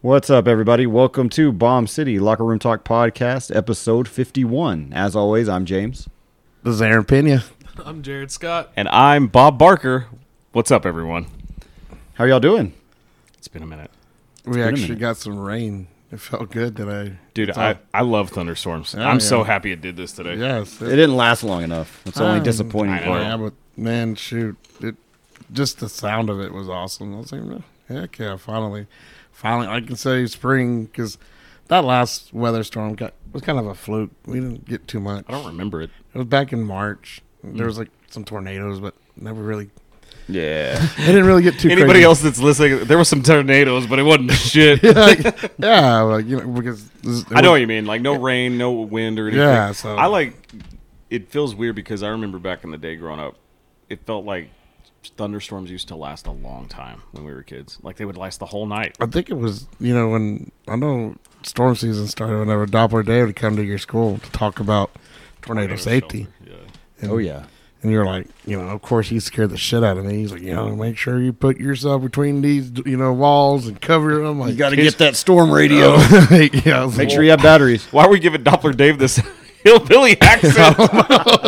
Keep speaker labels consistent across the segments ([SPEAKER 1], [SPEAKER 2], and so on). [SPEAKER 1] What's up, everybody? Welcome to Bomb City Locker Room Talk Podcast, episode 51. As always, I'm James.
[SPEAKER 2] This is Aaron Pena.
[SPEAKER 3] I'm Jared Scott.
[SPEAKER 4] And I'm Bob Barker. What's up, everyone?
[SPEAKER 1] How y'all doing?
[SPEAKER 4] It's been a minute.
[SPEAKER 2] We actually got some rain. It felt good today.
[SPEAKER 4] Dude,
[SPEAKER 2] It's
[SPEAKER 4] I,
[SPEAKER 2] all-
[SPEAKER 4] I love thunderstorms.
[SPEAKER 2] Oh,
[SPEAKER 4] I'm
[SPEAKER 2] yeah.
[SPEAKER 4] so happy it did this today.
[SPEAKER 2] yes.
[SPEAKER 1] It didn't last long enough. That's the only
[SPEAKER 2] Um,
[SPEAKER 1] disappointing
[SPEAKER 4] I
[SPEAKER 1] part.
[SPEAKER 2] yeah, but man, shoot, it just the sound of it was awesome. I was like, "Man, heck yeah, finally, finally, I can say spring because that last weather storm got was kind of a fluke. We didn't get too much.
[SPEAKER 4] I don't Mm. remember it.
[SPEAKER 2] It was back in March. There was like some tornadoes, but never really.
[SPEAKER 1] Yeah.
[SPEAKER 2] It didn't really get too.
[SPEAKER 4] Anybody
[SPEAKER 2] crazy.
[SPEAKER 4] else that's listening, there was some tornadoes, but it wasn't shit.
[SPEAKER 2] Like, yeah, like, you know, because this- it
[SPEAKER 4] I know
[SPEAKER 2] was-
[SPEAKER 4] what you mean. Like no rain, no wind or anything.
[SPEAKER 2] Yeah, so-
[SPEAKER 4] I like. It feels weird because I remember back in the day growing up, it felt like thunderstorms used to last a long time when we were kids. Like they would last the whole night.
[SPEAKER 2] I think it was, you know, when I know storm season started, whenever Doppler Day would come to your school to talk about tornado, safety.
[SPEAKER 4] shelter, Yeah.
[SPEAKER 2] And,
[SPEAKER 1] Oh, yeah.
[SPEAKER 2] And you're like, you know, of course he scared the shit out of me. He's like, you know, make sure you put yourself between these, you know, walls and cover them. Like,
[SPEAKER 1] You got to get that storm radio.
[SPEAKER 2] Like, yeah, I was
[SPEAKER 1] Make
[SPEAKER 2] like,
[SPEAKER 1] sure you have batteries.
[SPEAKER 4] Why are we giving Doppler Dave this hillbilly accent?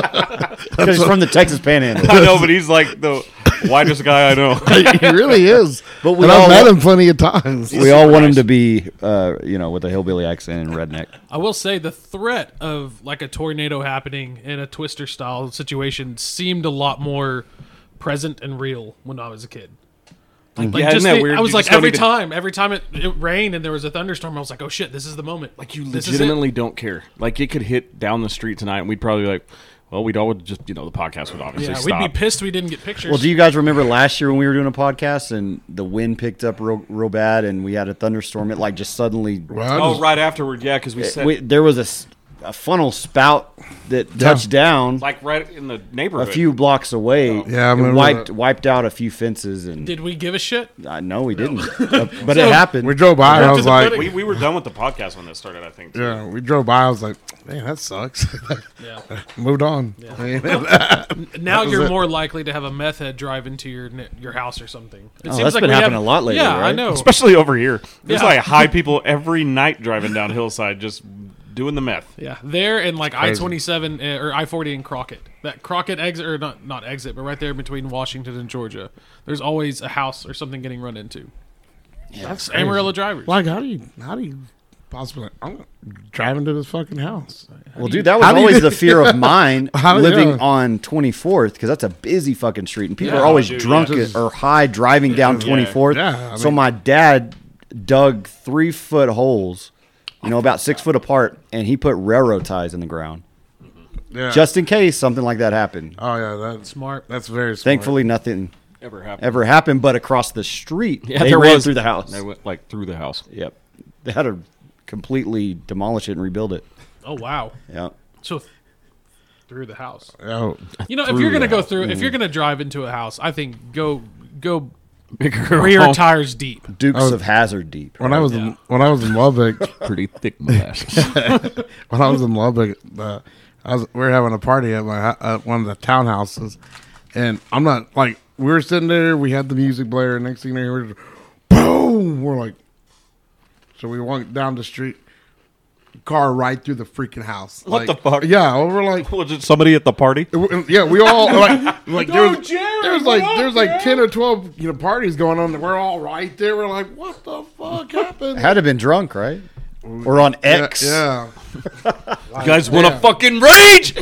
[SPEAKER 1] Because he's from the Texas Panhandle.
[SPEAKER 4] I know, but he's like the whitest guy I know.
[SPEAKER 2] he really is. But
[SPEAKER 1] But we
[SPEAKER 2] we and I've
[SPEAKER 1] all-
[SPEAKER 2] met him plenty of times.
[SPEAKER 1] We all want him to be, uh, you know, with a hillbilly accent and redneck.
[SPEAKER 3] I will say the threat of like a tornado happening in a twister style situation seemed a lot more present and real when I was a kid. Like,
[SPEAKER 4] Yeah, isn't
[SPEAKER 3] just
[SPEAKER 4] that
[SPEAKER 3] the-
[SPEAKER 4] weird?
[SPEAKER 3] I was
[SPEAKER 4] You
[SPEAKER 3] like
[SPEAKER 4] just don't
[SPEAKER 3] every
[SPEAKER 4] even-
[SPEAKER 3] time, every time it, it rained and there was a thunderstorm, I was like, oh shit, this is the moment. Like
[SPEAKER 4] you
[SPEAKER 3] This is it.
[SPEAKER 4] legitimately don't care. Like it could hit down the street tonight, and we'd probably be like, well, we'd all just you know the podcast would obviously
[SPEAKER 3] yeah,
[SPEAKER 4] stop.
[SPEAKER 3] we'd be pissed we didn't get pictures.
[SPEAKER 1] Well, do you guys remember last year when we were doing a podcast and the wind picked up real, real bad and we had a thunderstorm? It like just suddenly
[SPEAKER 2] Well, I
[SPEAKER 4] oh,
[SPEAKER 2] just-
[SPEAKER 4] right afterward, yeah, because we said
[SPEAKER 1] Eh, we, there was a s a a funnel spout that touched down
[SPEAKER 4] like right in the
[SPEAKER 1] a
[SPEAKER 4] neighborhood.
[SPEAKER 1] few blocks away.
[SPEAKER 2] Yeah, I
[SPEAKER 1] and
[SPEAKER 2] remember
[SPEAKER 1] wiped
[SPEAKER 2] that.
[SPEAKER 1] wiped out a few fences and
[SPEAKER 3] Did we give a shit?
[SPEAKER 1] I no, we didn't. Uh, but it happened.
[SPEAKER 2] We drove by. and I
[SPEAKER 3] After
[SPEAKER 2] was
[SPEAKER 3] the
[SPEAKER 2] like,
[SPEAKER 3] pudding.
[SPEAKER 4] We, we were done with the podcast when that started, I think. too.
[SPEAKER 2] yeah, we drove by. I was like, man, that sucks.
[SPEAKER 3] Yeah.
[SPEAKER 2] Moved on.
[SPEAKER 3] Now
[SPEAKER 2] was
[SPEAKER 3] you're
[SPEAKER 2] it.
[SPEAKER 3] more likely to have a meth head drive into your ne- your house or something. It
[SPEAKER 1] Oh, that's been
[SPEAKER 3] we
[SPEAKER 1] happening a lot lately,
[SPEAKER 3] Yeah, I
[SPEAKER 1] right?
[SPEAKER 3] know.
[SPEAKER 4] Especially over here. There's
[SPEAKER 3] Yeah.
[SPEAKER 4] like high people every night driving down hillside just doing the meth.
[SPEAKER 3] Yeah, there and like I twenty seven or I forty in Crockett. That Crockett exit or not not exit, but right there between Washington and Georgia. There's always a house or something getting run into. That's Amarillo drivers.
[SPEAKER 2] Like, how do you how do you possibly? I'm driving to this fucking house.
[SPEAKER 1] well, dude, that was
[SPEAKER 2] How do you-
[SPEAKER 1] always the fear of mine
[SPEAKER 2] How-
[SPEAKER 1] living
[SPEAKER 2] yeah.
[SPEAKER 1] on 24th because that's a busy fucking street and people
[SPEAKER 3] Yeah,
[SPEAKER 1] are always
[SPEAKER 4] dude,
[SPEAKER 1] drunk
[SPEAKER 2] yeah.
[SPEAKER 1] or high driving down 24th.
[SPEAKER 2] yeah, I
[SPEAKER 1] so
[SPEAKER 2] mean-
[SPEAKER 1] my dad dug three foot holes, you know, about six foot apart, and he put railroad ties in the ground
[SPEAKER 2] Yeah.
[SPEAKER 1] just in case something like that happened.
[SPEAKER 2] Oh yeah, that's
[SPEAKER 3] Smart.
[SPEAKER 2] That's very smart.
[SPEAKER 1] Thankfully, nothing
[SPEAKER 4] Ever happened.
[SPEAKER 1] ever happened, but across the street,
[SPEAKER 4] Yeah,
[SPEAKER 1] they
[SPEAKER 4] there
[SPEAKER 1] ran
[SPEAKER 4] was-
[SPEAKER 1] through the house.
[SPEAKER 4] They went like through the house.
[SPEAKER 1] Yep. They had to completely demolish it and rebuild it.
[SPEAKER 3] Oh wow!
[SPEAKER 1] Yeah.
[SPEAKER 3] So th- through the house.
[SPEAKER 2] Oh,
[SPEAKER 3] You know, if you're gonna
[SPEAKER 4] the
[SPEAKER 3] go
[SPEAKER 4] house.
[SPEAKER 3] through, if you're gonna drive into a house, I think go go
[SPEAKER 4] Bigger
[SPEAKER 3] rear tires deep.
[SPEAKER 1] Dukes of Hazard Deep.
[SPEAKER 2] when I was in, when I was in Lubbock,
[SPEAKER 4] pretty thick molasses.
[SPEAKER 2] when I was in Lubbock, uh, I was we were having a party at my hou- at one of the townhouses, and I'm not like we were sitting there. We had the music player. Next thing you know, we're just, boom. We're like, so we walked down the street, car right through the freaking house. Like,
[SPEAKER 4] What the fuck?
[SPEAKER 2] Yeah, we're like,
[SPEAKER 4] was it somebody at the party?
[SPEAKER 2] It wa- Yeah, we all like like there
[SPEAKER 3] No,
[SPEAKER 2] was,
[SPEAKER 3] Jared,
[SPEAKER 2] there was
[SPEAKER 3] what
[SPEAKER 2] like
[SPEAKER 3] up,
[SPEAKER 2] there was like
[SPEAKER 3] Jared?
[SPEAKER 2] ten or twelve you know parties going on. That we're all right there. We're like, what the fuck happened?
[SPEAKER 1] Had to been drunk, right? Or on
[SPEAKER 2] yeah,
[SPEAKER 1] X.
[SPEAKER 2] yeah.
[SPEAKER 4] You guys want to
[SPEAKER 2] Yeah.
[SPEAKER 4] fucking rage?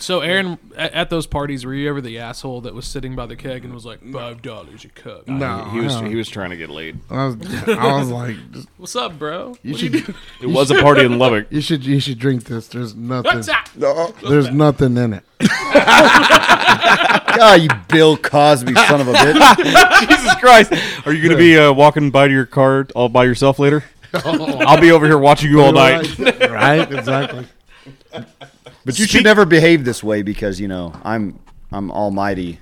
[SPEAKER 3] So Aaron, at, at those parties, were you ever the asshole that was sitting by the keg and was like five dollars a cup?
[SPEAKER 2] no,
[SPEAKER 4] he was
[SPEAKER 2] no.
[SPEAKER 4] he was trying to get laid.
[SPEAKER 2] I was, I was like, just-
[SPEAKER 3] What's up, bro?
[SPEAKER 2] you
[SPEAKER 3] What are you
[SPEAKER 2] should
[SPEAKER 4] It was a party in Lubbock.
[SPEAKER 2] you should you should drink this. There's nothing.
[SPEAKER 3] What's up?
[SPEAKER 2] There's nothing in it.
[SPEAKER 1] God, Ah, you Bill Cosby son of a bitch.
[SPEAKER 4] Jesus Christ. Are you going to be uh, walking by to your car all by yourself later? I'll be over here watching you all night.
[SPEAKER 2] right, Right, exactly.
[SPEAKER 1] But you should never behave this way because, you know, I'm I'm almighty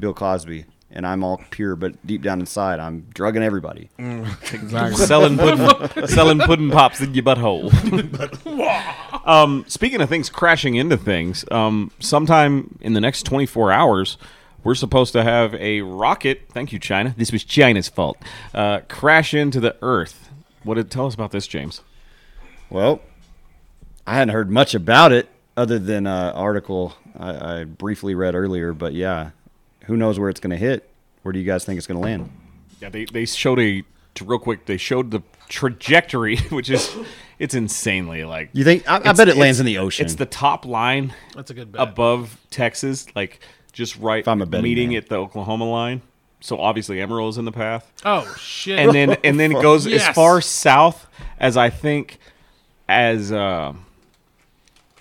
[SPEAKER 1] Bill Cosby and I'm all pure, but deep down inside I'm drugging everybody.
[SPEAKER 2] Exactly.
[SPEAKER 4] selling pudding, selling pudding pops in your butthole. um, speaking of things crashing into things, um, sometime in the next 24 hours, We're supposed to have a rocket. Thank you, China. This was China's fault. Uh, crash into the Earth. What did tell us about this, James?
[SPEAKER 1] Well, I hadn't heard much about it other than an article I, I briefly read earlier, but yeah, who knows where it's going to hit? Where do you guys think it's going to land?
[SPEAKER 4] Yeah, they, they showed a real quick. They showed the trajectory, which is it's insanely like
[SPEAKER 1] You think? I, I
[SPEAKER 4] It's-
[SPEAKER 1] bet it
[SPEAKER 4] it's-
[SPEAKER 1] lands in the ocean.
[SPEAKER 4] It's the top line
[SPEAKER 3] That's a good bet.
[SPEAKER 4] above Texas, like just right
[SPEAKER 1] I'm a betting
[SPEAKER 4] meeting
[SPEAKER 1] man.
[SPEAKER 4] at the Oklahoma line. So obviously Emerald's in the path.
[SPEAKER 3] oh shit!
[SPEAKER 4] And then and then it goes
[SPEAKER 3] Yes.
[SPEAKER 4] as far south as I think as uh,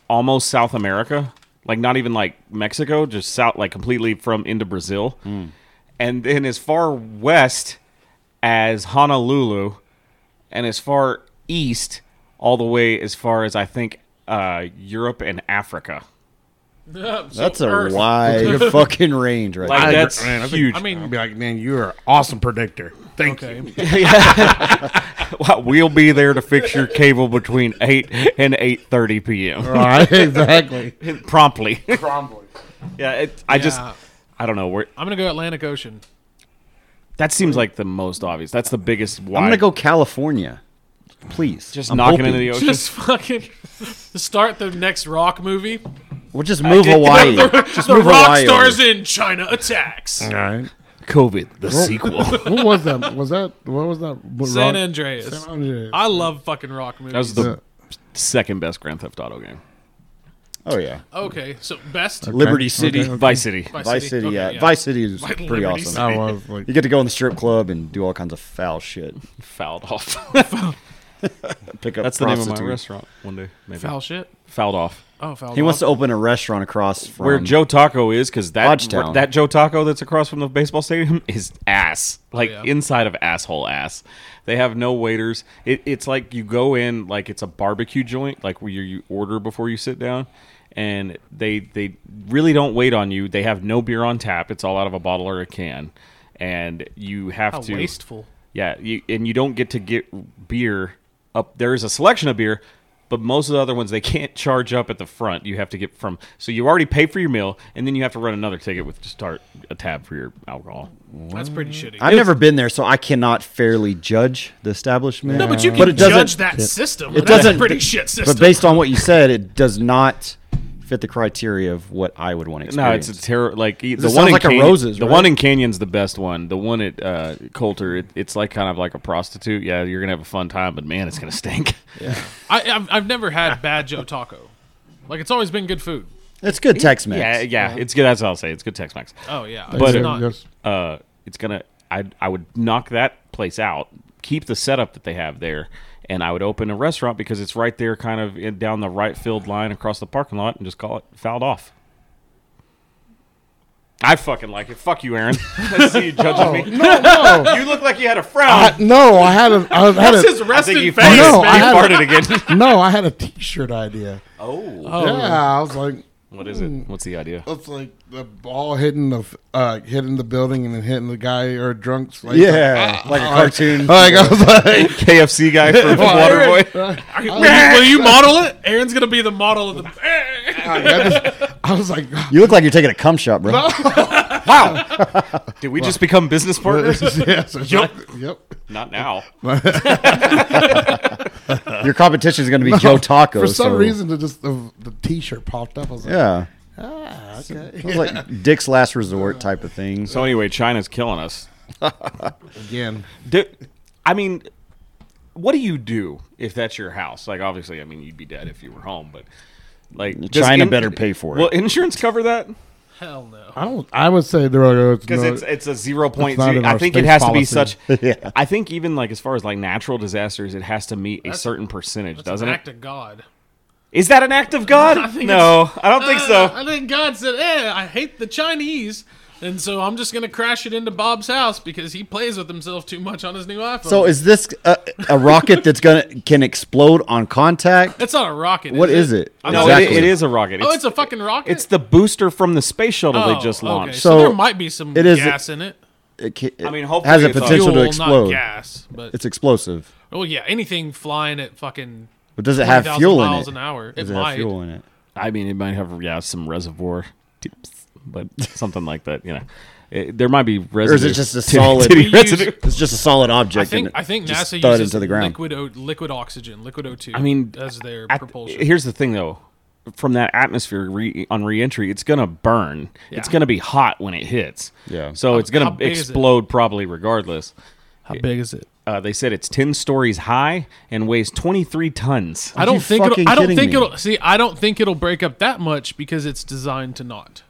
[SPEAKER 4] almost South America. Like not even like Mexico, just south like completely from into Brazil. And then as far west as Honolulu and as far east all the way as far as I think uh, Europe and Africa.
[SPEAKER 1] That's a
[SPEAKER 3] Earth.
[SPEAKER 1] wide fucking range, right?
[SPEAKER 4] Like
[SPEAKER 1] there.
[SPEAKER 2] I-
[SPEAKER 4] that's
[SPEAKER 2] man, I think-
[SPEAKER 4] huge.
[SPEAKER 3] I mean-
[SPEAKER 2] I'd be like, man, you're an awesome predictor. Thank
[SPEAKER 3] Okay.
[SPEAKER 2] you.
[SPEAKER 4] Well, we'll be there to fix your cable between eight and eight thirty p.m.
[SPEAKER 2] All right, exactly.
[SPEAKER 4] promptly. yeah, it, I just
[SPEAKER 3] Yeah.
[SPEAKER 4] I don't know where
[SPEAKER 3] I'm gonna go Atlantic Ocean.
[SPEAKER 4] that seems like the most obvious. That's the biggest. Wide.
[SPEAKER 1] I'm gonna go California. Please,
[SPEAKER 4] just
[SPEAKER 1] I'm
[SPEAKER 4] knocking
[SPEAKER 1] hoping.
[SPEAKER 4] into the ocean.
[SPEAKER 3] Just fucking start the next Rock movie.
[SPEAKER 1] We'll just move Hawaii. just
[SPEAKER 3] The
[SPEAKER 1] move
[SPEAKER 3] Rock
[SPEAKER 1] Hawaii. over.
[SPEAKER 3] stars in China attacks.
[SPEAKER 2] All right.
[SPEAKER 4] COVID, the sequel. that
[SPEAKER 2] What was that? Was that what was that? What,
[SPEAKER 3] San
[SPEAKER 2] rock-
[SPEAKER 3] Andreas.
[SPEAKER 2] San Andreas.
[SPEAKER 3] I love fucking rock movies.
[SPEAKER 4] was the second best Grand Theft Auto game.
[SPEAKER 1] Oh yeah,
[SPEAKER 3] okay, so best
[SPEAKER 1] Liberty
[SPEAKER 2] Okay,
[SPEAKER 1] City,
[SPEAKER 2] okay.
[SPEAKER 4] Vice City.
[SPEAKER 1] Vice City.
[SPEAKER 3] Okay,
[SPEAKER 1] yeah. Vice City is
[SPEAKER 3] Like
[SPEAKER 1] pretty
[SPEAKER 3] Liberty
[SPEAKER 1] awesome.
[SPEAKER 3] City.
[SPEAKER 2] I was like,
[SPEAKER 1] You get to go in the strip club and do all kinds of foul shit.
[SPEAKER 4] Fouled off.
[SPEAKER 1] Pick up
[SPEAKER 4] That's the name of my
[SPEAKER 1] prostitutes.
[SPEAKER 4] restaurant. One day, maybe.
[SPEAKER 3] foul shit.
[SPEAKER 4] Fouled off.
[SPEAKER 3] Oh, foul.
[SPEAKER 1] He wants to open a restaurant across from
[SPEAKER 4] Where Joe Taco is, because that
[SPEAKER 1] Hodgetown.
[SPEAKER 4] that Joe Taco that's across from the baseball stadium is ass, like
[SPEAKER 3] yeah.
[SPEAKER 4] inside of asshole ass. They have no waiters. It, it's like you go in, like it's a barbecue joint, like where you, you order before you sit down, and they they really don't wait on you. They have no beer on tap. It's all out of a bottle or a can, and you have
[SPEAKER 3] How
[SPEAKER 4] to
[SPEAKER 3] wasteful.
[SPEAKER 4] yeah, you, and you don't get to get beer up. There is a selection of beer, but most of the other ones they can't charge up at the front. You have to get from. So you already pay for your meal, and then you have to run another ticket with to start a tab for your alcohol.
[SPEAKER 3] That's pretty shitty.
[SPEAKER 1] I've never been there, so I cannot fairly judge the establishment. Uh,
[SPEAKER 3] no, but you can
[SPEAKER 1] it doesn't-
[SPEAKER 3] judge that system.
[SPEAKER 1] It
[SPEAKER 3] That's
[SPEAKER 1] doesn't.
[SPEAKER 3] a pretty shit system.
[SPEAKER 1] But based on what you said, it does not fit the criteria of what I would want to
[SPEAKER 4] No,
[SPEAKER 1] experience.
[SPEAKER 4] it's a terror. Like e- the
[SPEAKER 1] sounds
[SPEAKER 4] one in
[SPEAKER 1] like a
[SPEAKER 4] Canyon-
[SPEAKER 1] Roses,
[SPEAKER 4] The
[SPEAKER 1] right?
[SPEAKER 4] one in Canyon's the best one. The one at uh, Coulter, it, it's like kind of like a prostitute. Yeah, you're gonna have a fun time, but man, it's gonna stink.
[SPEAKER 3] I, I've, I've never had bad Joe Taco. Like it's always been good food.
[SPEAKER 1] it's good Tex Mex.
[SPEAKER 4] yeah, yeah, it's good. That's what I'll say. It's good Tex-Mex.
[SPEAKER 3] Oh yeah,
[SPEAKER 4] But-
[SPEAKER 3] it's not.
[SPEAKER 2] Yes.
[SPEAKER 4] uh, it's gonna. I I would knock that place out. Keep the setup that they have there, and I would open a restaurant because it's right there, kind of in, down the right field line across the parking lot, and just call it fouled off. I fucking like it. Fuck you, Aaron. I see you judging me.
[SPEAKER 2] no,
[SPEAKER 4] You look like you had a frown.
[SPEAKER 2] I, no, I had a, I had
[SPEAKER 3] That's
[SPEAKER 2] a,
[SPEAKER 3] his resting
[SPEAKER 4] you
[SPEAKER 3] face.
[SPEAKER 4] farted,
[SPEAKER 2] No,
[SPEAKER 4] you
[SPEAKER 2] I had-
[SPEAKER 4] farted again.
[SPEAKER 2] no, I had a T-shirt idea.
[SPEAKER 4] oh,
[SPEAKER 3] Oh,
[SPEAKER 2] Yeah, I was like,
[SPEAKER 4] what is it? What's the idea?
[SPEAKER 2] it's like the ball hitting the f- uh, hitting the building and then hitting the guy or drunk's face.
[SPEAKER 1] yeah, like a cartoon.
[SPEAKER 2] Like, I was like,
[SPEAKER 4] KFC guy from Waterboy.
[SPEAKER 3] Are you- will, you, will you model it? Aaron's gonna be the model of the.
[SPEAKER 2] I, just, I was like, "Oh,
[SPEAKER 1] You look like you're taking a cum shot, bro.
[SPEAKER 4] Wow. Did we just become business partners?
[SPEAKER 2] yes, exactly. yep.
[SPEAKER 4] Not now.
[SPEAKER 1] Your competition is going to be Joe Taco.
[SPEAKER 2] For some
[SPEAKER 1] so-
[SPEAKER 2] reason, it just the, the T-shirt popped up. I was like,
[SPEAKER 1] yeah,
[SPEAKER 2] ah, okay.
[SPEAKER 1] it's like Dick's Last Resort type of thing.
[SPEAKER 4] So anyway, China's killing us.
[SPEAKER 2] Again,
[SPEAKER 4] Do, I mean, what do you do if that's your house? Like, obviously, I mean, you'd be dead if you were home, but like, does
[SPEAKER 1] China better pay for it.
[SPEAKER 4] Will insurance cover that?
[SPEAKER 3] Hell no.
[SPEAKER 2] I don't. I would say oh, there are
[SPEAKER 4] Because
[SPEAKER 2] no-
[SPEAKER 4] it's it's a zero point
[SPEAKER 2] not
[SPEAKER 4] zero.
[SPEAKER 2] in
[SPEAKER 4] I
[SPEAKER 2] our
[SPEAKER 4] think it
[SPEAKER 2] space
[SPEAKER 4] has
[SPEAKER 2] policy.
[SPEAKER 4] to be such.
[SPEAKER 1] Yeah.
[SPEAKER 4] I think even like as far as like natural disasters, it has to meet a certain percentage,
[SPEAKER 3] It's
[SPEAKER 4] doesn't
[SPEAKER 3] an
[SPEAKER 4] it?
[SPEAKER 3] act of God.
[SPEAKER 4] Is that an act of God?
[SPEAKER 3] I think
[SPEAKER 4] no, I don't think
[SPEAKER 3] Uh,
[SPEAKER 4] so.
[SPEAKER 3] I think God said, "Eh, I hate the Chinese." And so I'm just gonna crash it into Bob's house because he plays with himself too much on his new iPhone.
[SPEAKER 1] So is this a, a rocket that's gonna can explode on contact?
[SPEAKER 3] it's not a rocket.
[SPEAKER 1] What is it?
[SPEAKER 4] No, it- it is a rocket. It's,
[SPEAKER 3] Oh, it's a fucking rocket.
[SPEAKER 4] it's the booster from the space shuttle
[SPEAKER 3] oh,
[SPEAKER 4] they just
[SPEAKER 3] Okay.
[SPEAKER 4] launched.
[SPEAKER 3] So,
[SPEAKER 1] So
[SPEAKER 3] there might be some
[SPEAKER 1] it is-
[SPEAKER 3] gas in it.
[SPEAKER 1] It ca- it
[SPEAKER 4] I mean, hopefully
[SPEAKER 1] has a
[SPEAKER 4] it's on-
[SPEAKER 1] potential to
[SPEAKER 3] Fuel, not
[SPEAKER 1] explode.
[SPEAKER 3] gas, but
[SPEAKER 1] It's explosive,
[SPEAKER 3] well, yeah, anything flying at fucking
[SPEAKER 1] but does it have
[SPEAKER 3] 20,000
[SPEAKER 1] fuel in
[SPEAKER 3] miles
[SPEAKER 1] it?
[SPEAKER 3] an hour. It
[SPEAKER 1] Does it have
[SPEAKER 3] might.
[SPEAKER 1] fuel in it?
[SPEAKER 4] I mean, it might have yeah some reservoir. Tips. but something like that. You know, It- there might be
[SPEAKER 1] Or is
[SPEAKER 4] residues.
[SPEAKER 1] it just a
[SPEAKER 4] Titty-
[SPEAKER 1] solid?
[SPEAKER 4] titty
[SPEAKER 3] We use-
[SPEAKER 4] residue.
[SPEAKER 1] It's just a solid
[SPEAKER 3] I
[SPEAKER 1] object.
[SPEAKER 3] think
[SPEAKER 1] and it
[SPEAKER 3] I think
[SPEAKER 1] just
[SPEAKER 3] NASA
[SPEAKER 1] thud
[SPEAKER 3] uses
[SPEAKER 1] into the ground.
[SPEAKER 3] liquid o- liquid oxygen, liquid O2.
[SPEAKER 4] I mean,
[SPEAKER 3] as their
[SPEAKER 4] at-
[SPEAKER 3] propulsion.
[SPEAKER 4] here's the thing, though. From that atmosphere re, on reentry, it's gonna burn. It's
[SPEAKER 3] Yeah.
[SPEAKER 4] gonna be hot when it hits.
[SPEAKER 1] Yeah.
[SPEAKER 4] So it's
[SPEAKER 3] how
[SPEAKER 4] gonna
[SPEAKER 3] big is it?
[SPEAKER 4] explode probably regardless.
[SPEAKER 3] How big is it?
[SPEAKER 4] Uh, they said it's ten stories high and weighs twenty three tons.
[SPEAKER 3] I don't
[SPEAKER 1] you
[SPEAKER 3] think
[SPEAKER 1] fucking
[SPEAKER 3] it'll, I don't
[SPEAKER 1] kidding
[SPEAKER 3] think
[SPEAKER 1] me?
[SPEAKER 3] it'll see. I don't think it'll break up that much because it's designed to not.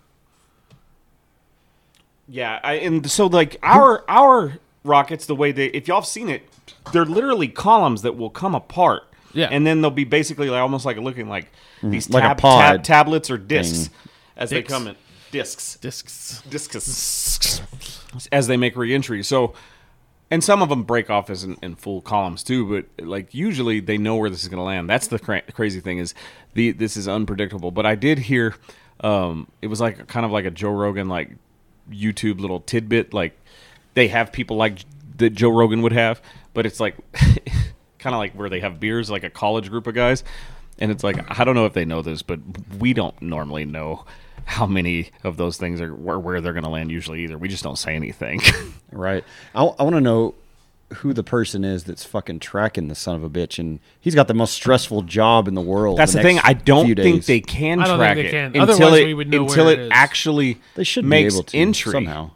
[SPEAKER 4] Yeah, I, and so like our our rockets, the way they, if y'all have seen it, they're literally columns that will come apart.
[SPEAKER 3] Yeah.
[SPEAKER 4] and then they'll be basically like, almost like looking like these
[SPEAKER 1] Mm-hmm. like a
[SPEAKER 4] tab,
[SPEAKER 1] pod
[SPEAKER 4] tab, tablets or discs as
[SPEAKER 3] Dicks.
[SPEAKER 4] they come in discs
[SPEAKER 3] Discs.
[SPEAKER 4] discus as they make reentry. So, and some of them break off as in, in full columns too. But like usually, they know where this is going to land. That's the cra- crazy thing is the this is unpredictable. But I did hear um, it was like kind of like a Joe Rogan like YouTube little tidbit. Like they have people like that Joe Rogan would have, but it's like kind of like where they have beers, like a college group of guys. And it's like I don't know if they know this, but we don't normally know how many of those things are where, where they're going to land usually either. We just don't say anything.
[SPEAKER 1] Right. I, want to know who the person is that's fucking tracking the son of a bitch, and he's got the most stressful job in the world.
[SPEAKER 4] That's the, thing.
[SPEAKER 1] next
[SPEAKER 4] I don't
[SPEAKER 1] few
[SPEAKER 4] think
[SPEAKER 1] days.
[SPEAKER 4] they can
[SPEAKER 3] I don't
[SPEAKER 4] track
[SPEAKER 3] think they
[SPEAKER 4] it
[SPEAKER 3] can.
[SPEAKER 4] until
[SPEAKER 3] Otherwise,
[SPEAKER 4] it
[SPEAKER 3] we would know
[SPEAKER 4] until
[SPEAKER 3] where
[SPEAKER 4] it,
[SPEAKER 3] it is.
[SPEAKER 4] actually
[SPEAKER 1] They should
[SPEAKER 4] makes
[SPEAKER 1] be able to
[SPEAKER 4] entry
[SPEAKER 1] somehow.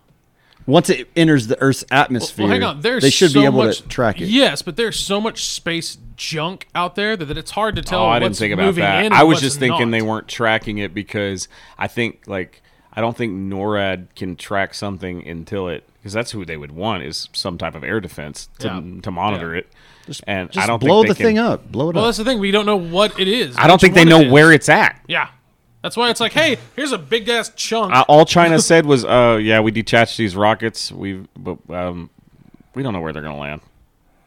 [SPEAKER 1] Once it enters the Earth's atmosphere,
[SPEAKER 3] Well, hang on. There's
[SPEAKER 1] they should
[SPEAKER 3] so
[SPEAKER 1] be able
[SPEAKER 3] much,
[SPEAKER 1] to track it.
[SPEAKER 3] Yes, but there's so much space junk out there that, that it's hard to tell.
[SPEAKER 4] Oh, I didn't
[SPEAKER 3] what's
[SPEAKER 4] think about
[SPEAKER 3] moving
[SPEAKER 4] that.
[SPEAKER 3] in
[SPEAKER 4] I
[SPEAKER 3] and
[SPEAKER 4] was
[SPEAKER 3] what's
[SPEAKER 4] just thinking
[SPEAKER 3] not.
[SPEAKER 4] they weren't tracking it because I think like I don't think NORAD can track something until it because that's who they would want is some type of air defense to,
[SPEAKER 3] Yeah.
[SPEAKER 4] to monitor
[SPEAKER 3] Yeah.
[SPEAKER 4] it. and
[SPEAKER 1] Just
[SPEAKER 4] I don't
[SPEAKER 1] blow
[SPEAKER 4] think
[SPEAKER 1] the
[SPEAKER 4] they
[SPEAKER 1] thing
[SPEAKER 4] can-
[SPEAKER 1] up. Blow it
[SPEAKER 3] Well,
[SPEAKER 1] up.
[SPEAKER 3] that's the thing. We don't know what it is.
[SPEAKER 4] I don't
[SPEAKER 3] which
[SPEAKER 4] think they
[SPEAKER 3] one
[SPEAKER 4] know
[SPEAKER 3] it is.
[SPEAKER 4] where it's at.
[SPEAKER 3] Yeah, that's why it's like, hey, here's a big ass chunk.
[SPEAKER 4] Uh, all China said was, "Uh, yeah, we detached these rockets. We, but um, we don't know where they're gonna land."
[SPEAKER 1] Well,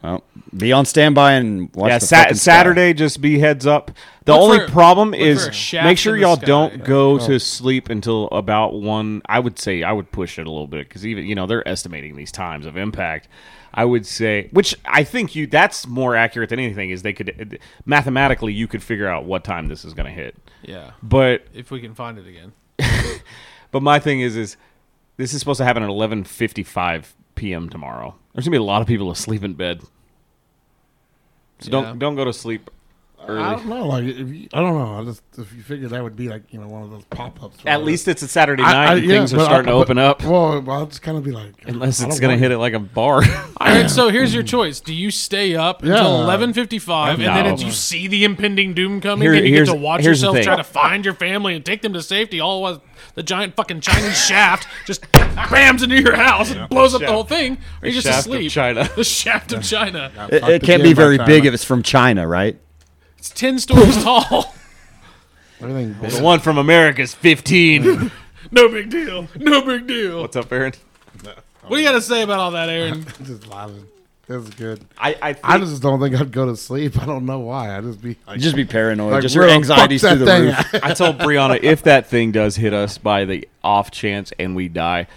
[SPEAKER 1] Oh, be on standby and watch.
[SPEAKER 4] yeah,
[SPEAKER 1] the
[SPEAKER 4] sa-
[SPEAKER 1] fucking sky.
[SPEAKER 4] Saturday, just be heads up. The
[SPEAKER 3] Look
[SPEAKER 4] only
[SPEAKER 3] for-
[SPEAKER 4] problem
[SPEAKER 3] look
[SPEAKER 4] is
[SPEAKER 3] for a shaft
[SPEAKER 4] make sure
[SPEAKER 3] in the
[SPEAKER 4] y'all
[SPEAKER 3] sky.
[SPEAKER 4] don't go to sleep until about one. I would say I would push it a little bit because even you know they're estimating these times of impact. I would say, which I think you that's more accurate than anything is they could mathematically you could figure out what time this is going to hit.
[SPEAKER 3] yeah,
[SPEAKER 4] But
[SPEAKER 3] if we can find it again.
[SPEAKER 4] but my thing is, is this is supposed to happen at eleven fifty five p.m. tomorrow. There's gonna be a lot of people asleep in bed, so
[SPEAKER 3] Yeah.
[SPEAKER 4] don't don't go to sleep
[SPEAKER 2] I
[SPEAKER 4] early.
[SPEAKER 2] don't know. Like, if you, I don't know. I just if you figured that would be like you know one of those pop ups.
[SPEAKER 4] At least it's a Saturday
[SPEAKER 2] I-
[SPEAKER 4] night,
[SPEAKER 2] I-
[SPEAKER 4] and
[SPEAKER 2] yeah,
[SPEAKER 4] things are
[SPEAKER 2] but I-
[SPEAKER 4] starting to
[SPEAKER 2] but-
[SPEAKER 4] open up.
[SPEAKER 2] Well, I'll just kind of be like,
[SPEAKER 4] Unless
[SPEAKER 2] I
[SPEAKER 4] it's
[SPEAKER 2] don't
[SPEAKER 4] gonna
[SPEAKER 2] want-
[SPEAKER 4] hit it like a bar.
[SPEAKER 3] All right, so here's your choice. Do you stay up until
[SPEAKER 2] Yeah.
[SPEAKER 3] 11:55 and then
[SPEAKER 4] No.
[SPEAKER 3] if you see the impending doom coming
[SPEAKER 4] Here-
[SPEAKER 3] and you get
[SPEAKER 4] here's-
[SPEAKER 3] to watch
[SPEAKER 4] here's the
[SPEAKER 3] yourself
[SPEAKER 4] thing.
[SPEAKER 3] try to find your family and take them to safety all while the giant fucking Chinese shaft just bams into your house and blows up the
[SPEAKER 4] shaft.
[SPEAKER 3] whole thing? Or
[SPEAKER 4] The
[SPEAKER 3] you're just
[SPEAKER 4] shaft of
[SPEAKER 3] asleep.
[SPEAKER 4] China.
[SPEAKER 3] The shaft of China.
[SPEAKER 1] It,
[SPEAKER 2] Fuck
[SPEAKER 1] it
[SPEAKER 2] the
[SPEAKER 1] can't
[SPEAKER 2] kid
[SPEAKER 1] be
[SPEAKER 2] by
[SPEAKER 1] very
[SPEAKER 2] China.
[SPEAKER 1] big if it's from China, right?
[SPEAKER 3] It's 10 stories tall.
[SPEAKER 2] Everything big.
[SPEAKER 4] the one from America's fifteen.
[SPEAKER 3] No big deal. No big deal.
[SPEAKER 4] What's up, Aaron?
[SPEAKER 3] What do you got to say about all that, Aaron?
[SPEAKER 2] just laughing. That's good.
[SPEAKER 4] I I, think,
[SPEAKER 2] I just don't think I'd go to sleep. I don't know why. I just be like,
[SPEAKER 1] Just be paranoid.
[SPEAKER 2] like,
[SPEAKER 1] Just
[SPEAKER 2] where
[SPEAKER 1] your
[SPEAKER 2] the
[SPEAKER 1] anxiety's
[SPEAKER 2] fuck's
[SPEAKER 1] through the
[SPEAKER 2] that
[SPEAKER 1] roof.
[SPEAKER 2] thing at?
[SPEAKER 4] I told Brianna if that thing does hit us by the off chance and we die,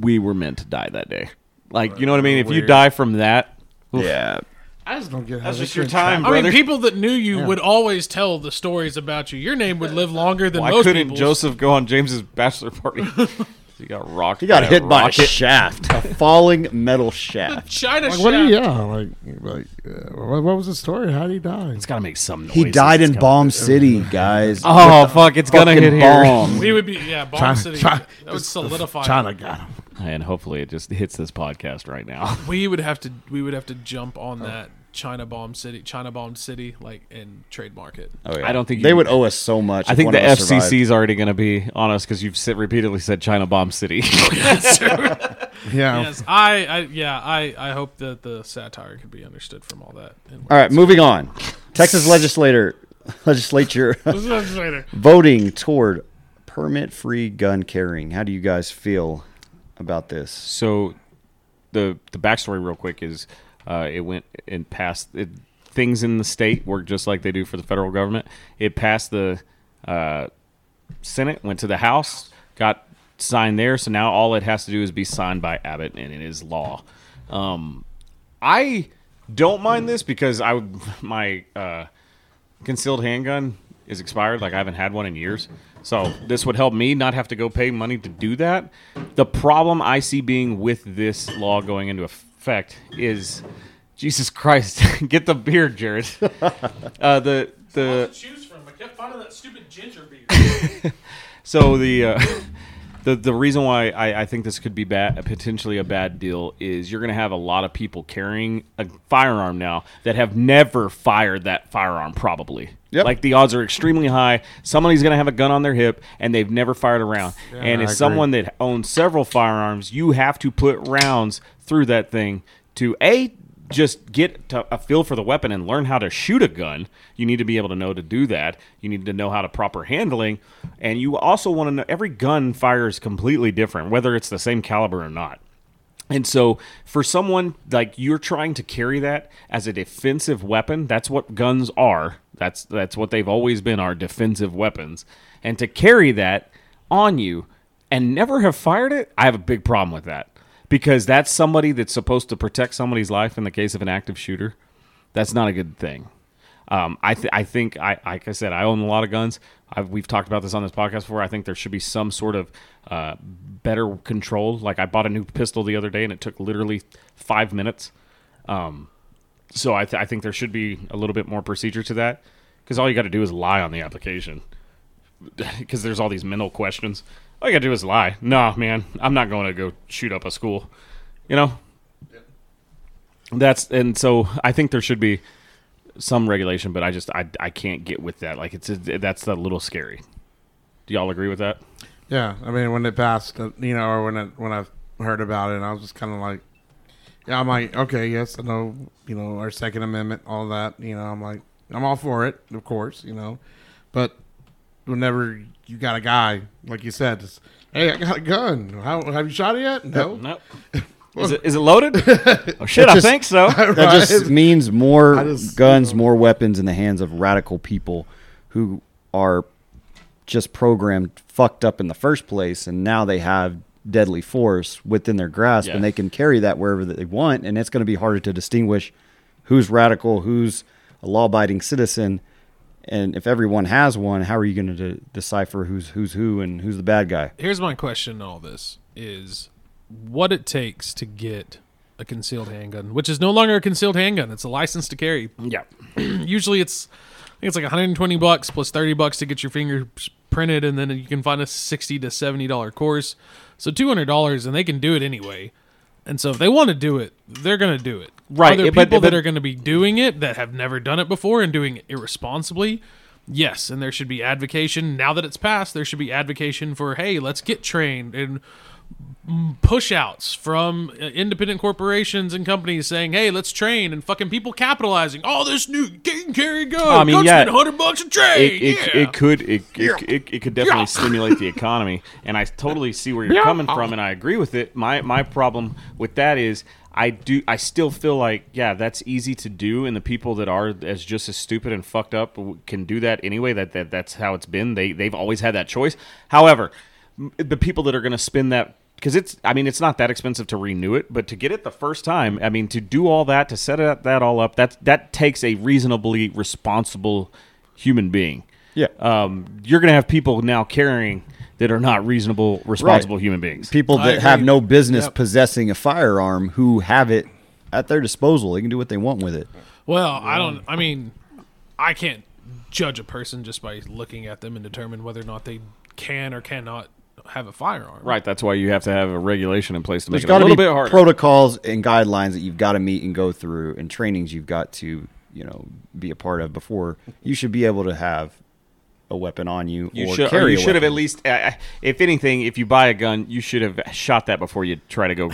[SPEAKER 4] we were meant to die that day. Like you know what I mean? If you die from that,
[SPEAKER 1] Yeah.
[SPEAKER 2] I just don't get. How
[SPEAKER 4] That's
[SPEAKER 2] they
[SPEAKER 4] just your
[SPEAKER 2] couldn't track-
[SPEAKER 4] time,
[SPEAKER 3] I
[SPEAKER 4] brother.
[SPEAKER 3] mean, people that knew you would always tell the stories about you. Your name would live longer than
[SPEAKER 4] Why
[SPEAKER 3] most
[SPEAKER 4] couldn't
[SPEAKER 3] people's.
[SPEAKER 4] Joseph go on James's bachelor party? he got rocked.
[SPEAKER 1] He got hit by a
[SPEAKER 4] rocket.
[SPEAKER 1] shaft, a falling metal shaft.
[SPEAKER 3] China
[SPEAKER 2] Like,
[SPEAKER 3] shaft.
[SPEAKER 2] what? Are you, yeah, like, like, uh, what, what was the story? How did he die?
[SPEAKER 4] It's got to make some noise.
[SPEAKER 1] He died in Bomb City, guys.
[SPEAKER 4] Oh fuck! It's gonna
[SPEAKER 1] Fucking
[SPEAKER 4] hit here.
[SPEAKER 1] bomb.
[SPEAKER 3] We would be yeah, bomb
[SPEAKER 2] China-
[SPEAKER 3] city.
[SPEAKER 2] China-
[SPEAKER 3] that would solidify.
[SPEAKER 2] China got him.
[SPEAKER 4] And hopefully, it just hits this podcast right now.
[SPEAKER 1] Oh,
[SPEAKER 3] We would have to we would have to jump on that China bomb city, China bomb city, like and trademark it.
[SPEAKER 1] Oh, yeah.
[SPEAKER 4] I don't think
[SPEAKER 1] they
[SPEAKER 4] you-
[SPEAKER 1] would owe us so much.
[SPEAKER 4] I
[SPEAKER 1] if
[SPEAKER 4] think
[SPEAKER 1] one
[SPEAKER 4] the
[SPEAKER 1] of us survived.
[SPEAKER 4] FCC is already going to be on us because you've sit, repeatedly said China Bomb City.
[SPEAKER 2] Yeah.
[SPEAKER 3] yes, I, I yeah, I I hope that the satire could be understood from all that. And
[SPEAKER 1] All right, moving on. Texas legislator legislature voting toward permit-free gun carrying. How do you guys feel about this?
[SPEAKER 4] so, the the backstory, real quick, is uh, it went and passed. It, things in the state work just like they do for the federal government. It passed the uh, Senate, went to the House, got signed there. So now all it has to do is be signed by Abbott, and it is law. Um, I don't mind this because I would- my uh, concealed handgun is expired. Like I haven't had one in years. So this would help me not have to go pay money to do that. The problem I see being with this law going into effect is, Jesus Christ, get the beer, Jared. Uh, the the
[SPEAKER 3] choose from. I kept finding that stupid ginger beer.
[SPEAKER 4] so the. Uh, The, the reason why I, I think this could be bad, potentially a bad deal is you're going to have a lot of people carrying a firearm now that have never fired that firearm, probably.
[SPEAKER 1] Yep.
[SPEAKER 4] Like the odds are extremely high. Somebody's going to have a gun on their hip and they've never fired a round. and
[SPEAKER 2] I
[SPEAKER 4] as
[SPEAKER 2] agree.
[SPEAKER 4] someone that owns several firearms, you have to put rounds through that thing to A, just get to a feel for the weapon and learn how to shoot a gun. You need to be able to know to do that. You need to know how to proper handling. And you also want to know every gun fires completely different, whether it's the same caliber or not. And so, for someone like you're trying to carry that as a defensive weapon, that's what guns are. That's that's what they've always been our defensive weapons. And to carry that on you and never have fired it, I have a big problem with that because that's somebody that's supposed to protect somebody's life in the case of an active shooter. That's not a good thing. Um, I th- I think I like I said I own a lot of guns. I've, we've talked about this on this podcast before. I think there should be some sort of uh, better control. Like I bought a new pistol the other day, and it took literally five minutes. Um, so I, th- I think there should be a little bit more procedure to that because all you got to do is lie on the application because there's all these mental questions. All you gotta do is lie. No, man, I'm not going to go shoot up a school. You know, that's and so I think there should be some regulation, but I just I, I can't get with that. Like it's that's a little scary. Do y'all agree with that?
[SPEAKER 2] Yeah, I mean, when it passed, uh, you know, or when it, when I heard about it, I was just kind of like, yeah, I'm like, okay, yes, I know, you know, our Second Amendment, all that, you know, I'm like, I'm all for it, of course, you know, but whenever you got a guy like you said, just, hey, I got a gun. How have you shot it yet? No.
[SPEAKER 4] Is it is it loaded? oh shit, I
[SPEAKER 1] Just-
[SPEAKER 4] think so.
[SPEAKER 1] That just
[SPEAKER 2] Right?
[SPEAKER 1] means more
[SPEAKER 2] I just-
[SPEAKER 1] guns, more weapons in the hands of radical people who are just programmed fucked up in the first place, and now they have deadly force within their grasp,
[SPEAKER 4] Yeah.
[SPEAKER 1] and they can carry that wherever that they want, and it's going to be harder to distinguish who's radical, who's a law-abiding citizen, and if everyone has one, how are you going to de- decipher who's who's who and who's the bad guy?
[SPEAKER 3] Here's my question on all this is what it takes to get a concealed handgun, which is no longer a concealed handgun, it's a license to carry.
[SPEAKER 4] yeah.
[SPEAKER 3] Usually it's I think it's like 120 bucks plus 30 bucks to get your fingers printed and then you can find a 60 to 70 dollar course. So $200 and they can do it anyway. And so if they want to do it, they're going to do it.
[SPEAKER 4] Right,
[SPEAKER 3] Are there
[SPEAKER 4] yeah, but-
[SPEAKER 3] people
[SPEAKER 4] but-
[SPEAKER 3] that are going to be doing it that have never done it before and doing it irresponsibly? Yes, and there should be advocation. Now that it's passed, there should be advocation for hey, let's get trained and push outs from uh, independent corporations and companies saying, "Hey, let's train," and fucking people capitalizing. Oh, this new can carry gun.
[SPEAKER 4] I mean,
[SPEAKER 3] Gun
[SPEAKER 4] yeah.
[SPEAKER 3] spend hundred bucks a train.
[SPEAKER 4] It, it,
[SPEAKER 3] yeah.
[SPEAKER 4] it could it, it, it, it could definitely stimulate the economy, and I totally see where you're coming from, and I agree with it. My my problem with that is I do I still feel like yeah that's easy to do, and the people that are as just as stupid and fucked up can do that anyway. That, that that's how it's been. They they've always had that choice. However, m- the people that are going to spend that because it's i mean it's not that expensive to renew it but to get it the first time i mean to do all that to set it, that all up that that takes a reasonably responsible human being
[SPEAKER 1] Yeah.
[SPEAKER 4] um, you're going to have people now carrying that are not reasonable, responsible human beings.
[SPEAKER 1] people
[SPEAKER 3] I
[SPEAKER 1] that have
[SPEAKER 3] agree.
[SPEAKER 1] no business
[SPEAKER 3] Yep.
[SPEAKER 1] possessing a firearm who have it at their disposal. They can do what they want with it.
[SPEAKER 3] well, I don't. I mean, I can't judge a person just by looking at them and determine whether or not they can or cannot have a firearm.
[SPEAKER 4] Right. That's why you have to have a regulation in place to make
[SPEAKER 1] There's
[SPEAKER 4] it a
[SPEAKER 1] got to
[SPEAKER 4] little
[SPEAKER 1] be
[SPEAKER 4] bit harder.
[SPEAKER 1] protocols and guidelines that you've got to meet and go through, and trainings you've got to you know be a part of before you should be able to have a weapon on you,
[SPEAKER 4] you
[SPEAKER 1] or
[SPEAKER 4] should, or
[SPEAKER 1] carry
[SPEAKER 4] you
[SPEAKER 1] a
[SPEAKER 4] should have
[SPEAKER 1] weapon.
[SPEAKER 4] at least, uh, if anything, if you buy a gun, you should have shot that before you try to go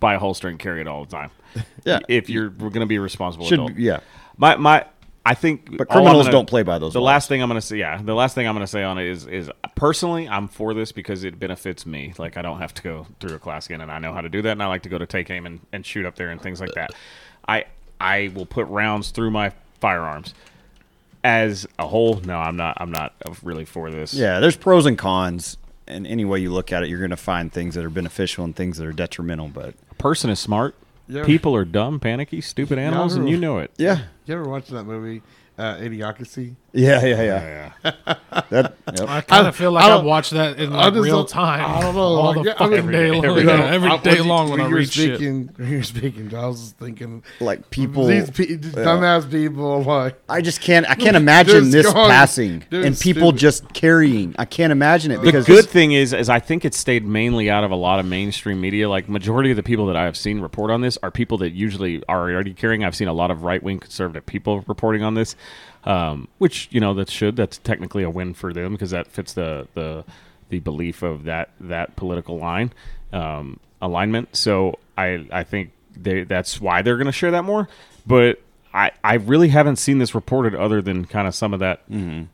[SPEAKER 4] buy a holster and carry it all the time.
[SPEAKER 1] Yeah.
[SPEAKER 4] If you're going to be a responsible
[SPEAKER 1] Should-
[SPEAKER 4] adult.
[SPEAKER 1] yeah.
[SPEAKER 4] My my. I think,
[SPEAKER 1] But
[SPEAKER 4] all I'm
[SPEAKER 1] criminals
[SPEAKER 4] gonna-
[SPEAKER 1] don't play by those
[SPEAKER 4] The
[SPEAKER 1] laws.
[SPEAKER 4] last thing I'm gonna say, yeah, the last thing I'm gonna say on it is, is personally, I'm for this because it benefits me. Like I don't have to go through a class again, and I know how to do that, and I like to go to take aim and, and shoot up there and things like that. I I will put rounds through my firearms. As a whole, no, I'm not. I'm not really for this.
[SPEAKER 1] Yeah, there's pros and cons, and any way you look at it, you're going to find things that are beneficial and things that are detrimental. But
[SPEAKER 4] a person is smart.
[SPEAKER 2] Yeah.
[SPEAKER 4] People are dumb, panicky, stupid animals, and you know it.
[SPEAKER 1] yeah,
[SPEAKER 2] You ever watch that movie, uh, Idiocracy?
[SPEAKER 1] Yeah, yeah, yeah. That
[SPEAKER 3] I
[SPEAKER 1] yep.
[SPEAKER 3] kind of feel like
[SPEAKER 2] I
[SPEAKER 3] I,
[SPEAKER 2] don't-
[SPEAKER 3] watched that in
[SPEAKER 2] I
[SPEAKER 3] like
[SPEAKER 2] just
[SPEAKER 3] real
[SPEAKER 2] don't-
[SPEAKER 3] time.
[SPEAKER 2] I don't know,
[SPEAKER 3] All
[SPEAKER 2] like,
[SPEAKER 3] the
[SPEAKER 2] yeah, I
[SPEAKER 3] fucking
[SPEAKER 2] mean,
[SPEAKER 3] day long.
[SPEAKER 4] every
[SPEAKER 3] Every,
[SPEAKER 4] day.
[SPEAKER 3] day long when I
[SPEAKER 2] you were
[SPEAKER 3] read shit.
[SPEAKER 2] speaking, when you were speaking, I was just thinking
[SPEAKER 1] like people.
[SPEAKER 2] These pe- these dumbass people, like
[SPEAKER 1] I just can't. I can't imagine
[SPEAKER 2] They're
[SPEAKER 1] this
[SPEAKER 2] gone.
[SPEAKER 1] passing
[SPEAKER 2] They're
[SPEAKER 1] and people
[SPEAKER 2] stupid.
[SPEAKER 1] just carrying. I can't imagine it
[SPEAKER 4] The
[SPEAKER 1] because
[SPEAKER 4] good thing is, is I think it stayed mainly out of a lot of mainstream media. Like majority of the people that I have seen report on this are people that usually are already caring. I've seen a lot of right wing conservative people reporting on this, um, which you know that should that's technically a win for them because that fits the the the belief of that that political line um, alignment. So I I think they that's why they're going to share that more, but. I, I really haven't seen this reported other than kind of some of that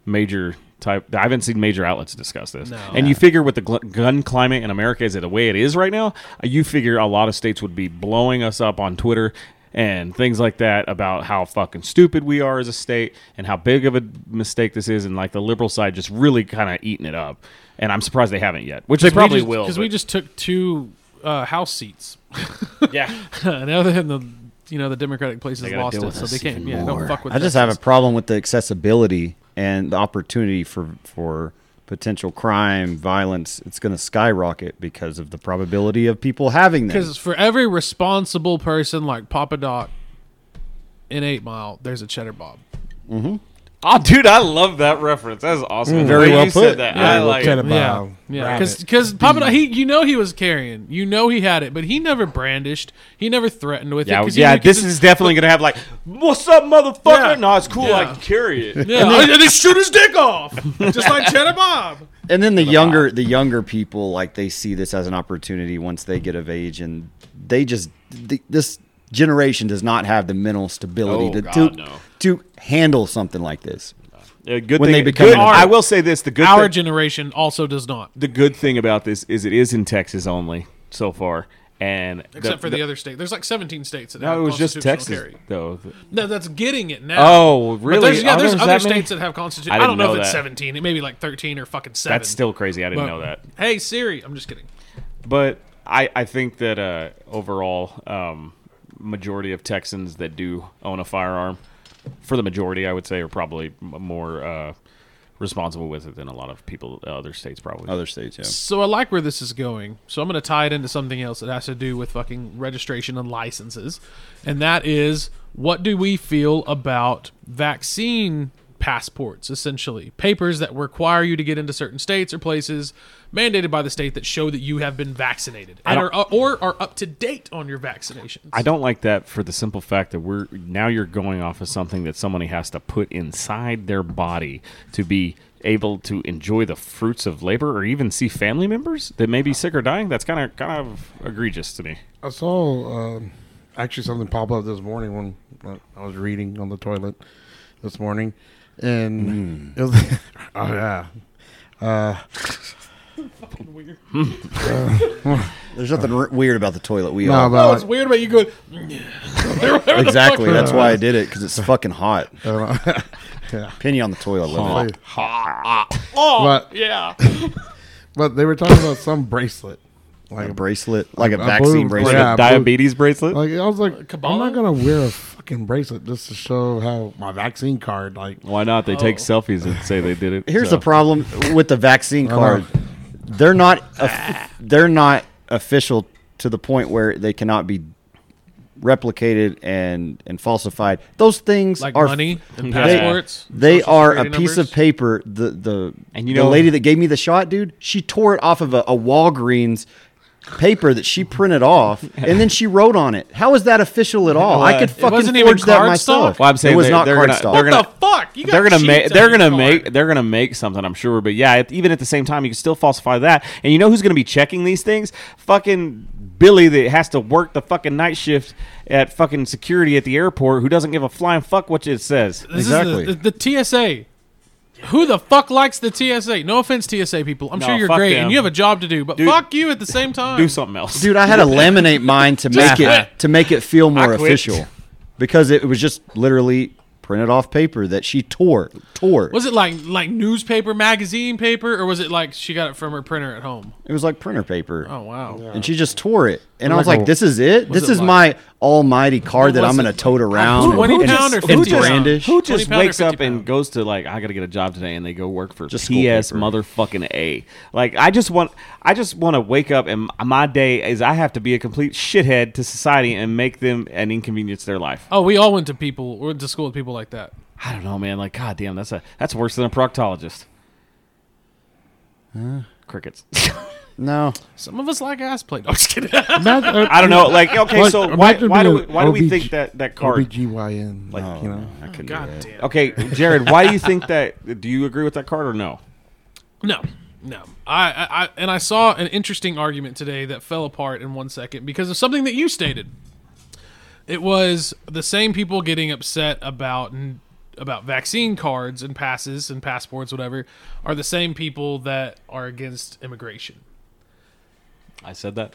[SPEAKER 4] major type. I haven't seen major outlets discuss this.
[SPEAKER 3] No.
[SPEAKER 4] And you figure with the gl- gun climate in America is it the way it is right now, uh, you figure a lot of states would be blowing us up on Twitter and things like that about how fucking stupid we are as a state and how big of a mistake this is and like the liberal side just really kind of eating it up. And I'm surprised they haven't yet, which they probably will.
[SPEAKER 3] because we
[SPEAKER 4] but-
[SPEAKER 3] just took two uh, house seats,
[SPEAKER 4] yeah.
[SPEAKER 3] and other than the you know the Democratic places
[SPEAKER 4] gotta
[SPEAKER 3] lost
[SPEAKER 4] deal
[SPEAKER 3] it,
[SPEAKER 4] with
[SPEAKER 3] so
[SPEAKER 4] us
[SPEAKER 3] they can't.
[SPEAKER 4] even
[SPEAKER 3] Yeah,
[SPEAKER 4] more.
[SPEAKER 3] don't fuck with.
[SPEAKER 1] I
[SPEAKER 3] Texas.
[SPEAKER 1] just have a problem with the accessibility and the opportunity for for potential crime, violence. It's going to skyrocket because of the probability of people having
[SPEAKER 3] Because
[SPEAKER 1] this.
[SPEAKER 3] for every responsible person like Papa Doc in Eight Mile, there's a Cheddar Bob.
[SPEAKER 4] Oh, dude, I love that reference. That's awesome. The
[SPEAKER 1] Very
[SPEAKER 4] way
[SPEAKER 1] well
[SPEAKER 4] you
[SPEAKER 1] put.
[SPEAKER 4] Said that.
[SPEAKER 1] Very
[SPEAKER 4] I
[SPEAKER 1] well
[SPEAKER 4] like
[SPEAKER 2] Ted
[SPEAKER 4] it.
[SPEAKER 3] Yeah,
[SPEAKER 2] Bob,
[SPEAKER 3] yeah.
[SPEAKER 2] Rabbit.
[SPEAKER 3] Because Papa Doc, he you know he was carrying, you know he had it, but he never brandished, he never threatened with it.
[SPEAKER 4] Yeah,
[SPEAKER 3] 'cause he
[SPEAKER 4] yeah
[SPEAKER 3] knew- 'cause
[SPEAKER 4] this
[SPEAKER 3] it's-
[SPEAKER 4] is definitely gonna have like, what's up,
[SPEAKER 3] Yeah.
[SPEAKER 4] motherfucker? No, it's cool. I
[SPEAKER 3] Yeah.
[SPEAKER 4] can carry it.
[SPEAKER 3] Yeah, and they, shoot his dick off, just like Cheddar Bob.
[SPEAKER 1] And then the younger the younger people like they see this as an opportunity once they get of age, and they just th- this generation does not have the mental stability
[SPEAKER 4] Oh,
[SPEAKER 1] to
[SPEAKER 4] God,
[SPEAKER 1] to,
[SPEAKER 4] no.
[SPEAKER 1] to handle something like this.
[SPEAKER 4] A good
[SPEAKER 1] When
[SPEAKER 4] thing,
[SPEAKER 1] they become
[SPEAKER 4] good-
[SPEAKER 1] an adult.
[SPEAKER 4] I will say this: the good
[SPEAKER 3] Our
[SPEAKER 4] thing-
[SPEAKER 3] generation also does not,
[SPEAKER 4] the good thing about this is it is in Texas only so far, and the-
[SPEAKER 3] except for the, other state. There's like 17 states that have
[SPEAKER 4] No, it was just
[SPEAKER 3] constitutional
[SPEAKER 4] Texas
[SPEAKER 3] carry.
[SPEAKER 4] though.
[SPEAKER 3] No, that's getting it now.
[SPEAKER 4] Oh,
[SPEAKER 3] But
[SPEAKER 4] really?
[SPEAKER 3] There's, yeah,
[SPEAKER 4] Oh,
[SPEAKER 3] there's
[SPEAKER 4] there's
[SPEAKER 3] other
[SPEAKER 4] that many?
[SPEAKER 3] states that have constitution.
[SPEAKER 4] I
[SPEAKER 3] I, don't
[SPEAKER 4] didn't
[SPEAKER 3] know, if
[SPEAKER 4] know
[SPEAKER 3] it's
[SPEAKER 4] that.
[SPEAKER 3] 17. It may be like 13 or fucking seven.
[SPEAKER 4] That's still crazy. I didn't
[SPEAKER 3] But-
[SPEAKER 4] know that.
[SPEAKER 3] Hey Siri, I'm just kidding.
[SPEAKER 4] but I, I think that uh, overall, um, majority of Texans that do own a firearm, for the majority, I would say, are probably m- more uh, responsible with it than a lot of people uh, other states probably.
[SPEAKER 1] Other states, yeah.
[SPEAKER 3] So I like where this is going. So I'm going to tie it into something else that has to do with fucking registration and licenses, and that is what do we feel about vaccine passports, essentially papers that require you to get into certain states or places mandated by the state that show that you have been vaccinated and are, or are up to date on your vaccinations.
[SPEAKER 4] I don't like that for the simple fact that we're now you're going off of something that somebody has to put inside their body to be able to enjoy the fruits of labor or even see family members that may be sick or dying. That's kind of kind of egregious to me.
[SPEAKER 2] I saw um, actually something pop up this morning when- when I was reading on the toilet this morning, and
[SPEAKER 4] Hmm.
[SPEAKER 2] it was oh yeah,
[SPEAKER 3] Weird.
[SPEAKER 1] There's nothing r- weird about the toilet. We
[SPEAKER 2] no, uh,
[SPEAKER 1] all
[SPEAKER 3] Oh,
[SPEAKER 2] about
[SPEAKER 4] Uh,
[SPEAKER 3] it's weird about you going.
[SPEAKER 1] exactly. That's why I did it because it's fucking hot.
[SPEAKER 2] yeah.
[SPEAKER 1] Penny on the toilet. love it.
[SPEAKER 4] Oh,
[SPEAKER 2] But-
[SPEAKER 4] yeah.
[SPEAKER 2] But they were talking about some bracelet, like
[SPEAKER 1] A
[SPEAKER 2] a
[SPEAKER 1] bracelet, like a
[SPEAKER 2] a
[SPEAKER 1] vaccine
[SPEAKER 2] blue-
[SPEAKER 1] bracelet.
[SPEAKER 2] yeah.
[SPEAKER 4] diabetes bracelet.
[SPEAKER 2] Like I was like,
[SPEAKER 3] Kabbalah?
[SPEAKER 2] I'm not gonna wear a fucking bracelet just to show how my vaccine card. Like,
[SPEAKER 4] Why not? They take selfies and say they did it.
[SPEAKER 1] Oh. Here's
[SPEAKER 4] so. Uh-huh.
[SPEAKER 1] the problem with the vaccine card. They're not of- they're not official to the point where they cannot be replicated and and falsified. Those things
[SPEAKER 3] Like
[SPEAKER 1] are
[SPEAKER 3] money and
[SPEAKER 4] Yeah.
[SPEAKER 3] passports. and
[SPEAKER 1] They
[SPEAKER 3] social
[SPEAKER 1] are a
[SPEAKER 3] security
[SPEAKER 1] piece
[SPEAKER 3] numbers.
[SPEAKER 1] of paper. The the
[SPEAKER 4] And you
[SPEAKER 1] the
[SPEAKER 4] know-
[SPEAKER 1] lady that gave me the shot, dude, she tore it off of a, a Walgreens paper that she printed off, and then she wrote on it. How is that official at all? I could
[SPEAKER 4] It
[SPEAKER 1] fucking
[SPEAKER 3] wasn't
[SPEAKER 1] forge
[SPEAKER 3] even
[SPEAKER 1] that
[SPEAKER 3] cardstock?
[SPEAKER 1] myself.
[SPEAKER 4] Well, I'm saying
[SPEAKER 1] it was
[SPEAKER 4] they-
[SPEAKER 1] not
[SPEAKER 4] they're
[SPEAKER 1] cardstock.
[SPEAKER 4] gonna- they're gonna-
[SPEAKER 3] What the fuck? You got
[SPEAKER 4] they're gonna
[SPEAKER 3] cheats
[SPEAKER 4] make
[SPEAKER 3] on
[SPEAKER 4] they're
[SPEAKER 3] your
[SPEAKER 4] gonna
[SPEAKER 3] card.
[SPEAKER 4] make they're gonna make something i'm sure but yeah at- even at the same time you can still falsify that and you know who's gonna be checking these things fucking billy that has to work the fucking night shift at fucking security at the airport who doesn't give a flying fuck what it says
[SPEAKER 3] This
[SPEAKER 1] Exactly.
[SPEAKER 3] is the, the, the TSA. Who the fuck likes the TSA? No offense, TSA people. I'm
[SPEAKER 4] No,
[SPEAKER 3] sure you're
[SPEAKER 4] fuck
[SPEAKER 3] great
[SPEAKER 4] them.
[SPEAKER 3] and you have a job to do, but
[SPEAKER 4] Dude,
[SPEAKER 3] fuck you at the same time.
[SPEAKER 4] do something else
[SPEAKER 1] dude i had to laminate mine to make it
[SPEAKER 4] quit.
[SPEAKER 1] to make it feel more
[SPEAKER 4] quit.
[SPEAKER 1] official because it was just literally printed off paper that she tore tore.
[SPEAKER 3] Was it like like newspaper, magazine paper, or was it like she got it from her printer at home?
[SPEAKER 1] It was like printer paper.
[SPEAKER 3] Oh wow.
[SPEAKER 1] And she just tore it. And I was
[SPEAKER 2] Like
[SPEAKER 1] like,
[SPEAKER 2] a-
[SPEAKER 1] this is it? This
[SPEAKER 3] it
[SPEAKER 1] is
[SPEAKER 3] like-
[SPEAKER 1] my almighty card that
[SPEAKER 3] was
[SPEAKER 1] I'm going
[SPEAKER 3] it
[SPEAKER 1] to
[SPEAKER 3] like?
[SPEAKER 1] tote around.
[SPEAKER 3] Twenty
[SPEAKER 1] and- and
[SPEAKER 3] pound or
[SPEAKER 1] it's
[SPEAKER 3] fifty pound?
[SPEAKER 1] brandish.
[SPEAKER 4] Who
[SPEAKER 3] 20
[SPEAKER 4] just
[SPEAKER 3] pound or
[SPEAKER 4] wakes up
[SPEAKER 3] 50
[SPEAKER 4] and
[SPEAKER 3] pound?
[SPEAKER 4] goes to like I got to get a job today, and they go work for
[SPEAKER 1] Just school
[SPEAKER 4] PS
[SPEAKER 1] paper.
[SPEAKER 4] motherfucking A. Like I just want I just want to wake up and my day is I have to be a complete shithead to society and make them an inconvenience to their life.
[SPEAKER 3] Oh, we all went to people. We went to school with people like that.
[SPEAKER 4] I don't know, man. Like goddamn, that's a that's worse than a proctologist. Crickets.
[SPEAKER 1] No.
[SPEAKER 3] Some of us like ass play. No, I'm just kidding.
[SPEAKER 2] uh,
[SPEAKER 4] I don't know. Like okay,
[SPEAKER 2] Like,
[SPEAKER 4] so why,
[SPEAKER 2] imagine
[SPEAKER 4] why do
[SPEAKER 2] being
[SPEAKER 4] we why do we
[SPEAKER 2] OBG
[SPEAKER 4] think that that card?
[SPEAKER 2] OBGYN. Like, you know.
[SPEAKER 1] I couldn't
[SPEAKER 3] God
[SPEAKER 1] do that.
[SPEAKER 3] damn.
[SPEAKER 4] Okay, Jared, why do you think that? Do you agree with that card or no?
[SPEAKER 3] No, no. I, I, I and I saw an interesting argument today that fell apart in one second because of something that you stated. It was the same people getting upset about about vaccine cards and passes and passports, whatever, are the same people that are against immigration.
[SPEAKER 4] I said that.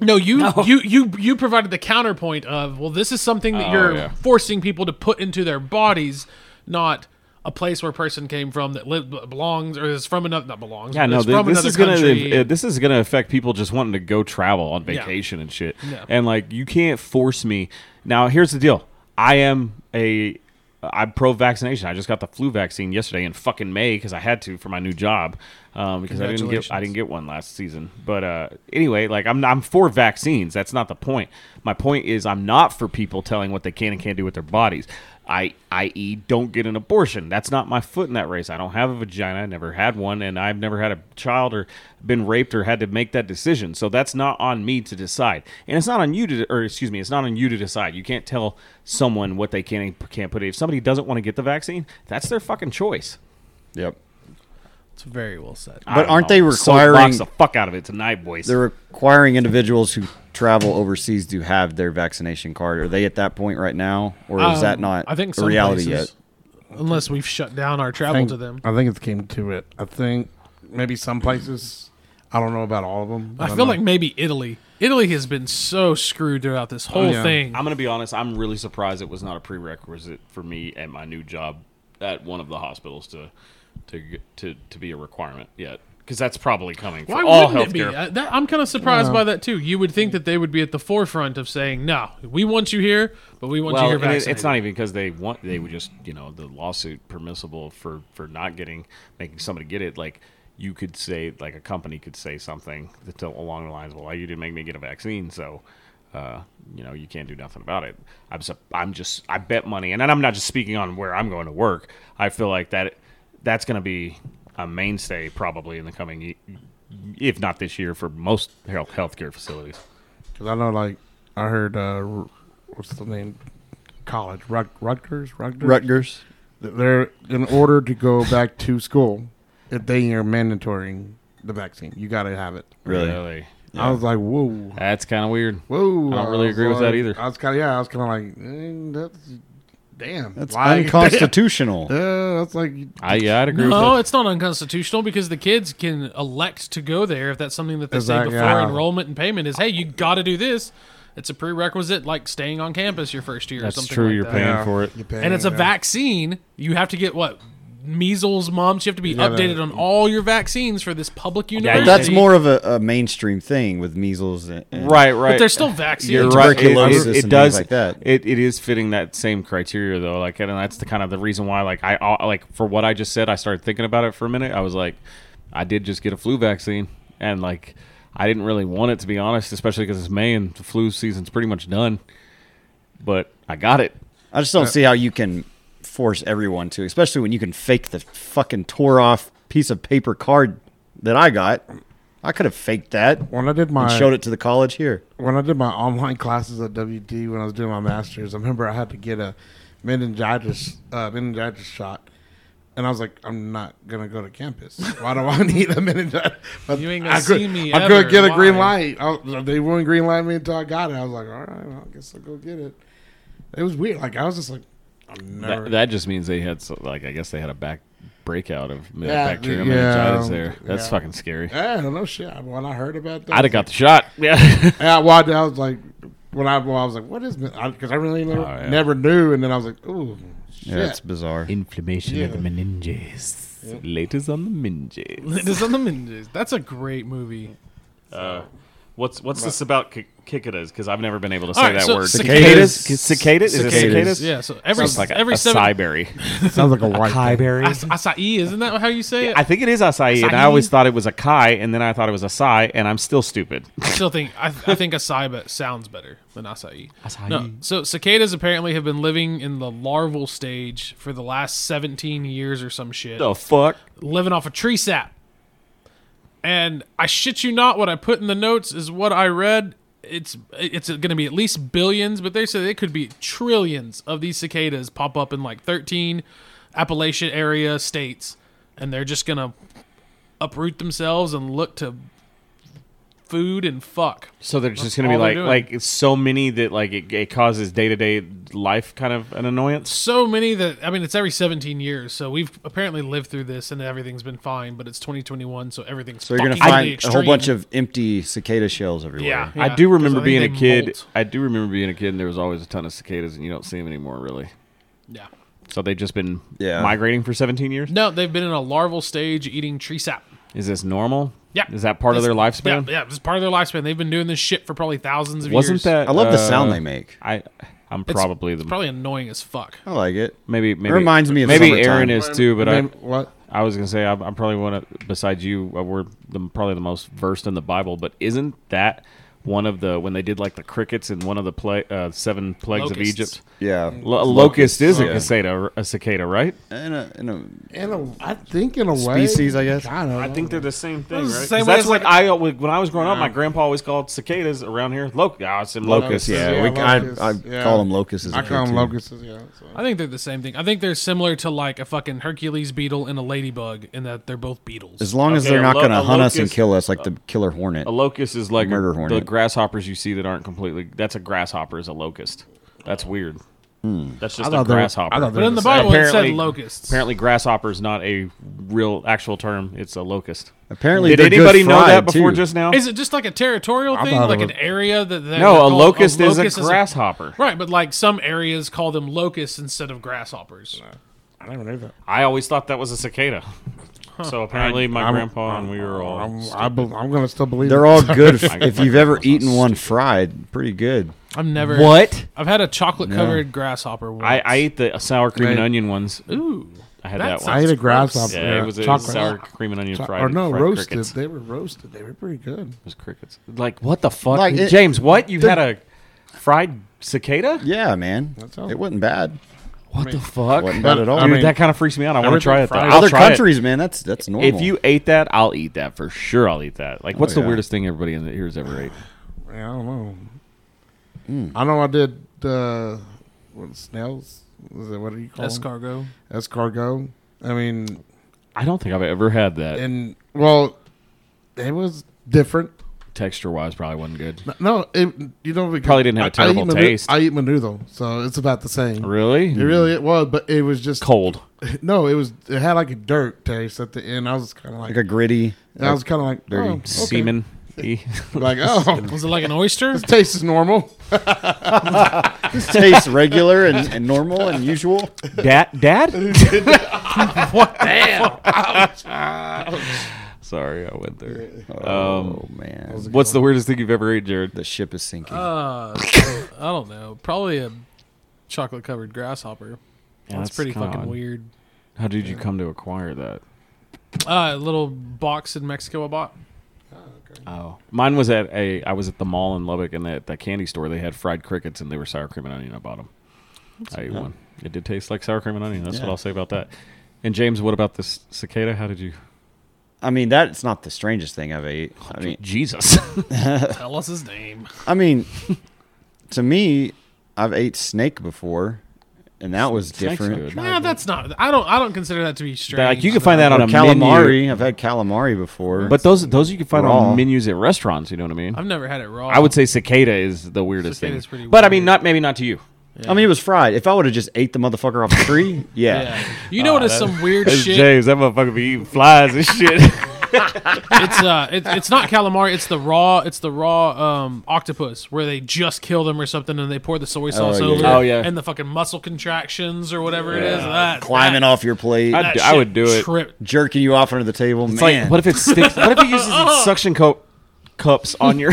[SPEAKER 3] No, you you you you provided the counterpoint of well, this is something that
[SPEAKER 4] Oh,
[SPEAKER 3] you're
[SPEAKER 4] yeah.
[SPEAKER 3] forcing people to put into their bodies, not a place where a person came from that lived belongs or is from another not belongs.
[SPEAKER 4] Yeah,
[SPEAKER 3] but
[SPEAKER 4] no,
[SPEAKER 3] is
[SPEAKER 4] th-
[SPEAKER 3] from
[SPEAKER 4] this
[SPEAKER 3] another
[SPEAKER 4] is gonna
[SPEAKER 3] country.
[SPEAKER 4] uh, this is gonna affect people just wanting to go travel on vacation and shit.
[SPEAKER 3] Yeah.
[SPEAKER 4] And like, you can't force me. Now, here's the deal. I am a I'm pro vaccination. I just got the flu vaccine yesterday in fucking May because I had to for my new job um, because I didn't get I
[SPEAKER 3] Congratulations.
[SPEAKER 4] didn't get one last season. But uh, anyway, like I'm I'm for vaccines. That's not the point. My point is I'm not for people telling what they can and can't do with their bodies. I i.e. don't get an abortion. That's not my foot in that race. I don't have a vagina. I never had one, and I've never had a child or been raped or had to make that decision. So that's not on me to decide, and it's not on you to or excuse me, it's not on you to decide. You can't tell someone what they can and can't put. in. If somebody doesn't want to get the vaccine, that's their fucking choice.
[SPEAKER 1] Yep.
[SPEAKER 3] It's very well said.
[SPEAKER 4] I
[SPEAKER 1] But
[SPEAKER 4] don't
[SPEAKER 1] aren't
[SPEAKER 4] know.
[SPEAKER 1] they
[SPEAKER 4] Soapbox
[SPEAKER 1] requiring-
[SPEAKER 4] the fuck out of it tonight, boys?
[SPEAKER 1] They're requiring individuals who travel overseas to have their vaccination card. Are they at that point right now, or is
[SPEAKER 3] Um,
[SPEAKER 1] that not
[SPEAKER 3] I think
[SPEAKER 1] a
[SPEAKER 3] some
[SPEAKER 1] reality
[SPEAKER 3] places,
[SPEAKER 1] yet?
[SPEAKER 3] Unless we've shut down our
[SPEAKER 2] I
[SPEAKER 3] travel
[SPEAKER 2] think,
[SPEAKER 3] to them.
[SPEAKER 2] I think it came to it. I think maybe some places. I don't know about all of them.
[SPEAKER 3] I
[SPEAKER 2] don't
[SPEAKER 3] feel
[SPEAKER 2] know.
[SPEAKER 3] like maybe Italy. Italy has been so screwed throughout this whole
[SPEAKER 2] yeah.
[SPEAKER 3] thing.
[SPEAKER 4] I'm gonna be honest. I'm really surprised it was not a prerequisite for me at my new job at one of the hospitals to to g- to to be a requirement yet, because that's probably coming for
[SPEAKER 3] Why
[SPEAKER 4] all
[SPEAKER 3] wouldn't it be?
[SPEAKER 4] healthcare.
[SPEAKER 3] I, that, I'm kind of surprised by that too. You would think that they would be at the forefront of saying, "No, we want you here, but we want you
[SPEAKER 4] Well,
[SPEAKER 3] here
[SPEAKER 4] and it-
[SPEAKER 3] vaccinated."
[SPEAKER 4] it's not even because they want. They would just you know the lawsuit permissible for for not getting making somebody get it like. You could say like a company could say something that's along the lines, "Well, you didn't make me get a vaccine, so uh, you know you can't do nothing about it." I'm sup- I'm just I bet money, and I'm not just speaking on where I'm going to work. I feel like that that's going to be a mainstay probably in the coming, ye- if not this year, for most health healthcare facilities.
[SPEAKER 2] 'Cause I know, like I heard, uh, R- what's the name? College Rut- Rutgers, Rutgers.
[SPEAKER 1] Rutgers.
[SPEAKER 2] Th- They're in order to go back to school. If they are mandatoring the vaccine, you got to have it.
[SPEAKER 1] Really?
[SPEAKER 2] I was like, whoa,
[SPEAKER 4] That's kind of weird.
[SPEAKER 2] whoa.
[SPEAKER 4] I don't really
[SPEAKER 2] was
[SPEAKER 4] agree with that
[SPEAKER 2] like-
[SPEAKER 4] either.
[SPEAKER 2] I was kind of yeah. I was kind of like, eh, that's damn.
[SPEAKER 1] That's
[SPEAKER 2] like,
[SPEAKER 1] unconstitutional.
[SPEAKER 2] Yeah, that's like
[SPEAKER 4] I yeah, I'd agree with
[SPEAKER 3] No,
[SPEAKER 4] that.
[SPEAKER 3] it's not unconstitutional because the kids can elect to go there if that's something that they
[SPEAKER 2] Is
[SPEAKER 3] say
[SPEAKER 2] that-
[SPEAKER 3] before
[SPEAKER 2] yeah.
[SPEAKER 3] enrollment and payment is. Hey, you got to do this. It's a prerequisite, like staying on campus your first year. or
[SPEAKER 4] That's
[SPEAKER 3] something
[SPEAKER 4] true,
[SPEAKER 3] like
[SPEAKER 4] you're
[SPEAKER 3] that.
[SPEAKER 4] paying
[SPEAKER 2] yeah,
[SPEAKER 4] for it.
[SPEAKER 2] you're paying,
[SPEAKER 3] and it's a
[SPEAKER 2] yeah.
[SPEAKER 3] vaccine. You have to get what measles, mumps. You have to be
[SPEAKER 2] Yeah, that-
[SPEAKER 3] updated on all your vaccines for this public
[SPEAKER 4] but
[SPEAKER 3] university.
[SPEAKER 1] But that's more of a, a mainstream thing with measles. And, and-
[SPEAKER 4] Right, right.
[SPEAKER 3] But they're still vaccines.
[SPEAKER 4] You're right. It,
[SPEAKER 1] Tuberculosis
[SPEAKER 4] it-
[SPEAKER 1] and
[SPEAKER 4] it
[SPEAKER 1] things
[SPEAKER 4] does
[SPEAKER 1] like that.
[SPEAKER 4] It, it is fitting that same criteria though. Like, and that's the kind of the reason why. Like, I I- like for what I just said, I started thinking about it for a minute. I was like, I did just get a flu vaccine, and like, I didn't really want it to be honest, especially because it's May and the flu season's pretty much done. But I got it.
[SPEAKER 1] I just don't see how you can force everyone to, especially when you can fake the fucking tore off piece of paper card that I got. I could have faked that
[SPEAKER 2] When I did my
[SPEAKER 1] and showed it to the college here.
[SPEAKER 2] when I did my online classes at WD when I was doing my master's, I remember I had to get a meningitis uh, meningitis shot, and I was like, I'm not gonna go to campus. Why do I need a meningitis? But
[SPEAKER 3] You ain't gonna
[SPEAKER 2] I could,
[SPEAKER 3] see me
[SPEAKER 2] I couldn't
[SPEAKER 3] ever.
[SPEAKER 2] get a green
[SPEAKER 3] Why?
[SPEAKER 2] light. I was- they wouldn't green light me until I got it. I was like, all right, well, I guess I'll go get it. It was weird. Like I was just like, I'm never.
[SPEAKER 4] That, that just means they had so, like I guess they had a back breakout of
[SPEAKER 2] Yeah,
[SPEAKER 4] bacterial
[SPEAKER 2] yeah,
[SPEAKER 4] meningitis there.
[SPEAKER 3] um,
[SPEAKER 4] That's
[SPEAKER 2] yeah.
[SPEAKER 4] fucking scary.
[SPEAKER 2] yeah, I don't know shit. When I heard about that,
[SPEAKER 4] I'd have got the shot. Yeah.
[SPEAKER 2] Yeah, well, I, I was like, when I, well, I was like, what is because I, really never,
[SPEAKER 4] Oh, yeah.
[SPEAKER 2] never knew, and then I was like, ooh,
[SPEAKER 1] Yeah, it's bizarre.
[SPEAKER 4] Inflammation of the meninges. Latest on the meninges.
[SPEAKER 3] This on the Ninjas. That's a great movie.
[SPEAKER 4] What's what's this about c- cicadas? Because I've never been able to say
[SPEAKER 3] All right,
[SPEAKER 4] that
[SPEAKER 3] so
[SPEAKER 4] word.
[SPEAKER 3] cicadas-
[SPEAKER 4] Cicadas? Cicadas? Is it
[SPEAKER 1] Cicadas.
[SPEAKER 4] cicadas?
[SPEAKER 3] Yeah, so every
[SPEAKER 4] It's like a,
[SPEAKER 3] every
[SPEAKER 4] every
[SPEAKER 3] seven
[SPEAKER 4] acai berry.
[SPEAKER 2] Sounds like a white.
[SPEAKER 3] As- acai, isn't that how you say it?
[SPEAKER 4] I think it is acai, and I
[SPEAKER 3] Acai?
[SPEAKER 4] always thought it was acai, and then I thought it was acai, and I'm still stupid.
[SPEAKER 3] I still think I, I think acai be- sounds better than acai.
[SPEAKER 4] Acai.
[SPEAKER 3] No, so cicadas apparently have been living in the larval stage for the last 17 years or some shit.
[SPEAKER 4] the fuck?
[SPEAKER 3] living off a tree sap. And I shit you not, what I put in the notes is what I read. It's it's going to be at least billions, but they said it could be trillions of these cicadas pop up in like 13 Appalachian area states, and they're just going to uproot themselves and look to food and fuck.
[SPEAKER 4] So they're just going to be
[SPEAKER 3] all they're
[SPEAKER 4] like
[SPEAKER 3] doing.
[SPEAKER 4] like it's so many that like it, it causes day to day life kind of an annoyance.
[SPEAKER 3] So many that I mean, it's every 17 years, so we've apparently lived through this and everything's been fine. But it's 2021, so everything's
[SPEAKER 1] So you're gonna
[SPEAKER 3] fucking really
[SPEAKER 1] find a whole
[SPEAKER 3] extreme.
[SPEAKER 1] bunch of empty cicada shells everywhere.
[SPEAKER 3] yeah,
[SPEAKER 4] I do remember being a kid.
[SPEAKER 3] Molt.
[SPEAKER 4] I do remember being a kid, and there was always a ton of cicadas, and you don't see them anymore, really.
[SPEAKER 3] Yeah.
[SPEAKER 4] So they've just been
[SPEAKER 1] Yeah.
[SPEAKER 4] migrating for 17 years.
[SPEAKER 3] No, they've been in a larval stage eating tree sap.
[SPEAKER 4] Is this normal?
[SPEAKER 3] Yeah.
[SPEAKER 4] Is that part of their
[SPEAKER 3] It's-
[SPEAKER 4] lifespan?
[SPEAKER 3] Yeah, yeah, it's part of their lifespan. They've been doing this shit for probably thousands of
[SPEAKER 4] Wasn't
[SPEAKER 3] years.
[SPEAKER 4] that?
[SPEAKER 1] I love the
[SPEAKER 4] uh,
[SPEAKER 1] sound they make.
[SPEAKER 4] I I'm
[SPEAKER 3] It's-
[SPEAKER 4] probably the
[SPEAKER 3] It's probably annoying as fuck.
[SPEAKER 1] I like it.
[SPEAKER 4] maybe maybe
[SPEAKER 1] reminds me of
[SPEAKER 4] maybe
[SPEAKER 1] summertime.
[SPEAKER 4] Aaron is too, but I
[SPEAKER 2] Name- what?
[SPEAKER 4] I was gonna say I'm, I'm probably one of besides you uh, we're the, probably the most versed in the Bible, but isn't that one of the when they did like the crickets in one of the pla uh, seven plagues
[SPEAKER 3] Locusts.
[SPEAKER 4] of Egypt?
[SPEAKER 1] Yeah,
[SPEAKER 4] Lo- a locust is
[SPEAKER 1] Yeah.
[SPEAKER 4] a cicada, a cicada, right?
[SPEAKER 1] In a, in a,
[SPEAKER 2] In a, I think in a way.
[SPEAKER 1] Species, I guess.
[SPEAKER 2] I don't know.
[SPEAKER 4] I think they're the same thing,
[SPEAKER 3] It's the
[SPEAKER 4] right?
[SPEAKER 3] same
[SPEAKER 4] 'Cause
[SPEAKER 3] way
[SPEAKER 4] that's
[SPEAKER 3] as,
[SPEAKER 4] what
[SPEAKER 3] like-
[SPEAKER 4] I al- when I was growing up, my grandpa always called cicadas around here loc- ah, I said locusts.
[SPEAKER 1] locust. Yeah,
[SPEAKER 2] yeah,
[SPEAKER 1] we,
[SPEAKER 2] locust,
[SPEAKER 1] I, I
[SPEAKER 2] yeah.
[SPEAKER 1] call them locusts. as a
[SPEAKER 2] I
[SPEAKER 1] kid,
[SPEAKER 2] call them
[SPEAKER 1] too.
[SPEAKER 2] locusts. Yeah. so.
[SPEAKER 3] I think they're the same thing. I think they're similar to like a fucking Hercules beetle and a ladybug in that they're both beetles.
[SPEAKER 1] As long as
[SPEAKER 4] Okay,
[SPEAKER 1] they're
[SPEAKER 4] a
[SPEAKER 1] not
[SPEAKER 4] lo-
[SPEAKER 1] going to
[SPEAKER 4] a
[SPEAKER 1] hunt us and
[SPEAKER 4] locust-
[SPEAKER 1] kill us like the killer hornet.
[SPEAKER 4] A locust is like
[SPEAKER 1] Murder
[SPEAKER 4] a, the
[SPEAKER 1] hornet.
[SPEAKER 4] grasshoppers you see that aren't completely. That's a grasshopper is a locust. That's weird. That's just
[SPEAKER 2] Hmm. I
[SPEAKER 4] a
[SPEAKER 2] thought they were-
[SPEAKER 4] grasshopper.
[SPEAKER 2] I thought they
[SPEAKER 3] but
[SPEAKER 2] were
[SPEAKER 3] in the
[SPEAKER 2] same.
[SPEAKER 3] Bible it said
[SPEAKER 4] Apparently-
[SPEAKER 3] locusts.
[SPEAKER 4] Apparently, grasshopper is not a real actual term. It's a locust.
[SPEAKER 1] Apparently,
[SPEAKER 4] Did
[SPEAKER 1] they're good
[SPEAKER 4] anybody know that
[SPEAKER 1] fried,
[SPEAKER 4] before
[SPEAKER 1] too.
[SPEAKER 4] just now?
[SPEAKER 3] Is it just like a territorial
[SPEAKER 2] I
[SPEAKER 3] thing,
[SPEAKER 2] thought it
[SPEAKER 3] like
[SPEAKER 2] was-
[SPEAKER 3] an area that? that they're
[SPEAKER 4] no, a
[SPEAKER 3] called-
[SPEAKER 4] locust,
[SPEAKER 3] locust
[SPEAKER 4] is a grasshopper.
[SPEAKER 3] right, but like some areas call them locusts instead of grasshoppers.
[SPEAKER 2] I never knew that.
[SPEAKER 4] I always thought that was a cicada. So apparently, my
[SPEAKER 2] I'm-
[SPEAKER 4] grandpa and we were all.
[SPEAKER 2] I'm, I bel I'm gonna still believe
[SPEAKER 1] They're
[SPEAKER 2] it.
[SPEAKER 1] all good. f-
[SPEAKER 4] I-
[SPEAKER 1] if
[SPEAKER 4] my
[SPEAKER 1] you've ever
[SPEAKER 4] grandma's not
[SPEAKER 1] eaten one fried, pretty good.
[SPEAKER 3] I've never.
[SPEAKER 4] what?
[SPEAKER 3] I've had a chocolate covered grasshopper. Once.
[SPEAKER 4] I, I ate the sour cream and
[SPEAKER 2] Right.
[SPEAKER 4] onion ones.
[SPEAKER 3] Ooh,
[SPEAKER 4] I had
[SPEAKER 3] that
[SPEAKER 4] that,
[SPEAKER 3] sounds-
[SPEAKER 4] one.
[SPEAKER 2] I ate a
[SPEAKER 3] gross.
[SPEAKER 2] grasshopper.
[SPEAKER 4] Yeah, it was a
[SPEAKER 2] chocolate.
[SPEAKER 4] sour cream and onion
[SPEAKER 2] Cho-
[SPEAKER 4] fried.
[SPEAKER 2] or no,
[SPEAKER 4] fried
[SPEAKER 2] roasted.
[SPEAKER 4] Crickets.
[SPEAKER 2] They were roasted. They were pretty good.
[SPEAKER 4] It was crickets. Like what the fuck,
[SPEAKER 1] Like, it-
[SPEAKER 4] James? What you
[SPEAKER 1] they're-
[SPEAKER 4] had a fried cicada?
[SPEAKER 1] Yeah, man.
[SPEAKER 2] all.
[SPEAKER 1] It wasn't bad.
[SPEAKER 4] What the fuck?
[SPEAKER 1] Wasn't bad at all.
[SPEAKER 2] I
[SPEAKER 4] Dude,
[SPEAKER 2] mean-
[SPEAKER 4] that kind of freaks me out. I want to
[SPEAKER 2] Everything
[SPEAKER 4] try it. Though.
[SPEAKER 2] fried.
[SPEAKER 4] I'll
[SPEAKER 1] Other
[SPEAKER 4] try it.
[SPEAKER 1] countries, man, that's that's normal.
[SPEAKER 4] If you ate that, I'll eat that for sure. I'll eat that. Like, what's
[SPEAKER 1] Oh,
[SPEAKER 4] the
[SPEAKER 1] yeah.
[SPEAKER 4] weirdest thing everybody in here's ever ate?
[SPEAKER 2] Yeah, I don't know. I know I did uh, what, snails. Is it, what do you call them?
[SPEAKER 3] escargot.
[SPEAKER 2] Escargot. I mean,
[SPEAKER 4] I don't think I've ever had that.
[SPEAKER 2] and well, it was different.
[SPEAKER 4] Texture wise, probably wasn't good.
[SPEAKER 2] No, it, you know, because
[SPEAKER 4] Probably didn't have a
[SPEAKER 2] I- I
[SPEAKER 4] terrible
[SPEAKER 2] eat manu-
[SPEAKER 4] taste.
[SPEAKER 2] I eat menudo, so it's about the same.
[SPEAKER 4] Really?
[SPEAKER 2] It really it was, but it was just
[SPEAKER 4] Mm-hmm. cold.
[SPEAKER 2] No, it was. It had like a dirt taste at the end. I was kind of like,
[SPEAKER 1] like a gritty,
[SPEAKER 2] and I was kind of like,
[SPEAKER 1] dirty
[SPEAKER 2] oh, okay.
[SPEAKER 4] Semen. E.
[SPEAKER 2] Like, oh,
[SPEAKER 3] Was it like an oyster?
[SPEAKER 2] this taste is normal.
[SPEAKER 1] tastes regular and, and normal and usual.
[SPEAKER 4] Dad, dad.
[SPEAKER 3] what? Damn.
[SPEAKER 4] Sorry, I went there.
[SPEAKER 1] Oh man,
[SPEAKER 4] What's the weirdest thing you've ever ate, Jared?
[SPEAKER 1] the ship is sinking.
[SPEAKER 3] Uh, I don't know. Probably a chocolate covered grasshopper.
[SPEAKER 4] Yeah,
[SPEAKER 3] that's,
[SPEAKER 4] that's
[SPEAKER 3] pretty
[SPEAKER 4] kinda
[SPEAKER 3] fucking
[SPEAKER 4] odd.
[SPEAKER 3] weird.
[SPEAKER 4] How did you come to acquire that?
[SPEAKER 3] Uh, a little box in Mexico I bought.
[SPEAKER 4] Oh, mine was at a. I was at the mall in Lubbock, and at that candy store, they had fried crickets, and they were sour cream and onion. I bought them. I ate one. It did taste like sour cream and onion. That's
[SPEAKER 1] Yeah.
[SPEAKER 4] what I'll say about that. And James, what about this cicada? How did you?
[SPEAKER 1] I mean, that's not the strangest thing I've ate. I mean,
[SPEAKER 4] Jesus.
[SPEAKER 3] Tell us his name.
[SPEAKER 1] I mean, to me, I've ate snake before, and that was
[SPEAKER 4] Snake's
[SPEAKER 1] different.
[SPEAKER 4] good.
[SPEAKER 3] Nah, that's not. I don't. I don't consider that to be strange.
[SPEAKER 4] like you can find that
[SPEAKER 1] Or
[SPEAKER 4] on a
[SPEAKER 1] calamari.
[SPEAKER 4] menu,
[SPEAKER 1] I've had calamari before,
[SPEAKER 4] but those those you can find
[SPEAKER 1] Raw.
[SPEAKER 4] on menus at restaurants. You know what I mean?
[SPEAKER 3] I've never had it raw.
[SPEAKER 4] I would say cicada is the weirdest
[SPEAKER 3] Cicada's
[SPEAKER 4] thing.
[SPEAKER 3] pretty
[SPEAKER 4] but I mean,
[SPEAKER 3] weird.
[SPEAKER 4] not maybe not to you.
[SPEAKER 1] I mean, it was fried. If I would have just ate the motherfucker off the tree, yeah.
[SPEAKER 3] Yeah. You know what is some weird
[SPEAKER 4] That's
[SPEAKER 3] shit?
[SPEAKER 4] James, that motherfucker be eating flies and shit.
[SPEAKER 3] it's uh, it's it's not calamari. It's the raw. It's the raw um, octopus where they just kill them or something, and they pour the soy sauce
[SPEAKER 1] yeah.
[SPEAKER 3] over. it,
[SPEAKER 4] Oh, yeah.
[SPEAKER 3] and the fucking muscle contractions or whatever it is.
[SPEAKER 4] Yeah.
[SPEAKER 3] That
[SPEAKER 1] climbing
[SPEAKER 3] that,
[SPEAKER 1] off your plate,
[SPEAKER 4] I'd-
[SPEAKER 3] that
[SPEAKER 4] I
[SPEAKER 3] shit
[SPEAKER 4] would do it.
[SPEAKER 3] Trip.
[SPEAKER 1] jerking you off under the table.
[SPEAKER 4] It's
[SPEAKER 1] Man,
[SPEAKER 4] like, what if it sticks? What if it uses its suction cup cups on your?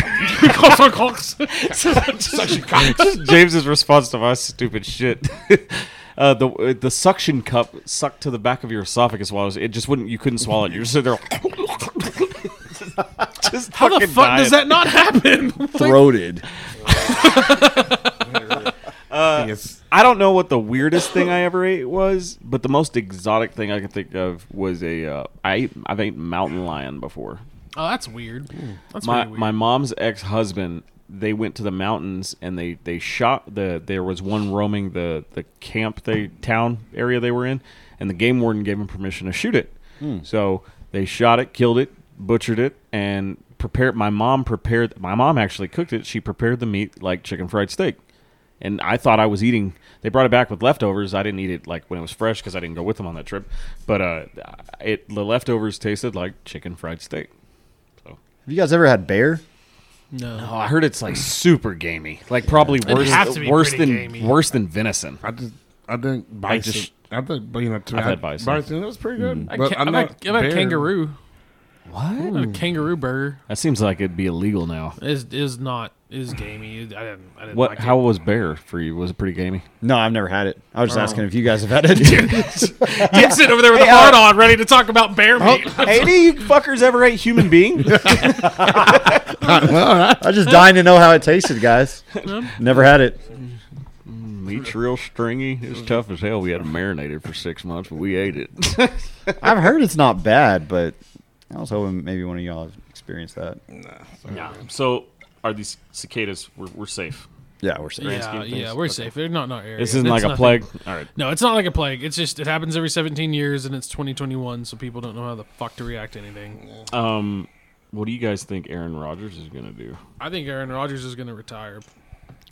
[SPEAKER 4] James's response to my stupid shit. Uh, the uh, the suction cup sucked to the back of your esophagus while it, was, it just wouldn't you couldn't swallow it. You're sitting there. just
[SPEAKER 3] How the fuck does that not happen?
[SPEAKER 1] throated?
[SPEAKER 2] Yes.
[SPEAKER 4] I don't know what the weirdest thing I ever ate was, but the most exotic thing I can think of was a uh, I ate, I've ate mountain lion before.
[SPEAKER 3] oh, that's weird. That's
[SPEAKER 4] my
[SPEAKER 3] pretty weird.
[SPEAKER 4] my mom's ex husband. They went to the mountains and they they shot the. There was one roaming the the camp they town area they were in, and the game warden gave him permission to shoot it. So they shot it, killed it, butchered it, and prepared. My mom prepared. My mom actually cooked it. She prepared the meat like chicken fried steak. And I thought I was eating. They brought it back with leftovers. I didn't eat it like when it was fresh because I didn't go with them on that trip. But uh, it the leftovers tasted like chicken fried steak.
[SPEAKER 1] Have you guys ever had bear?
[SPEAKER 3] no.
[SPEAKER 4] Oh, I heard it's like super gamey. Like probably worse,
[SPEAKER 3] has to be
[SPEAKER 4] worse
[SPEAKER 3] pretty
[SPEAKER 4] than
[SPEAKER 3] gamey.
[SPEAKER 4] worse than venison.
[SPEAKER 2] I just, I think bison. I,
[SPEAKER 4] just-
[SPEAKER 2] think, but, you know,
[SPEAKER 4] I've had bison. Mm-hmm.
[SPEAKER 2] That was pretty good.
[SPEAKER 3] I
[SPEAKER 2] But
[SPEAKER 3] ca-
[SPEAKER 2] I'm
[SPEAKER 3] I'm
[SPEAKER 2] not
[SPEAKER 3] a, I'm a
[SPEAKER 2] bear.
[SPEAKER 3] kangaroo.
[SPEAKER 4] What?
[SPEAKER 3] A kangaroo burger
[SPEAKER 4] That seems like it'd be illegal now.
[SPEAKER 3] is is not is gamey. I didn't. I didn't
[SPEAKER 4] What?
[SPEAKER 3] Like
[SPEAKER 4] how
[SPEAKER 3] It.
[SPEAKER 4] was bear for you? Was it pretty gamey?
[SPEAKER 1] No, I've never had it. I was just asking if you guys have had it.
[SPEAKER 3] You sit over there with a hard on, ready to talk about bear
[SPEAKER 2] Oh.
[SPEAKER 3] meat.
[SPEAKER 4] Hey, do you fuckers ever ate human being?
[SPEAKER 1] I just dying to know how it tasted, guys. Never had it.
[SPEAKER 4] Meat's real stringy. It's tough as hell. We had it marinated for six months, but we ate it.
[SPEAKER 1] I've heard it's not bad, but I was hoping maybe one of y'all experienced that.
[SPEAKER 4] yeah. So are these cicadas? We're, we're safe.
[SPEAKER 1] Yeah, we're saying.
[SPEAKER 3] yeah, yeah, we're safe. They're not in our area.
[SPEAKER 4] This isn't
[SPEAKER 3] It's
[SPEAKER 4] like a
[SPEAKER 3] nothing.
[SPEAKER 4] plague. All right.
[SPEAKER 3] No, it's not like a plague. It's just it happens every 17 years, and it's 2021, so people don't know how the fuck to react to anything.
[SPEAKER 4] Um, what do you guys think Aaron Rodgers is gonna do?
[SPEAKER 3] I think Aaron Rodgers is going to retire.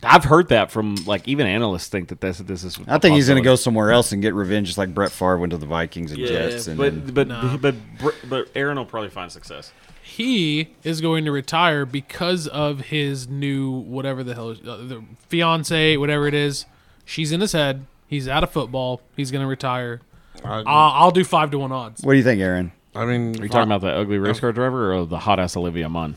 [SPEAKER 4] I've heard that from like even analysts think that this this is.
[SPEAKER 1] I think he's going to
[SPEAKER 4] possibility.
[SPEAKER 1] go somewhere else and get revenge, just like Brett Favre went to the Vikings and Jets. And
[SPEAKER 4] but but
[SPEAKER 3] Nah.
[SPEAKER 4] but Br- but Aaron will probably find success.
[SPEAKER 3] He is going to retire because of his new whatever the hell uh, the fiance, whatever it is. She's in his head. He's out of football. He's going to retire.
[SPEAKER 2] I,
[SPEAKER 3] I'll, I'll do five to one odds.
[SPEAKER 1] what do you think, Aaron?
[SPEAKER 2] I mean,
[SPEAKER 4] Are you talking about the ugly race car driver or the hot ass Olivia Munn?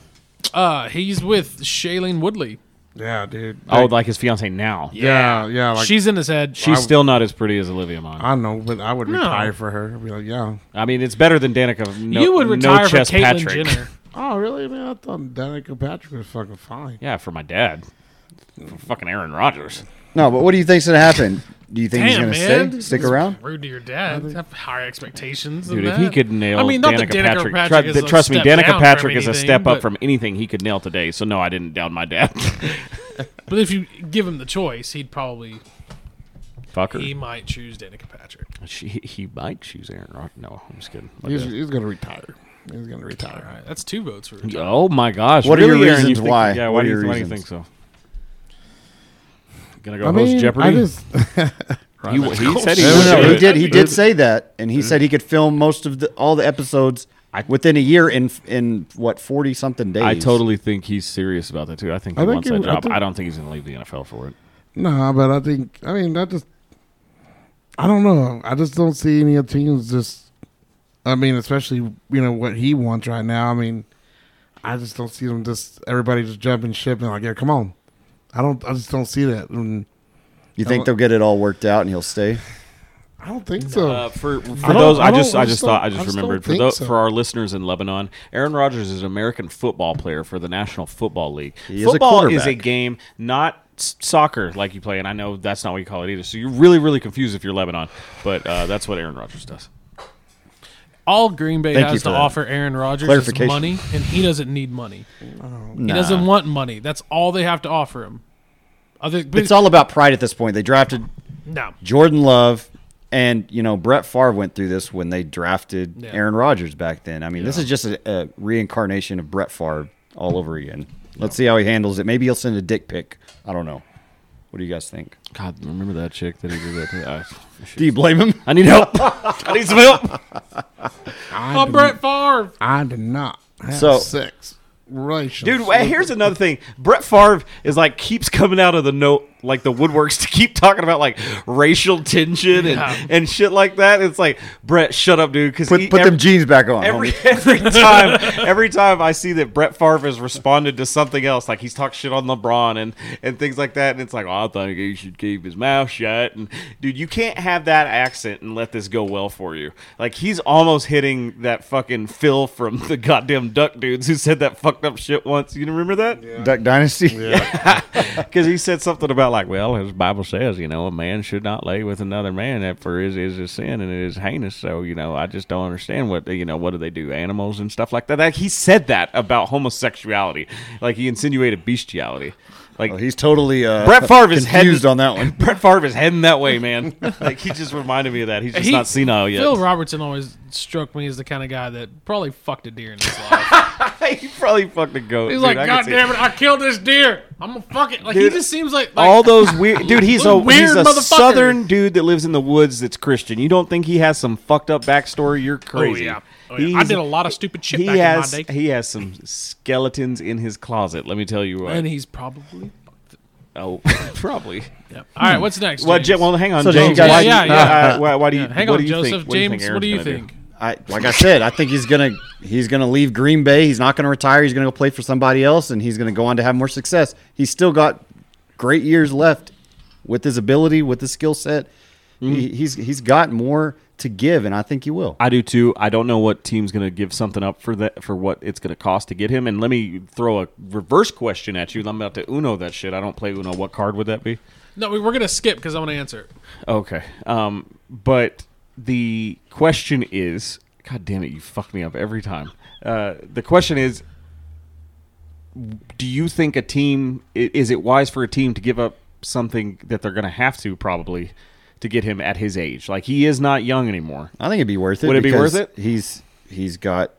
[SPEAKER 3] Uh, he's with Shailene Woodley.
[SPEAKER 2] yeah, dude.
[SPEAKER 4] Oh, like his fiance now.
[SPEAKER 2] yeah, yeah. Like
[SPEAKER 3] She's in his head.
[SPEAKER 4] She's still not as pretty as Olivia Munn. I,
[SPEAKER 2] I know, but I would retire for her. I'd be like, yeah.
[SPEAKER 4] mean, it's better than Danica. No,
[SPEAKER 3] you would
[SPEAKER 4] no
[SPEAKER 3] retire for
[SPEAKER 4] chest
[SPEAKER 3] Caitlyn
[SPEAKER 4] Patrick.
[SPEAKER 3] Jenner.
[SPEAKER 2] Oh, really, man? I thought Danica Patrick was fucking fine.
[SPEAKER 4] Yeah, for my dad. For fucking Aaron Rodgers.
[SPEAKER 1] No, but what do you think's going to happen? Do you think he's
[SPEAKER 3] Damn,
[SPEAKER 1] going to
[SPEAKER 3] man.
[SPEAKER 1] stay, stick around?
[SPEAKER 3] Rude to your dad. I have higher expectations. than
[SPEAKER 4] Dude, if he
[SPEAKER 3] that.
[SPEAKER 4] could nail
[SPEAKER 3] I mean, not that
[SPEAKER 4] Danica,
[SPEAKER 3] Danica
[SPEAKER 4] Patrick,
[SPEAKER 3] Patrick
[SPEAKER 4] tru-
[SPEAKER 3] is
[SPEAKER 4] th-
[SPEAKER 3] a
[SPEAKER 4] trust me,
[SPEAKER 3] step down
[SPEAKER 4] Danica
[SPEAKER 3] from
[SPEAKER 4] Patrick is a
[SPEAKER 3] anything,
[SPEAKER 4] step up
[SPEAKER 3] but-
[SPEAKER 4] from anything he could nail today. So no, I didn't doubt my dad.
[SPEAKER 3] But if you give him the choice, he'd probably
[SPEAKER 4] Fucker.
[SPEAKER 3] he
[SPEAKER 4] He,
[SPEAKER 3] might choose Danica Patrick.
[SPEAKER 4] she, he might choose Aaron Rodgers. No, I'm just kidding. My
[SPEAKER 2] He's,
[SPEAKER 4] dad.
[SPEAKER 2] he's gonna retire. He's gonna
[SPEAKER 3] All
[SPEAKER 2] retire.
[SPEAKER 3] right, that's two votes for.
[SPEAKER 4] Oh my gosh!
[SPEAKER 1] What are your
[SPEAKER 4] Aaron, you
[SPEAKER 1] reasons
[SPEAKER 4] think-
[SPEAKER 1] why?
[SPEAKER 4] Yeah,
[SPEAKER 1] What
[SPEAKER 4] why
[SPEAKER 1] are
[SPEAKER 4] do
[SPEAKER 1] your
[SPEAKER 4] you, why do you
[SPEAKER 1] reasons?
[SPEAKER 4] think so? Gonna go host Jeopardy.
[SPEAKER 2] I just,
[SPEAKER 4] he, he said he
[SPEAKER 1] No,
[SPEAKER 4] would
[SPEAKER 1] no,
[SPEAKER 4] do
[SPEAKER 1] no, he
[SPEAKER 4] it.
[SPEAKER 1] did. He did say that, and he said he could film most of the, all the episodes within a year in in what forty something days.
[SPEAKER 4] I totally think he's serious about that too. I think he
[SPEAKER 2] I think
[SPEAKER 4] wants
[SPEAKER 2] he
[SPEAKER 4] that
[SPEAKER 2] would- I
[SPEAKER 4] job. I,
[SPEAKER 2] think-
[SPEAKER 4] don't think he's going to leave the NFL for it.
[SPEAKER 2] nah, but I think I mean I just I don't know. I just don't see any of the teams just. I mean, especially you know what he wants right now. I mean, I just don't see them just everybody just jumping ship and like yeah, come on. I don't. I just don't see that. And
[SPEAKER 1] You think they'll get it all worked out, and he'll stay?
[SPEAKER 2] I don't think so.
[SPEAKER 4] Uh, for for
[SPEAKER 2] don't-
[SPEAKER 4] those,
[SPEAKER 2] Oh.
[SPEAKER 4] I,
[SPEAKER 2] I don't-
[SPEAKER 4] just
[SPEAKER 2] I
[SPEAKER 4] I
[SPEAKER 2] just
[SPEAKER 4] just thought I
[SPEAKER 2] don't-
[SPEAKER 4] just
[SPEAKER 2] I just
[SPEAKER 4] remembered
[SPEAKER 2] don't
[SPEAKER 4] for those
[SPEAKER 2] think so.
[SPEAKER 4] for our listeners in Lebanon, Aaron Rodgers is an American football player for the National Football League.
[SPEAKER 1] He is a
[SPEAKER 4] football is a
[SPEAKER 1] quarterback.
[SPEAKER 4] game, not s- soccer like you play, and I know that's not what you call it either. So you're really really confused if you're Lebanon, but uh, that's what Aaron Rodgers does.
[SPEAKER 3] All Green Bay
[SPEAKER 1] Thank you
[SPEAKER 3] has
[SPEAKER 1] for
[SPEAKER 3] to
[SPEAKER 1] that.
[SPEAKER 3] offer Aaron Rodgers is
[SPEAKER 1] Clarification.
[SPEAKER 3] money, and he doesn't need money. He
[SPEAKER 1] Nah.
[SPEAKER 3] doesn't want money. That's all they have to offer him. Other, but
[SPEAKER 1] It's all about pride at this point. They drafted
[SPEAKER 3] no.
[SPEAKER 1] Jordan Love, and you know Brett Favre went through this when they drafted
[SPEAKER 3] Yeah.
[SPEAKER 1] Aaron Rodgers back then. I mean, this is just a, a reincarnation of Brett Favre all over again. Let's see how he handles it. Maybe he'll send a dick pic. I don't know. What do you guys think?
[SPEAKER 4] God, remember that chick that he did that to? I,
[SPEAKER 1] Do you blame him?
[SPEAKER 4] I need help. I need some help.
[SPEAKER 2] I I
[SPEAKER 3] Oh,
[SPEAKER 2] did,
[SPEAKER 3] Brett Favre.
[SPEAKER 2] I did not have
[SPEAKER 1] So-
[SPEAKER 2] sex relations.
[SPEAKER 4] Dude, wait, here's another thing. Brett Favre is like keeps coming out of the note like the woodworks to keep talking about like racial tension and, and shit like that. It's like Brett, shut up, dude. Because
[SPEAKER 1] Put, put them jeans back on.
[SPEAKER 4] every
[SPEAKER 1] homie.
[SPEAKER 4] every time every time I see that Brett Favre has responded to something else, like he's talked shit on LeBron and and things like that, and it's like, oh, I think he should keep his mouth shut. And dude, you can't have that accent and let this go well for you. Like he's almost hitting that fucking Phil from the goddamn Duck dudes who said that fucked up shit once. You remember that?
[SPEAKER 1] Duck Dynasty.
[SPEAKER 4] Because he said something about like, well, as the Bible says, you know, a man should not lay with another man, that for is is a sin and it is heinous. So you know, I just don't understand what you know. What do they do? Animals and stuff like that. Like, he said that about homosexuality, like he insinuated bestiality. Like
[SPEAKER 1] Oh, he's totally uh,
[SPEAKER 4] Brett Favre is
[SPEAKER 1] confused
[SPEAKER 4] heading-
[SPEAKER 1] on that one.
[SPEAKER 4] Brett Favre is heading that way, man. like he just reminded me of that. He's just not senile yet.
[SPEAKER 3] Phil Robertson always struck me as the kind of guy that probably fucked a deer in his life.
[SPEAKER 4] he probably fucked a goat.
[SPEAKER 3] He's
[SPEAKER 4] dude.
[SPEAKER 3] like,
[SPEAKER 4] I can
[SPEAKER 3] God
[SPEAKER 4] see
[SPEAKER 3] damn it, I killed this deer. I'm gonna fuck it. Like
[SPEAKER 4] Dude,
[SPEAKER 3] he just seems like, like
[SPEAKER 4] all those weird dude. He's a
[SPEAKER 3] Weird
[SPEAKER 4] he's a
[SPEAKER 3] motherfucker.
[SPEAKER 4] southern dude that lives in the woods. That's Christian. You don't think he has some fucked up backstory? You're crazy.
[SPEAKER 3] yeah. Oh, yeah. I
[SPEAKER 4] He's-
[SPEAKER 3] did a lot of stupid shit
[SPEAKER 4] He
[SPEAKER 3] back in my
[SPEAKER 4] has
[SPEAKER 3] day.
[SPEAKER 4] he has some skeletons in his closet. Let me tell you what.
[SPEAKER 3] and he's probably.
[SPEAKER 4] oh, probably.
[SPEAKER 3] Yep. All right, what's next?
[SPEAKER 4] Well,
[SPEAKER 3] James?
[SPEAKER 4] Ja- well, hang on,
[SPEAKER 1] So,
[SPEAKER 4] James.
[SPEAKER 1] James,
[SPEAKER 4] why,
[SPEAKER 3] yeah, yeah.
[SPEAKER 4] uh, why, why do you?
[SPEAKER 3] Yeah, hang
[SPEAKER 4] what
[SPEAKER 3] on,
[SPEAKER 4] do you
[SPEAKER 3] Joseph
[SPEAKER 4] think?
[SPEAKER 3] James. What do you
[SPEAKER 4] Aaron's gonna
[SPEAKER 3] think?
[SPEAKER 1] I, like I said, I think he's gonna he's gonna leave Green Bay. He's not gonna retire. He's gonna go play for somebody else, and he's gonna go on to have more success. He's still got great years left with his ability, with his skill set.
[SPEAKER 4] Mm-hmm.
[SPEAKER 1] He, he's he's got more to give, and I think he will.
[SPEAKER 4] I do too. I don't know what team's going to give something up for that for what it's going to cost to get him. And let me throw a reverse question at you. I'm about to Uno that shit. I don't play Uno. What card would that be?
[SPEAKER 3] No, we, we're gonna skip because I'm gonna answer. it.
[SPEAKER 4] Okay. Um, but the question is, God damn it, you fuck me up every time. Uh, the question is, do you think a team i- is it wise for a team to give up something that they're going to have to probably to get him at his age? Like he is not young anymore.
[SPEAKER 1] I think it'd be worth it.
[SPEAKER 4] Would it be
[SPEAKER 1] because
[SPEAKER 4] worth it?
[SPEAKER 1] He's he's got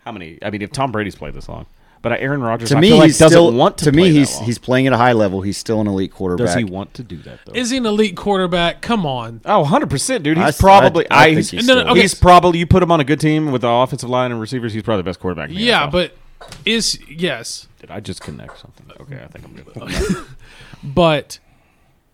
[SPEAKER 4] How many? I mean, if Tom Brady's played this long, but Aaron Rodgers,
[SPEAKER 1] to
[SPEAKER 4] I
[SPEAKER 1] me
[SPEAKER 4] feel like
[SPEAKER 1] he's
[SPEAKER 4] doesn't
[SPEAKER 1] still
[SPEAKER 4] want to.
[SPEAKER 1] to me
[SPEAKER 4] play that
[SPEAKER 1] he's
[SPEAKER 4] long.
[SPEAKER 1] he's playing at a high level. He's still an elite quarterback.
[SPEAKER 4] does he want to do that though?
[SPEAKER 3] Is he an elite quarterback? Come on.
[SPEAKER 4] Oh, 100%, dude.
[SPEAKER 1] I
[SPEAKER 4] He's
[SPEAKER 1] s- I-
[SPEAKER 4] probably
[SPEAKER 1] I
[SPEAKER 4] I,
[SPEAKER 1] think
[SPEAKER 4] he's,
[SPEAKER 1] he still
[SPEAKER 3] No, no, is.
[SPEAKER 4] he's probably you put him on a good team with the offensive line and receivers, he's probably the best quarterback. in the
[SPEAKER 3] Yeah,
[SPEAKER 4] NFL.
[SPEAKER 3] but is yes,
[SPEAKER 4] Did I just connect something? Okay, I think I'm good.
[SPEAKER 3] but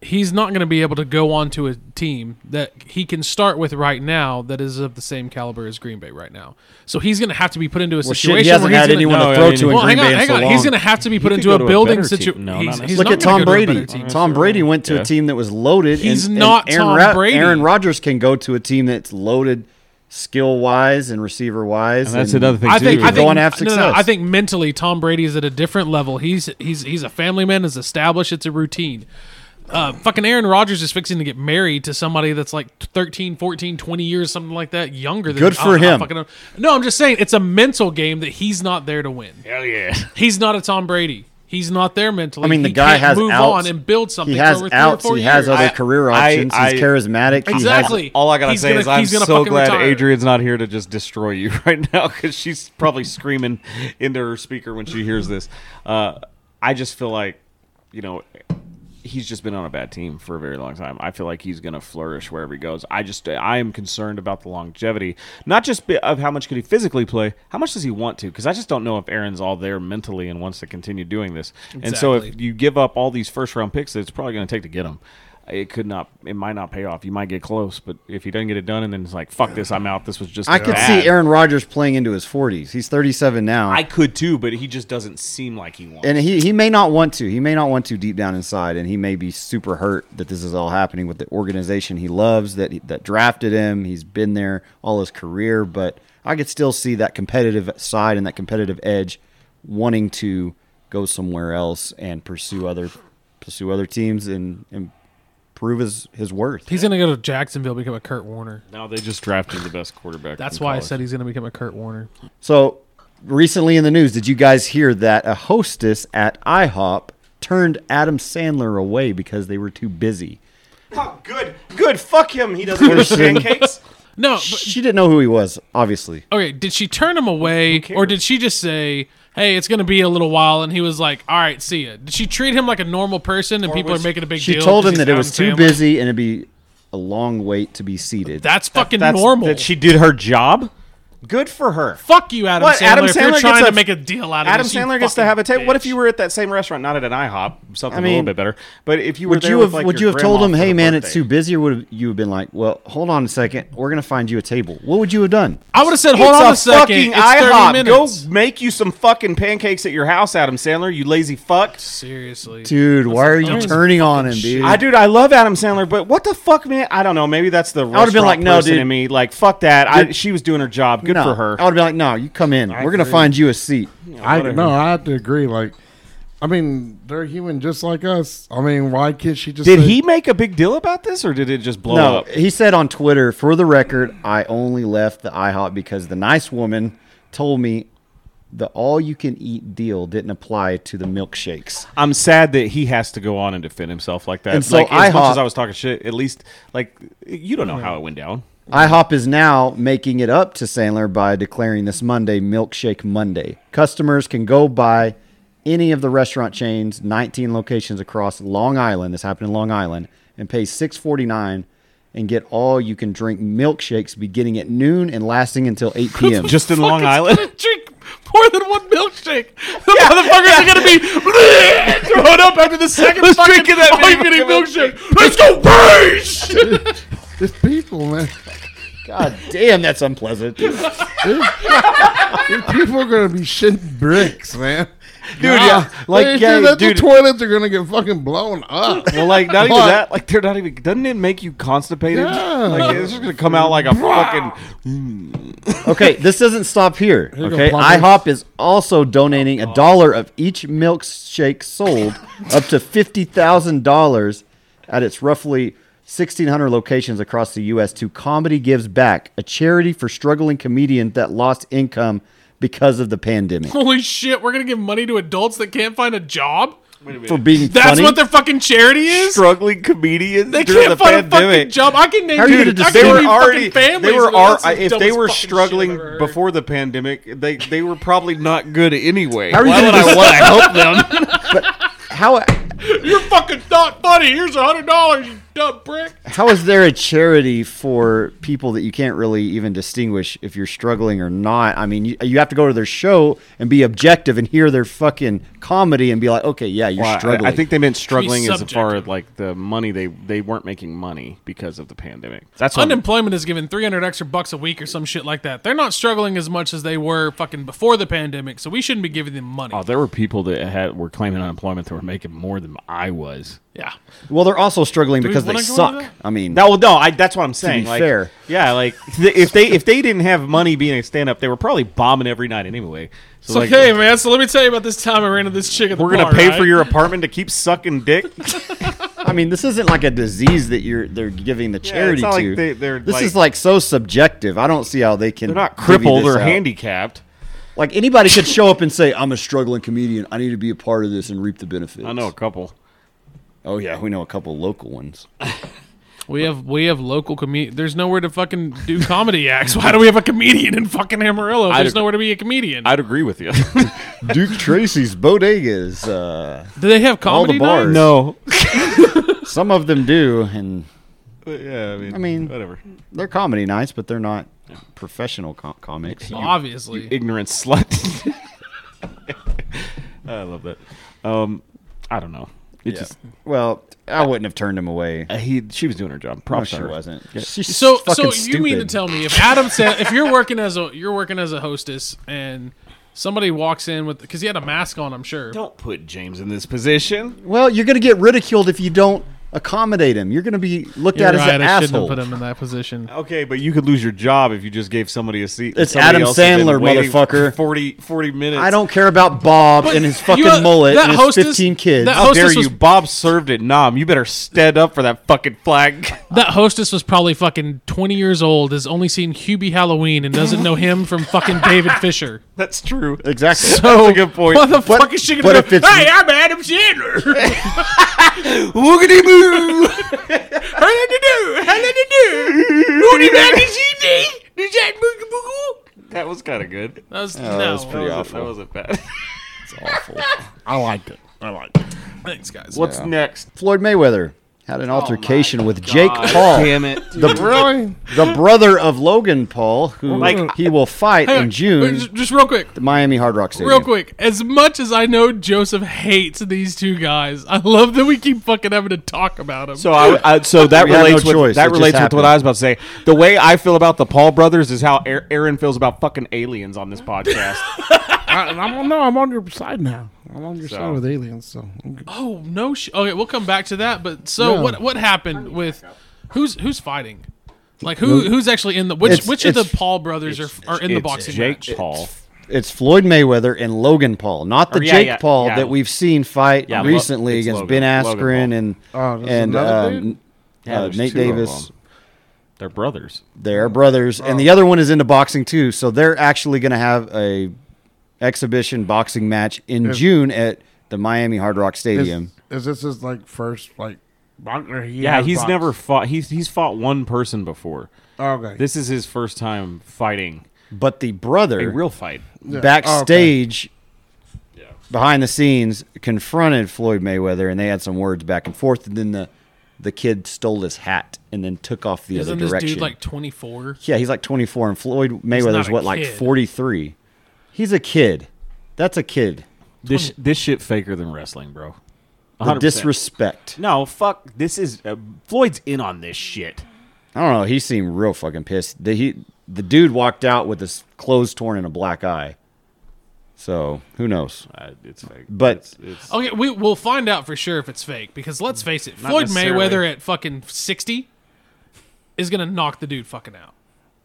[SPEAKER 3] he's not gonna be able to go on to a team that he can start with right now that is of the same caliber as Green Bay right now. So he's gonna have to be put into a
[SPEAKER 1] Well,
[SPEAKER 3] situation
[SPEAKER 1] shit, he hasn't
[SPEAKER 3] where he's
[SPEAKER 1] had
[SPEAKER 3] gonna,
[SPEAKER 1] anyone
[SPEAKER 4] No,
[SPEAKER 1] to
[SPEAKER 4] I
[SPEAKER 1] throw
[SPEAKER 4] mean-
[SPEAKER 1] to in
[SPEAKER 3] Well,
[SPEAKER 1] Green
[SPEAKER 3] hang on,
[SPEAKER 1] Bay in
[SPEAKER 3] hang
[SPEAKER 1] so
[SPEAKER 3] on.
[SPEAKER 1] long.
[SPEAKER 3] He's going to have to be put
[SPEAKER 4] could
[SPEAKER 3] into a
[SPEAKER 4] go to a
[SPEAKER 3] building
[SPEAKER 4] better team.
[SPEAKER 3] situation.
[SPEAKER 4] No, not
[SPEAKER 3] he's, he's
[SPEAKER 4] necessarily.
[SPEAKER 1] Look
[SPEAKER 3] not
[SPEAKER 1] at
[SPEAKER 3] gonna
[SPEAKER 1] Tom
[SPEAKER 3] go to a
[SPEAKER 1] Brady.
[SPEAKER 3] better team.
[SPEAKER 1] Tom Brady went to
[SPEAKER 4] Yeah.
[SPEAKER 1] a team that was loaded.
[SPEAKER 3] He's
[SPEAKER 1] and,
[SPEAKER 3] not
[SPEAKER 1] and Aaron
[SPEAKER 3] Tom
[SPEAKER 1] Ra-
[SPEAKER 3] Brady.
[SPEAKER 1] Aaron Rodgers can go to a team that's loaded skill wise and receiver wise.
[SPEAKER 4] that's another thing.
[SPEAKER 3] I think,
[SPEAKER 4] too.
[SPEAKER 3] I
[SPEAKER 1] Go
[SPEAKER 3] think,
[SPEAKER 1] on to have
[SPEAKER 3] no, no,
[SPEAKER 1] success.
[SPEAKER 3] I think mentally, Tom Brady is at a different level. He's he's he's a family man. Is established. It's a routine. Uh, fucking Aaron Rodgers is fixing to get married to somebody that's like 13, 14, 20 years, something like that, younger than
[SPEAKER 1] Good
[SPEAKER 3] I
[SPEAKER 1] for
[SPEAKER 3] don't know, I
[SPEAKER 1] him.
[SPEAKER 3] fucking- no, I'm just saying it's a mental game that he's not there to win.
[SPEAKER 4] Hell yeah.
[SPEAKER 3] He's not a Tom Brady. He's not there mentally.
[SPEAKER 1] I mean, the
[SPEAKER 3] He
[SPEAKER 1] guy
[SPEAKER 3] can't
[SPEAKER 1] has
[SPEAKER 3] move
[SPEAKER 1] outs.
[SPEAKER 3] on and build something.
[SPEAKER 1] he has
[SPEAKER 3] for over three or
[SPEAKER 1] outs.
[SPEAKER 3] four
[SPEAKER 1] He has
[SPEAKER 3] years.
[SPEAKER 1] other
[SPEAKER 4] I-
[SPEAKER 1] career
[SPEAKER 4] I-
[SPEAKER 1] options.
[SPEAKER 4] I-
[SPEAKER 1] he's charismatic. He has-
[SPEAKER 3] Exactly.
[SPEAKER 4] All I gotta
[SPEAKER 3] He's
[SPEAKER 4] say
[SPEAKER 3] gonna-
[SPEAKER 4] is I'm
[SPEAKER 3] he's gonna
[SPEAKER 4] so
[SPEAKER 3] fucking
[SPEAKER 4] glad
[SPEAKER 3] retire.
[SPEAKER 4] Adrian's not here to just destroy you right now because she's probably screaming into her speaker when she hears this. Uh, I just feel like, you know, he's just been on a bad team for a very long time. I feel like he's going to flourish wherever he goes. I just I am concerned about the longevity, not just be- of how much could he physically play, how much does he want to? Because I just don't know if Aaron's all there mentally and wants to continue doing this. And so if
[SPEAKER 3] Exactly.
[SPEAKER 4] you give up all these first round picks, that it's probably going to take to get him. It could not. It might not pay off. You might get close, but if he doesn't get it done, and then it's like, "Fuck this, I'm out." This was just.
[SPEAKER 1] I could
[SPEAKER 4] bad.
[SPEAKER 1] see Aaron Rodgers playing into his 40s. He's 37 now.
[SPEAKER 4] I could too, but he just doesn't seem like he wants.
[SPEAKER 1] and he, he may not want to. He may not want to deep down inside, and he may be super hurt that this is all happening with the organization he loves that that drafted him. He's been there all his career, but I could still see that competitive side and that competitive edge, wanting to go somewhere else and pursue other pursue other teams and, and prove his his worth.
[SPEAKER 3] He's going to go to Jacksonville become a Kurt Warner.
[SPEAKER 4] now they just drafted the best quarterback.
[SPEAKER 3] That's
[SPEAKER 4] in
[SPEAKER 3] why I
[SPEAKER 4] college.
[SPEAKER 3] said he's going to become a Kurt Warner.
[SPEAKER 1] So recently in the news, did you guys hear that a hostess at IHOP turned Adam Sandler away because they were too busy?
[SPEAKER 4] Oh, good, good. Fuck him. He doesn't want pancakes.
[SPEAKER 3] No, but
[SPEAKER 1] She didn't know who he was, obviously.
[SPEAKER 3] Okay, did she turn him away or did she just say, "Hey, it's going to be a little while," and he was like, "All right, see ya"? Did she treat him like a normal person and people are
[SPEAKER 4] was-
[SPEAKER 3] making a big
[SPEAKER 1] She
[SPEAKER 3] deal?
[SPEAKER 1] told him
[SPEAKER 3] 'cause
[SPEAKER 1] that
[SPEAKER 3] he's
[SPEAKER 1] it was
[SPEAKER 3] Adam
[SPEAKER 1] too
[SPEAKER 3] Sandler?
[SPEAKER 1] busy and it'd be a long wait to be seated.
[SPEAKER 3] That's fucking
[SPEAKER 4] That's
[SPEAKER 3] normal.
[SPEAKER 4] That she did her job. Good for her.
[SPEAKER 3] Fuck you, Adam
[SPEAKER 4] What?
[SPEAKER 3] Sandler.
[SPEAKER 4] Adam
[SPEAKER 3] if you're
[SPEAKER 4] Sandler
[SPEAKER 3] trying
[SPEAKER 4] gets
[SPEAKER 3] to
[SPEAKER 4] a-
[SPEAKER 3] make a deal out of
[SPEAKER 4] Adam
[SPEAKER 3] this, you
[SPEAKER 4] Sandler gets to
[SPEAKER 3] fucking
[SPEAKER 4] have a table. What if
[SPEAKER 3] bitch.
[SPEAKER 4] you were at that same restaurant, not at an IHOP, something
[SPEAKER 1] I
[SPEAKER 4] a little
[SPEAKER 1] mean,
[SPEAKER 4] bit better? But if you were
[SPEAKER 1] Would
[SPEAKER 4] there
[SPEAKER 1] you
[SPEAKER 4] with,
[SPEAKER 1] have
[SPEAKER 4] like,
[SPEAKER 1] would you
[SPEAKER 4] your
[SPEAKER 1] have told him,
[SPEAKER 4] grandma for
[SPEAKER 1] "Hey
[SPEAKER 4] the
[SPEAKER 1] man,
[SPEAKER 4] birthday.
[SPEAKER 1] it's too busy," or would you have been like, "Well, hold on a second, we're gonna find you a table"? What would you have done?
[SPEAKER 3] I would have said, hold
[SPEAKER 4] it's
[SPEAKER 3] on
[SPEAKER 4] a,
[SPEAKER 3] a, second.
[SPEAKER 4] fucking
[SPEAKER 3] it's 30
[SPEAKER 4] IHOP. Go
[SPEAKER 3] minutes.
[SPEAKER 4] make you some fucking pancakes at your house, Adam Sandler. You lazy fuck.
[SPEAKER 3] Seriously.
[SPEAKER 1] Dude, why are you
[SPEAKER 3] dumbest
[SPEAKER 1] turning on him, dude?
[SPEAKER 4] I dude, I love Adam Sandler, but what the fuck, man? I don't know. Maybe that's the
[SPEAKER 1] would've been
[SPEAKER 4] restaurant
[SPEAKER 1] like, no,
[SPEAKER 4] person
[SPEAKER 1] dude.
[SPEAKER 4] in me. Like, fuck that. I,
[SPEAKER 1] Dude.
[SPEAKER 4] she was doing her job. Good
[SPEAKER 1] No.
[SPEAKER 4] for her.
[SPEAKER 1] I would be like, "No, you come in. we're gonna find you a seat."
[SPEAKER 2] I
[SPEAKER 4] Whatever.
[SPEAKER 2] no, I have to agree. Like, I mean, they're human just like us. I mean, why can't she just?
[SPEAKER 4] Did
[SPEAKER 2] say-
[SPEAKER 4] he make a big deal about this, or did it just blow
[SPEAKER 1] no,
[SPEAKER 4] up?
[SPEAKER 1] he said on Twitter, "For the record, I only left the IHOP because the nice woman told me." The all-you-can-eat deal didn't apply to the milkshakes.
[SPEAKER 4] I'm sad that he has to go on and defend himself like that.
[SPEAKER 1] And so
[SPEAKER 4] like, as much
[SPEAKER 1] IHOP
[SPEAKER 4] as I was talking shit, at least like you don't know how it went down.
[SPEAKER 1] IHOP is now making it up to Sandler by declaring this Monday Milkshake Monday. Customers can go buy any of the restaurant chains, 19 locations across Long Island. This happened in Long Island, and pay 6.49 and get all you can drink milkshakes beginning at noon and lasting until 8 p.m. Just
[SPEAKER 4] Just in
[SPEAKER 3] Fuck,
[SPEAKER 4] Long
[SPEAKER 3] it's
[SPEAKER 4] Island.
[SPEAKER 3] gonna Drink more than one milkshake. The motherfuckers are gonna be thrown up after the second
[SPEAKER 4] Let's
[SPEAKER 3] fucking
[SPEAKER 4] drink in that
[SPEAKER 3] all-you-can-eat
[SPEAKER 4] milkshake.
[SPEAKER 3] milkshake. Let's go, rage!
[SPEAKER 2] It's people, man.
[SPEAKER 1] God damn, that's unpleasant.
[SPEAKER 2] These people are gonna be shitting bricks, man. Dude,
[SPEAKER 4] yeah, like, yeah, dude.
[SPEAKER 2] the toilets are gonna get fucking blown up.
[SPEAKER 4] Well, like not even
[SPEAKER 2] But-
[SPEAKER 4] that. Like they're not even. Doesn't it make you constipated?
[SPEAKER 2] Yeah.
[SPEAKER 4] Like it's just gonna come out like a fucking.
[SPEAKER 1] Okay, this doesn't stop here.
[SPEAKER 2] you go,
[SPEAKER 1] Okay,
[SPEAKER 2] Plumbers.
[SPEAKER 1] IHOP is also donating a dollar of each milkshake sold, up to fifty thousand dollars, at its roughly sixteen hundred locations across the U.S. to Comedy Gives Back, a charity for struggling comedians that lost income because of the pandemic.
[SPEAKER 3] Holy shit, we're gonna give money to adults that can't find a job?
[SPEAKER 1] For being
[SPEAKER 3] That's
[SPEAKER 1] funny,
[SPEAKER 3] what their fucking charity is?
[SPEAKER 4] struggling comedians
[SPEAKER 3] They
[SPEAKER 4] during
[SPEAKER 3] can't
[SPEAKER 4] the
[SPEAKER 3] find a
[SPEAKER 4] pandemic.
[SPEAKER 3] fucking job. I can name
[SPEAKER 1] How are you
[SPEAKER 3] dude,
[SPEAKER 1] gonna
[SPEAKER 3] I can
[SPEAKER 1] just-
[SPEAKER 4] they
[SPEAKER 1] They
[SPEAKER 4] were
[SPEAKER 3] name
[SPEAKER 4] already
[SPEAKER 3] fucking families.
[SPEAKER 4] they were
[SPEAKER 3] but that's
[SPEAKER 4] already
[SPEAKER 3] the
[SPEAKER 4] if they
[SPEAKER 3] dumbest
[SPEAKER 4] were
[SPEAKER 3] fucking shit I've ever
[SPEAKER 4] struggling
[SPEAKER 3] heard.
[SPEAKER 4] before the pandemic they they were probably not good anyway
[SPEAKER 1] How are you
[SPEAKER 4] Why
[SPEAKER 1] gonna
[SPEAKER 4] would I
[SPEAKER 1] just-
[SPEAKER 4] want to help them
[SPEAKER 1] how
[SPEAKER 3] You're fucking not funny. Here's a hundred dollars, you dumb brick.
[SPEAKER 1] how is there a charity for people that you can't really even distinguish if you're struggling or not? I mean, you, you have to go to their show and be objective and hear their fucking comedy and be like, okay, yeah, you're struggling.
[SPEAKER 4] I, think they meant struggling as far
[SPEAKER 3] subjective.
[SPEAKER 4] as like the money they they weren't making money because of the pandemic that's what
[SPEAKER 3] Unemployment is given 300 extra bucks a week or some shit like that. They're not struggling as much as they were fucking before the pandemic, so we shouldn't be giving them money.
[SPEAKER 4] Oh, there were people that had were claiming unemployment that were making more than I was.
[SPEAKER 3] yeah.
[SPEAKER 1] Well, they're also struggling because
[SPEAKER 3] we
[SPEAKER 1] they
[SPEAKER 3] wanna go into
[SPEAKER 1] suck.
[SPEAKER 3] that?
[SPEAKER 1] I mean,
[SPEAKER 4] No, well, no, I, that's what I'm saying.
[SPEAKER 1] be
[SPEAKER 4] like,
[SPEAKER 1] fair.
[SPEAKER 4] yeah, like th- if they if they didn't have money being a stand up, they were probably bombing every night anyway. So,
[SPEAKER 3] It's
[SPEAKER 4] like,
[SPEAKER 3] okay, man. So let me tell you about this time I ran into this chick at the
[SPEAKER 4] we're gonna
[SPEAKER 3] bar,
[SPEAKER 4] pay
[SPEAKER 3] right?
[SPEAKER 4] for your apartment to keep sucking dick.
[SPEAKER 1] I mean, this isn't like a disease that you're they're giving the charity
[SPEAKER 4] not like
[SPEAKER 1] to.
[SPEAKER 4] they- they're
[SPEAKER 1] this
[SPEAKER 4] like-
[SPEAKER 1] is like so subjective. I don't see how they can.
[SPEAKER 4] They're not
[SPEAKER 1] divvy
[SPEAKER 4] crippled
[SPEAKER 1] this
[SPEAKER 4] or
[SPEAKER 1] out.
[SPEAKER 4] handicapped.
[SPEAKER 1] Like anybody could show up and say, "I'm a struggling comedian. I need to be a part of this and reap the benefits."
[SPEAKER 4] I know a couple.
[SPEAKER 1] Oh yeah, we know a couple local ones.
[SPEAKER 3] We have we have local comedian. There's nowhere to fucking do comedy acts. Why do we have a comedian in fucking Amarillo? There's
[SPEAKER 4] ag-
[SPEAKER 3] nowhere to be a comedian.
[SPEAKER 4] I'd agree with you.
[SPEAKER 1] Duke Tracy's bodegas. Uh,
[SPEAKER 3] do they have comedy
[SPEAKER 1] the
[SPEAKER 3] nights?
[SPEAKER 1] bars.
[SPEAKER 4] no.
[SPEAKER 1] some of them do, and
[SPEAKER 4] yeah, I mean,
[SPEAKER 1] I mean-
[SPEAKER 4] whatever.
[SPEAKER 1] they're comedy nights, but they're not professional com- comics.
[SPEAKER 3] Obviously.
[SPEAKER 4] Ignorant slut. I love that. Um, I don't know. It
[SPEAKER 1] Yeah.
[SPEAKER 4] just
[SPEAKER 1] Well, I wouldn't have turned him away.
[SPEAKER 4] uh, he she was doing her job.
[SPEAKER 1] No,
[SPEAKER 4] Props
[SPEAKER 1] she
[SPEAKER 4] to her.
[SPEAKER 1] wasn't. She's
[SPEAKER 3] So, so
[SPEAKER 1] fucking
[SPEAKER 3] you mean to
[SPEAKER 1] stupid.
[SPEAKER 3] tell me if Adam said if you're working as a you're working as a hostess and somebody walks in with because he had a mask on, I'm sure.
[SPEAKER 4] Don't put James in this position.
[SPEAKER 1] Well, you're going to get ridiculed if you don't accommodate him. You're going to be looked
[SPEAKER 3] You're
[SPEAKER 1] at as
[SPEAKER 3] right,
[SPEAKER 1] an
[SPEAKER 3] I shouldn't have
[SPEAKER 1] asshole.
[SPEAKER 3] put him in that position.
[SPEAKER 4] Okay, but you could lose your job if you just gave somebody a seat. and
[SPEAKER 1] It's
[SPEAKER 4] somebody
[SPEAKER 1] Adam
[SPEAKER 4] else had been
[SPEAKER 1] Sandler,
[SPEAKER 4] waiting
[SPEAKER 1] motherfucker.
[SPEAKER 4] 40, 40 minutes.
[SPEAKER 1] I don't care about Bob
[SPEAKER 3] But
[SPEAKER 1] and his
[SPEAKER 3] you-
[SPEAKER 1] fucking
[SPEAKER 3] uh,
[SPEAKER 1] mullet
[SPEAKER 3] that
[SPEAKER 1] and his
[SPEAKER 3] hostess-
[SPEAKER 1] 15 kids.
[SPEAKER 3] that
[SPEAKER 4] How dare
[SPEAKER 3] Hostess was-
[SPEAKER 4] you? Bob served at Nam. You better stand up for that fucking flag.
[SPEAKER 3] That hostess was probably fucking 20 years old, has only seen Hubie Halloween and doesn't know him from fucking David Fisher.
[SPEAKER 4] That's true.
[SPEAKER 1] exactly.
[SPEAKER 4] That's a good point.
[SPEAKER 3] What the fuck is she
[SPEAKER 1] but
[SPEAKER 3] gonna
[SPEAKER 1] if
[SPEAKER 3] do?
[SPEAKER 1] it's-
[SPEAKER 3] Hey, I'm Adam Sandler.
[SPEAKER 4] Woogity boo.
[SPEAKER 3] How did you do? How did you do? Booty back and CD? Is that boogie boogie?
[SPEAKER 4] That was kind of good.
[SPEAKER 3] That was, no.
[SPEAKER 1] that was Oh, pretty
[SPEAKER 4] That
[SPEAKER 1] awful.
[SPEAKER 4] wasn't bad.
[SPEAKER 1] It's awful.
[SPEAKER 2] I liked it. I liked it.
[SPEAKER 3] Thanks, guys.
[SPEAKER 4] What's next?
[SPEAKER 1] Floyd Mayweather had
[SPEAKER 3] Oh
[SPEAKER 1] an altercation with Jake
[SPEAKER 4] God
[SPEAKER 1] Paul,
[SPEAKER 4] Damn it.
[SPEAKER 1] the,
[SPEAKER 2] Really?
[SPEAKER 1] the brother of Logan Paul, who
[SPEAKER 4] Like-
[SPEAKER 1] he will fight
[SPEAKER 3] Hang on.
[SPEAKER 1] in June.
[SPEAKER 3] Wait, Just, just real quick.
[SPEAKER 1] the Miami Hard Rock Stadium.
[SPEAKER 3] Real quick, as much as I know Joseph hates these two guys, I love that we keep fucking having to talk about them.
[SPEAKER 4] So I, I so that
[SPEAKER 1] We had
[SPEAKER 4] relates
[SPEAKER 1] no
[SPEAKER 4] with
[SPEAKER 1] choice. It
[SPEAKER 4] that
[SPEAKER 1] just
[SPEAKER 4] relates with
[SPEAKER 1] happened.
[SPEAKER 4] what I was about to say. The way I feel about the Paul brothers is how Aar- Aaron feels about fucking aliens on this podcast.
[SPEAKER 2] I, and I'm on- no, I'm on your side now. I'm on your
[SPEAKER 4] So.
[SPEAKER 2] side with aliens, so I'm good.
[SPEAKER 3] oh no, sh- okay, we'll come back to that. But so
[SPEAKER 2] Yeah.
[SPEAKER 3] what? What happened with who's who's fighting? Like who who's actually in the which
[SPEAKER 1] It's-
[SPEAKER 3] which of the
[SPEAKER 1] it's-
[SPEAKER 3] Paul brothers are are in the
[SPEAKER 4] It's
[SPEAKER 3] boxing
[SPEAKER 4] Jake
[SPEAKER 3] match?
[SPEAKER 4] Paul.
[SPEAKER 1] It's Floyd Mayweather and Logan Paul, not the
[SPEAKER 4] Or, Oh, yeah,
[SPEAKER 1] Jake
[SPEAKER 4] yeah,
[SPEAKER 1] Paul
[SPEAKER 4] yeah.
[SPEAKER 1] that we've seen fight
[SPEAKER 4] Yeah, Lo-
[SPEAKER 1] recently
[SPEAKER 4] it's
[SPEAKER 1] against
[SPEAKER 4] Logan-
[SPEAKER 1] Ben
[SPEAKER 4] Logan
[SPEAKER 1] Askren
[SPEAKER 4] Paul.
[SPEAKER 1] and
[SPEAKER 2] Oh, there's
[SPEAKER 1] and
[SPEAKER 2] another dude?
[SPEAKER 1] um,
[SPEAKER 4] Yeah,
[SPEAKER 1] uh,
[SPEAKER 4] there's
[SPEAKER 1] Nate
[SPEAKER 4] two of
[SPEAKER 1] Davis.
[SPEAKER 4] them. Oh. They're brothers.
[SPEAKER 1] They're brothers, and the other one is into boxing too. So they're actually going to have a exhibition boxing match in June at the Miami Hard Rock
[SPEAKER 2] Is,
[SPEAKER 1] Stadium.
[SPEAKER 2] is this his like first like box- or he
[SPEAKER 4] Yeah,
[SPEAKER 2] has
[SPEAKER 4] he's
[SPEAKER 2] boxed?
[SPEAKER 4] never fought. He's he's fought one person before.
[SPEAKER 2] Oh, okay.
[SPEAKER 4] This is his first time fighting
[SPEAKER 1] But the
[SPEAKER 4] a
[SPEAKER 1] brother
[SPEAKER 4] real fight.
[SPEAKER 2] Yeah.
[SPEAKER 1] backstage behind the scenes confronted Floyd Mayweather and they had some words back and forth and then the the kid stole his hat and then took off the
[SPEAKER 3] Isn't
[SPEAKER 1] other
[SPEAKER 3] this
[SPEAKER 1] direction.
[SPEAKER 3] dude like twenty four?
[SPEAKER 1] yeah, he's like 24 and Floyd Mayweather's
[SPEAKER 3] not a
[SPEAKER 1] what like
[SPEAKER 3] kid.
[SPEAKER 1] 43. He's a kid. That's a kid.
[SPEAKER 4] This this shit faker than wrestling, bro.
[SPEAKER 1] The
[SPEAKER 4] 100%.
[SPEAKER 1] disrespect.
[SPEAKER 4] No, fuck. This is uh, Floyd's in on this shit.
[SPEAKER 1] I don't know, he seemed real fucking pissed. The he the dude walked out with his clothes torn and a black eye. So, who knows?
[SPEAKER 4] Uh, it's fake.
[SPEAKER 1] But-
[SPEAKER 4] it's, it's-
[SPEAKER 3] Okay, we we'll find out for sure if it's fake because let's face it,
[SPEAKER 4] Not
[SPEAKER 3] Floyd
[SPEAKER 4] necessarily.
[SPEAKER 3] Mayweather at fucking sixty is gonna knock the dude fucking out.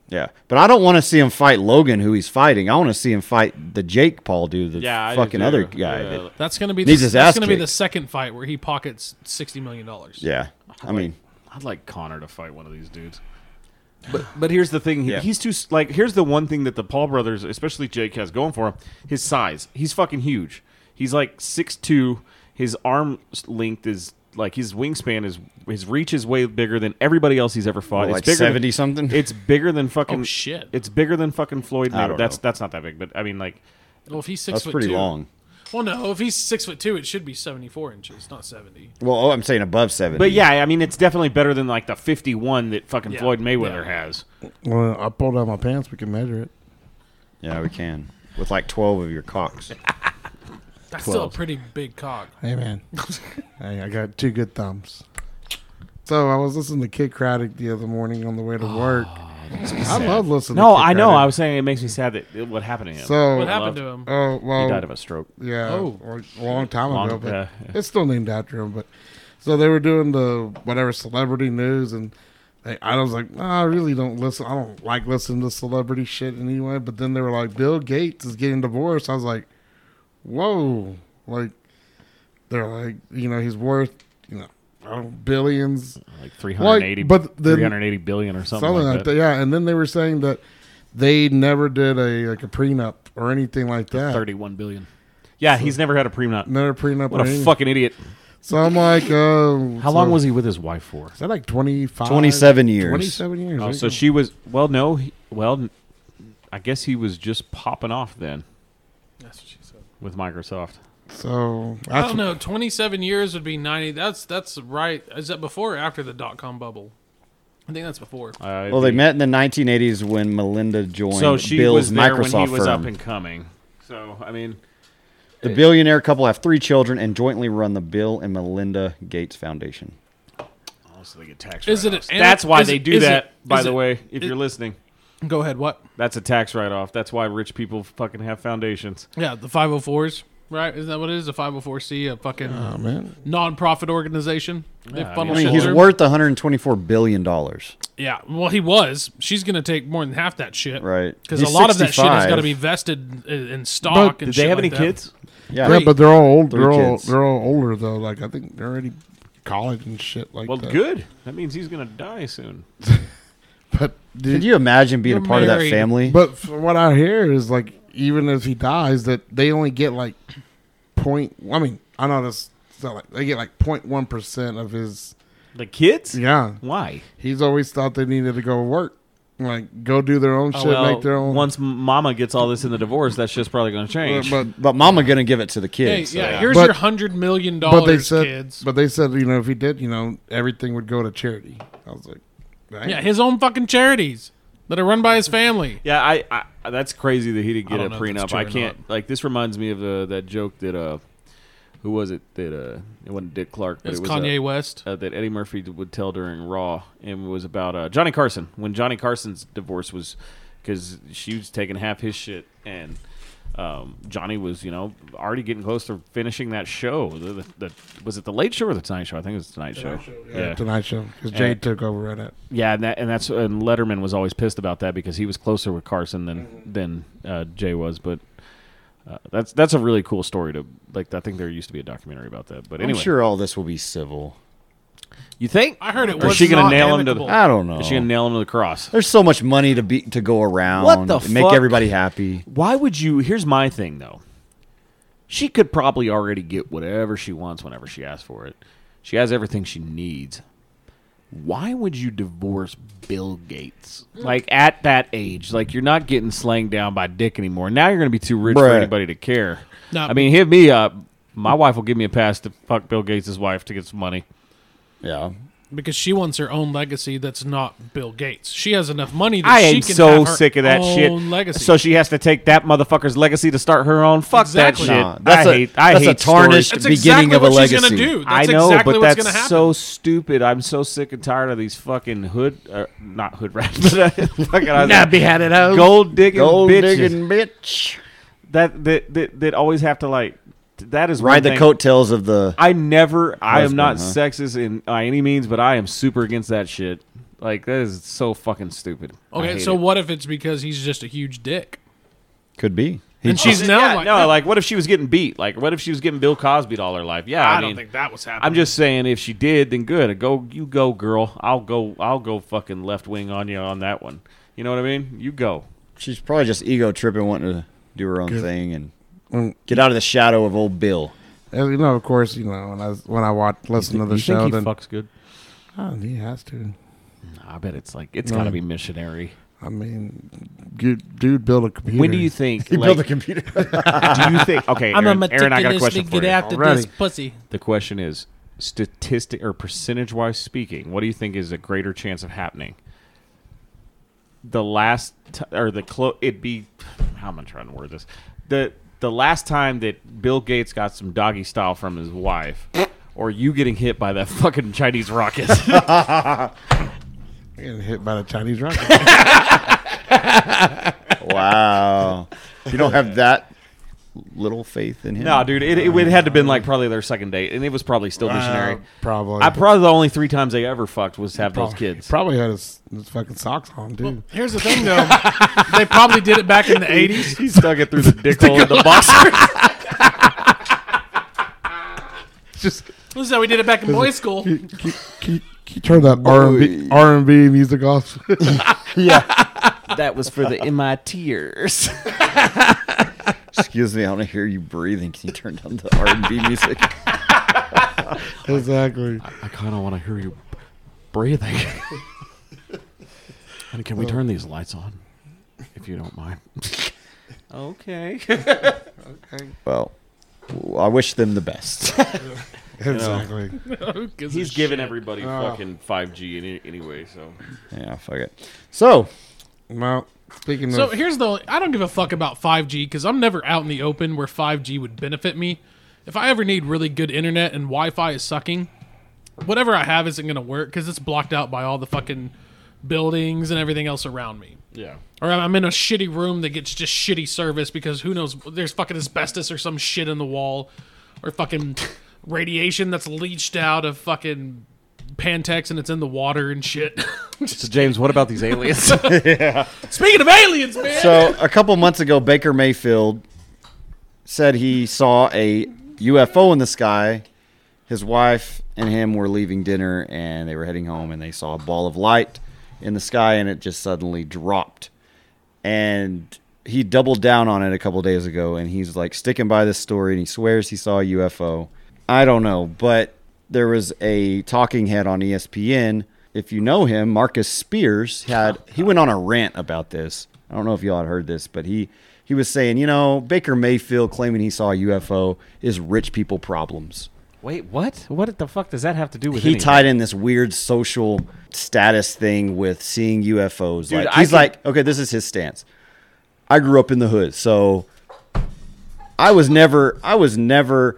[SPEAKER 1] Yeah, but I don't want to see him fight Logan, who he's fighting. I want to see him fight the Jake Paul dude, the
[SPEAKER 4] yeah, I do
[SPEAKER 1] fucking
[SPEAKER 4] too.
[SPEAKER 1] other guy.
[SPEAKER 4] Yeah.
[SPEAKER 1] that-
[SPEAKER 3] That's gonna be the,
[SPEAKER 1] Needs his
[SPEAKER 3] that's
[SPEAKER 1] ass
[SPEAKER 3] gonna be
[SPEAKER 1] kicked.
[SPEAKER 3] the second fight where he pockets sixty million dollars.
[SPEAKER 1] yeah. I mean,
[SPEAKER 4] I'd like Connor to fight one of these dudes. But but here's the thing. he-
[SPEAKER 1] Yeah.
[SPEAKER 4] He's too s- like here's the one thing that the Paul brothers, especially Jake, has going for him. His size. He's fucking huge. He's like six two. His arm s- length is like his wingspan is his reach is way bigger than everybody else he's ever fought.
[SPEAKER 1] like
[SPEAKER 4] it's bigger
[SPEAKER 1] 70
[SPEAKER 4] than-
[SPEAKER 1] something?
[SPEAKER 4] It's bigger than fucking
[SPEAKER 3] Oh, shit.
[SPEAKER 4] It's bigger than fucking Floyd.
[SPEAKER 1] I
[SPEAKER 4] Mayweather.
[SPEAKER 1] don't
[SPEAKER 4] That's
[SPEAKER 1] know.
[SPEAKER 4] that's not that big, but I mean like
[SPEAKER 3] Well, if he's six
[SPEAKER 1] that's
[SPEAKER 3] foot
[SPEAKER 1] pretty
[SPEAKER 3] two,
[SPEAKER 1] long.
[SPEAKER 3] Well, no, if he's six foot two, it should be seventy four inches, not seventy.
[SPEAKER 1] Well, oh, I'm saying above 70.
[SPEAKER 4] But yeah, I mean, it's definitely better than like the 51 that fucking
[SPEAKER 3] Yeah.
[SPEAKER 4] Floyd Mayweather
[SPEAKER 3] Yeah.
[SPEAKER 4] has.
[SPEAKER 2] Well, I pulled out my pants. We can measure it.
[SPEAKER 1] Yeah, we can. With like 12 of your cocks.
[SPEAKER 3] That's still a
[SPEAKER 1] 12.
[SPEAKER 3] pretty big cock.
[SPEAKER 2] Hey man, hey, I got two good thumbs. So I was listening to Kid Craddock the other morning on the way to work. I love listening.
[SPEAKER 4] No,
[SPEAKER 2] to Kid
[SPEAKER 4] I know. I
[SPEAKER 2] Craddock.
[SPEAKER 4] was saying it makes me sad that it- what happened to him.
[SPEAKER 2] so.
[SPEAKER 3] What happened to him?
[SPEAKER 2] Oh well,
[SPEAKER 4] Um, he died of a stroke.
[SPEAKER 2] Yeah,
[SPEAKER 3] Oh.
[SPEAKER 2] or- a long time
[SPEAKER 4] Long-
[SPEAKER 2] ago, but
[SPEAKER 4] yeah, yeah.
[SPEAKER 2] it's still named after him. But so they were doing the whatever celebrity news, and they, I was like, no, I really don't listen. I don't like listening to celebrity shit anyway. But then they were like, Bill Gates is getting divorced. I was like, whoa, like they're like, you know, he's worth, you know, I don't know, billions.
[SPEAKER 4] Like 380,
[SPEAKER 2] Like, but then-
[SPEAKER 4] 380 billion or something, like, that.
[SPEAKER 2] Yeah, and then they were saying that they never did a like a prenup or anything like that.
[SPEAKER 4] 31 billion. Yeah, he's never had a prenup.
[SPEAKER 2] Never prenup.
[SPEAKER 4] What
[SPEAKER 2] or
[SPEAKER 4] a
[SPEAKER 2] anything.
[SPEAKER 4] fucking idiot.
[SPEAKER 2] So I'm like, um,
[SPEAKER 4] How
[SPEAKER 2] so-
[SPEAKER 4] long was he with his wife for?
[SPEAKER 2] Is that like 25?
[SPEAKER 1] 27 years.
[SPEAKER 2] 27 years.
[SPEAKER 4] Oh,
[SPEAKER 2] there
[SPEAKER 4] so
[SPEAKER 2] you
[SPEAKER 4] she was, well, no. He, well, n- I guess he was just popping off then
[SPEAKER 3] That's what she said.
[SPEAKER 4] with Microsoft.
[SPEAKER 2] go. So
[SPEAKER 3] I
[SPEAKER 2] that's,
[SPEAKER 3] don't know. Twenty seven Oh, years would be ninety. That's that's right. Is that before or after the dot com bubble? I think that's before.
[SPEAKER 4] Uh,
[SPEAKER 1] Well, they
[SPEAKER 4] the-
[SPEAKER 1] met in the 1980s when Melinda joined
[SPEAKER 4] So she
[SPEAKER 1] Bill's
[SPEAKER 4] was there
[SPEAKER 1] Microsoft
[SPEAKER 4] when he was
[SPEAKER 1] firm.
[SPEAKER 4] up and coming. So, I mean,
[SPEAKER 1] the billionaire couple have three children and jointly run the Bill and Melinda Gates Foundation.
[SPEAKER 4] Also, they get tax.
[SPEAKER 3] Is it an
[SPEAKER 4] write-offs.
[SPEAKER 3] ana-
[SPEAKER 4] That's why
[SPEAKER 3] is
[SPEAKER 4] they
[SPEAKER 3] it-
[SPEAKER 4] do
[SPEAKER 3] is
[SPEAKER 4] that.
[SPEAKER 3] it-
[SPEAKER 4] by
[SPEAKER 3] is
[SPEAKER 4] the
[SPEAKER 3] it-
[SPEAKER 4] way, if
[SPEAKER 3] it-
[SPEAKER 4] you're listening,
[SPEAKER 3] Go ahead. What?
[SPEAKER 4] that's a tax write-off. That's why rich people fucking have foundations.
[SPEAKER 3] Yeah, the five hundred fours. Right? Isn't that what it is? A five hundred four c, a fucking
[SPEAKER 2] oh, man.
[SPEAKER 3] non-profit organization. They
[SPEAKER 4] Yeah, I
[SPEAKER 3] funnel
[SPEAKER 1] I mean,
[SPEAKER 3] shit
[SPEAKER 1] he's
[SPEAKER 3] through.
[SPEAKER 1] worth 124 billion dollars,
[SPEAKER 3] Yeah, well, he was. She's gonna take more than half that shit,
[SPEAKER 1] right?
[SPEAKER 3] Because a
[SPEAKER 1] He's
[SPEAKER 3] lot of that shit has
[SPEAKER 1] 65.
[SPEAKER 3] got to be vested in, in stock. and
[SPEAKER 4] Did they
[SPEAKER 3] shit
[SPEAKER 4] have
[SPEAKER 3] like
[SPEAKER 4] any
[SPEAKER 3] that.
[SPEAKER 4] kids?
[SPEAKER 1] Yeah,
[SPEAKER 2] Yeah, but they're all old.
[SPEAKER 1] Three
[SPEAKER 2] They're all,
[SPEAKER 1] kids.
[SPEAKER 2] they're all older, though. Like, I think they're already college and shit like
[SPEAKER 4] Well,
[SPEAKER 2] that.
[SPEAKER 4] good. That means he's gonna die soon.
[SPEAKER 2] But,
[SPEAKER 1] Could
[SPEAKER 2] did you?
[SPEAKER 1] you imagine being a
[SPEAKER 3] You're
[SPEAKER 1] part of that
[SPEAKER 3] married.
[SPEAKER 1] family?
[SPEAKER 2] but from what I hear is, like, even if he dies, that they only get, like, point. I mean, I know that's it's not like they get, like, 0.1% of his.
[SPEAKER 4] The kids?
[SPEAKER 2] Yeah.
[SPEAKER 4] Why?
[SPEAKER 2] He's always thought they needed to go work. like go do their own shit,
[SPEAKER 4] Oh, Well,
[SPEAKER 2] make their own.
[SPEAKER 4] Once Mama gets all this in the divorce, that shit's probably going
[SPEAKER 2] but
[SPEAKER 4] to change.
[SPEAKER 2] but
[SPEAKER 1] But mama gonna give it to the
[SPEAKER 3] Hey,
[SPEAKER 1] kids. so-
[SPEAKER 3] yeah, here's
[SPEAKER 2] But-
[SPEAKER 3] your hundred million
[SPEAKER 2] but they
[SPEAKER 3] dollars,
[SPEAKER 2] said,
[SPEAKER 3] kids.
[SPEAKER 2] but they said, you know, if he did, you know, everything would go to charity. I was like, dang.
[SPEAKER 3] yeah, his own fucking charities that are run by his family.
[SPEAKER 4] Yeah, I, I that's crazy that he didn't
[SPEAKER 3] I
[SPEAKER 4] get
[SPEAKER 3] don't
[SPEAKER 4] a
[SPEAKER 3] know if that's
[SPEAKER 4] prenup.
[SPEAKER 3] true
[SPEAKER 4] I
[SPEAKER 3] or
[SPEAKER 4] can't like this reminds me of the that joke that uh who was it that uh it wasn't Dick Clark but
[SPEAKER 3] It's
[SPEAKER 4] it was
[SPEAKER 3] Kanye
[SPEAKER 4] uh,
[SPEAKER 3] West.
[SPEAKER 4] uh, that Eddie Murphy would tell during Raw and it was about uh, Johnny Carson when Johnny Carson's divorce was because she was taking half his shit and um, Johnny was you know already getting close to finishing that show the, the, the was it the Late Show or the Tonight Show I think it was the Tonight, show,
[SPEAKER 2] Yeah, Tonight Show because Jay took over at it.
[SPEAKER 4] yeah, and that and that's and Letterman was always pissed about that because he was closer with Carson than than uh, Jay was. But uh, that's that's a really cool story to like. I think there used to be a documentary about that. But anyway,
[SPEAKER 1] I'm sure all this will be civil.
[SPEAKER 4] you think
[SPEAKER 3] I heard it
[SPEAKER 4] Or
[SPEAKER 3] was
[SPEAKER 4] is she gonna
[SPEAKER 3] not
[SPEAKER 4] nail him to the-
[SPEAKER 3] amicable.
[SPEAKER 1] I don't know.
[SPEAKER 4] is she gonna nail him to the cross?
[SPEAKER 1] There's so much money to be to go around.
[SPEAKER 4] What the
[SPEAKER 1] make
[SPEAKER 4] fuck?
[SPEAKER 1] everybody happy.
[SPEAKER 4] Why would you? Here's my thing though. She could probably already get whatever she wants whenever she asks for it. She has everything she needs. Why would you divorce Bill Gates? Like at that age, like you're not getting slanged down by dick anymore. Now you're going to be too rich for
[SPEAKER 1] Bruh.
[SPEAKER 4] anybody to care.
[SPEAKER 3] No.
[SPEAKER 4] I mean, hit me up. My wife will give me a pass to fuck Bill Gates' wife to get some money.
[SPEAKER 1] Yeah.
[SPEAKER 3] because she wants her own legacy that's not Bill Gates. She has enough money that
[SPEAKER 4] I
[SPEAKER 3] she
[SPEAKER 4] am
[SPEAKER 3] can
[SPEAKER 4] so
[SPEAKER 3] have her
[SPEAKER 4] sick of that
[SPEAKER 3] own
[SPEAKER 4] shit.
[SPEAKER 3] legacy.
[SPEAKER 4] So she has to take that motherfucker's legacy to start her own. Fuck
[SPEAKER 3] Exactly.
[SPEAKER 4] that shit.
[SPEAKER 1] Nah, that's
[SPEAKER 4] I
[SPEAKER 1] a-
[SPEAKER 4] hate. I
[SPEAKER 1] that's a
[SPEAKER 4] hate stories.
[SPEAKER 1] tarnished
[SPEAKER 3] that's
[SPEAKER 1] beginning
[SPEAKER 3] exactly
[SPEAKER 1] of a
[SPEAKER 3] what she's gonna
[SPEAKER 1] legacy.
[SPEAKER 3] do. That's
[SPEAKER 4] I know,
[SPEAKER 3] exactly
[SPEAKER 4] but
[SPEAKER 3] what's
[SPEAKER 4] that's
[SPEAKER 3] gonna happen.
[SPEAKER 4] so stupid. I'm so sick and tired of these fucking hood, uh, not hood rats, but uh, fucking I was like,
[SPEAKER 2] beheaded out.
[SPEAKER 4] gold digging
[SPEAKER 1] Gold
[SPEAKER 4] bitches
[SPEAKER 1] digging bitch.
[SPEAKER 4] That, that that that always have to like. That is one
[SPEAKER 1] Ride the
[SPEAKER 4] thing.
[SPEAKER 1] coattails of the
[SPEAKER 4] I never. I
[SPEAKER 1] Husband,
[SPEAKER 4] am not
[SPEAKER 1] huh?
[SPEAKER 4] sexist in by any means, but I am super against that shit. Like that is so fucking stupid. I
[SPEAKER 3] okay,
[SPEAKER 4] hate
[SPEAKER 3] so
[SPEAKER 4] it.
[SPEAKER 3] what if it's because he's just a huge dick?
[SPEAKER 1] could be. He,
[SPEAKER 3] And she's now
[SPEAKER 4] Oh, yeah,
[SPEAKER 3] like,
[SPEAKER 4] no, like what if she was getting beat? Like what if she was getting Bill Cosby all her life? Yeah,
[SPEAKER 3] I,
[SPEAKER 4] I, mean,
[SPEAKER 3] don't think that was happening.
[SPEAKER 4] I'm just saying, if she did, then good. Go, you go, girl. I'll go. I'll go fucking left wing on you on that one. You know what I mean? You go.
[SPEAKER 1] she's probably just ego tripping, wanting to do her own thing and
[SPEAKER 2] Mm.
[SPEAKER 1] get out of the shadow of old Bill.
[SPEAKER 2] As you know, of course, you know when I when I watch listen to the
[SPEAKER 4] you
[SPEAKER 2] show,
[SPEAKER 4] think he
[SPEAKER 2] then
[SPEAKER 4] fucks good?
[SPEAKER 2] oh, he has to.
[SPEAKER 4] I bet it's like it's
[SPEAKER 2] No.
[SPEAKER 4] got to be missionary.
[SPEAKER 2] I mean, good dude, build a computer.
[SPEAKER 4] When do you think?
[SPEAKER 1] He
[SPEAKER 4] like,
[SPEAKER 1] built a computer.
[SPEAKER 4] do you think? Okay, Aaron, Aaron, I got a question for you.
[SPEAKER 2] Already.
[SPEAKER 3] pussy.
[SPEAKER 4] The question is, statistic or percentage wise speaking, what do you think is a greater chance of happening? The last t- or the close, it'd be. How am I trying to word this? The the last time that Bill Gates got some doggy style from his wife, or you getting hit by that fucking Chinese rocket.
[SPEAKER 2] Getting hit by the Chinese rocket?
[SPEAKER 1] wow. You don't have that little faith in him.
[SPEAKER 4] no, dude, it, it, would had to been like probably their second date, and it was probably still missionary.
[SPEAKER 2] Uh, probably.
[SPEAKER 4] I probably the only three times they ever fucked was to have those
[SPEAKER 2] Probably-
[SPEAKER 4] kids.
[SPEAKER 2] Probably had his, his fucking socks on, dude.
[SPEAKER 3] Here's the thing, though. they probably did it back in the '80s.
[SPEAKER 4] he stuck it through the dick hole in the boxer.
[SPEAKER 2] Just
[SPEAKER 3] This is how we did it back in boy school.
[SPEAKER 2] can, can, can, can you turn that R and B R and B music off?
[SPEAKER 4] that was for the MITers.
[SPEAKER 1] Excuse me, I don't hear you breathing. Can you turn down the R and B music?
[SPEAKER 2] exactly.
[SPEAKER 4] I kind of want to hear you breathing. and can we turn these lights on, if you don't mind? okay.
[SPEAKER 1] Well, w- I wish them the best.
[SPEAKER 2] Exactly.
[SPEAKER 3] Who gives a
[SPEAKER 4] He's giving
[SPEAKER 3] shit?
[SPEAKER 4] everybody fucking 5G any, anyway, so.
[SPEAKER 1] yeah, fuck it. So
[SPEAKER 2] Well, speaking
[SPEAKER 3] So
[SPEAKER 2] of
[SPEAKER 3] here's the only- I don't give a fuck about 5G because I'm never out in the open where 5G would benefit me. If I ever need really good internet and Wi-Fi is sucking, whatever I have isn't gonna work because it's blocked out by all the fucking buildings and everything else around me.
[SPEAKER 4] Yeah.
[SPEAKER 3] Or I'm- I'm in a shitty room that gets just shitty service because who knows? There's fucking asbestos or some shit in the wall, or fucking radiation that's leached out of fucking Pantex and it's in the water and shit.
[SPEAKER 4] So, James, what about these aliens?
[SPEAKER 3] Speaking of aliens, man.
[SPEAKER 1] So a couple months ago, Baker Mayfield said he saw a UFO in the sky. His wife and him were leaving dinner, and they were heading home, and they saw a ball of light in the sky, and it just suddenly dropped. And he doubled down on it a couple days ago, and he's like sticking by this story, and he swears he saw a E UFO. I don't know, but there was a talking head on ESPN if you know him, Marcus Spears had he went on a rant about this. I don't know if y'all had heard this, but he he was saying, you know, Baker Mayfield claiming he saw a UFO is rich people problems.
[SPEAKER 5] Wait, what? What the fuck does that have to do with
[SPEAKER 1] He
[SPEAKER 5] anything?
[SPEAKER 1] tied in this weird social status thing with seeing UFOs.
[SPEAKER 5] Dude,
[SPEAKER 1] like
[SPEAKER 5] I
[SPEAKER 1] he's
[SPEAKER 5] can-
[SPEAKER 1] like, okay, this is his stance. I grew up in the hood, so I was never I was never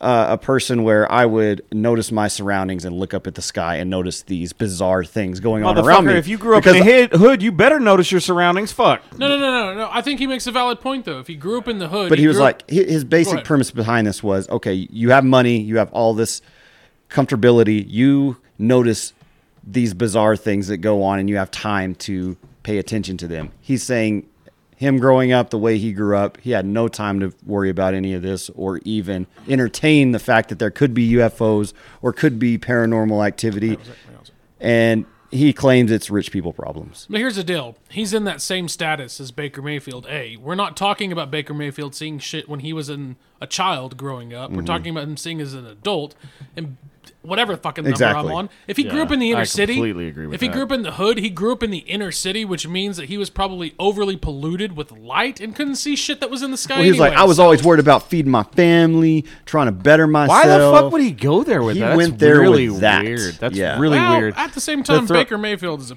[SPEAKER 1] uh, a person where I would notice my surroundings and look up at the sky and notice these bizarre things going on around me.
[SPEAKER 4] Motherfucker, if you grew up in
[SPEAKER 1] Because
[SPEAKER 4] a hid- hood, you better notice your surroundings. Fuck.
[SPEAKER 3] No, no, no, no, no. I think he makes a valid point though. If he grew up in the hood,
[SPEAKER 1] but he was
[SPEAKER 3] grew up-
[SPEAKER 1] like hi- his basic
[SPEAKER 3] ahead.
[SPEAKER 1] premise behind this was okay you have money you have all this comfortability you notice these bizarre things that go on and you have time to pay attention to them he's saying him growing up the way he grew up he had no time to worry about any of this or even entertain the fact that there could be ufos or could be paranormal activity and he claims it's rich people problems
[SPEAKER 3] But here's the deal. He's in that same status as Baker Mayfield. A, we're not talking about Baker Mayfield seeing shit when he was in a child growing up.
[SPEAKER 1] Mm-hmm.
[SPEAKER 3] We're talking about him seeing as an adult and whatever fucking number
[SPEAKER 1] Exactly.
[SPEAKER 3] I'm on. If he grew
[SPEAKER 4] Yeah,
[SPEAKER 3] up in the inner
[SPEAKER 4] I
[SPEAKER 3] city,
[SPEAKER 4] completely agree with
[SPEAKER 3] if he
[SPEAKER 4] that.
[SPEAKER 3] grew up in the hood, he grew up in the inner city, which means that he was probably overly polluted with light and couldn't see shit that was in the sky.
[SPEAKER 1] well, he was like
[SPEAKER 3] anyway,
[SPEAKER 1] i was
[SPEAKER 3] so-
[SPEAKER 1] always worried about feeding my family trying to better myself
[SPEAKER 5] Why the fuck would he go there with
[SPEAKER 1] He
[SPEAKER 5] that? That's
[SPEAKER 1] went there
[SPEAKER 5] really
[SPEAKER 1] with that.
[SPEAKER 5] weird. That's
[SPEAKER 1] Yeah.
[SPEAKER 5] really
[SPEAKER 3] Well,
[SPEAKER 5] weird.
[SPEAKER 3] At the same time,
[SPEAKER 5] throw-
[SPEAKER 3] Baker Mayfield is a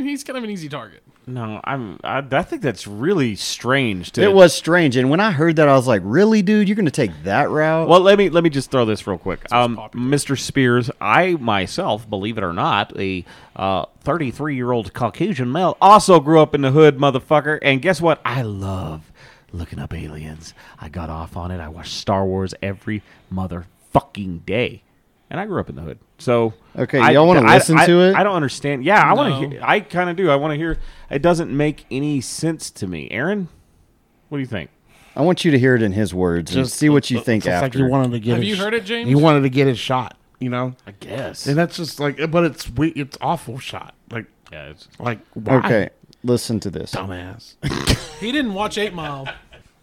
[SPEAKER 3] he's kind of an easy target.
[SPEAKER 4] No, I'm. I, I think that's really strange. To
[SPEAKER 1] It was strange, and when I heard that, I was like, "Really, dude? You're gonna take that route?"
[SPEAKER 4] Well, let me let me just throw this real quick. Um,
[SPEAKER 3] popular.
[SPEAKER 4] Mr. Spears, I myself, believe it or not, a uh, 33 year old Caucasian male, also grew up in the hood, motherfucker. And guess what? I love looking up aliens. I got off on it. I watched Star Wars every motherfucking day, and I grew up in the hood. So
[SPEAKER 1] Okay,
[SPEAKER 4] I-
[SPEAKER 1] y'all wanna
[SPEAKER 4] I-
[SPEAKER 1] listen
[SPEAKER 4] I-
[SPEAKER 1] to it?
[SPEAKER 4] I don't understand. Yeah, I want
[SPEAKER 3] No.
[SPEAKER 4] to hear. I kind of do. I want to hear. It doesn't make any sense to me. Aaron, what do you think?
[SPEAKER 1] I want you to hear it in his words and see what you think
[SPEAKER 2] it's
[SPEAKER 1] after.
[SPEAKER 2] like he wanted to get.
[SPEAKER 3] Have
[SPEAKER 2] his
[SPEAKER 3] you
[SPEAKER 2] sh-
[SPEAKER 3] heard it, James?
[SPEAKER 2] He wanted to get his shot. You know,
[SPEAKER 4] I guess.
[SPEAKER 2] and that's just like, but it's we- it's awful shot. Like,
[SPEAKER 4] Yeah, it's,
[SPEAKER 2] like why?
[SPEAKER 1] okay, listen to this.
[SPEAKER 2] dumbass.
[SPEAKER 3] He didn't watch Eight Mile.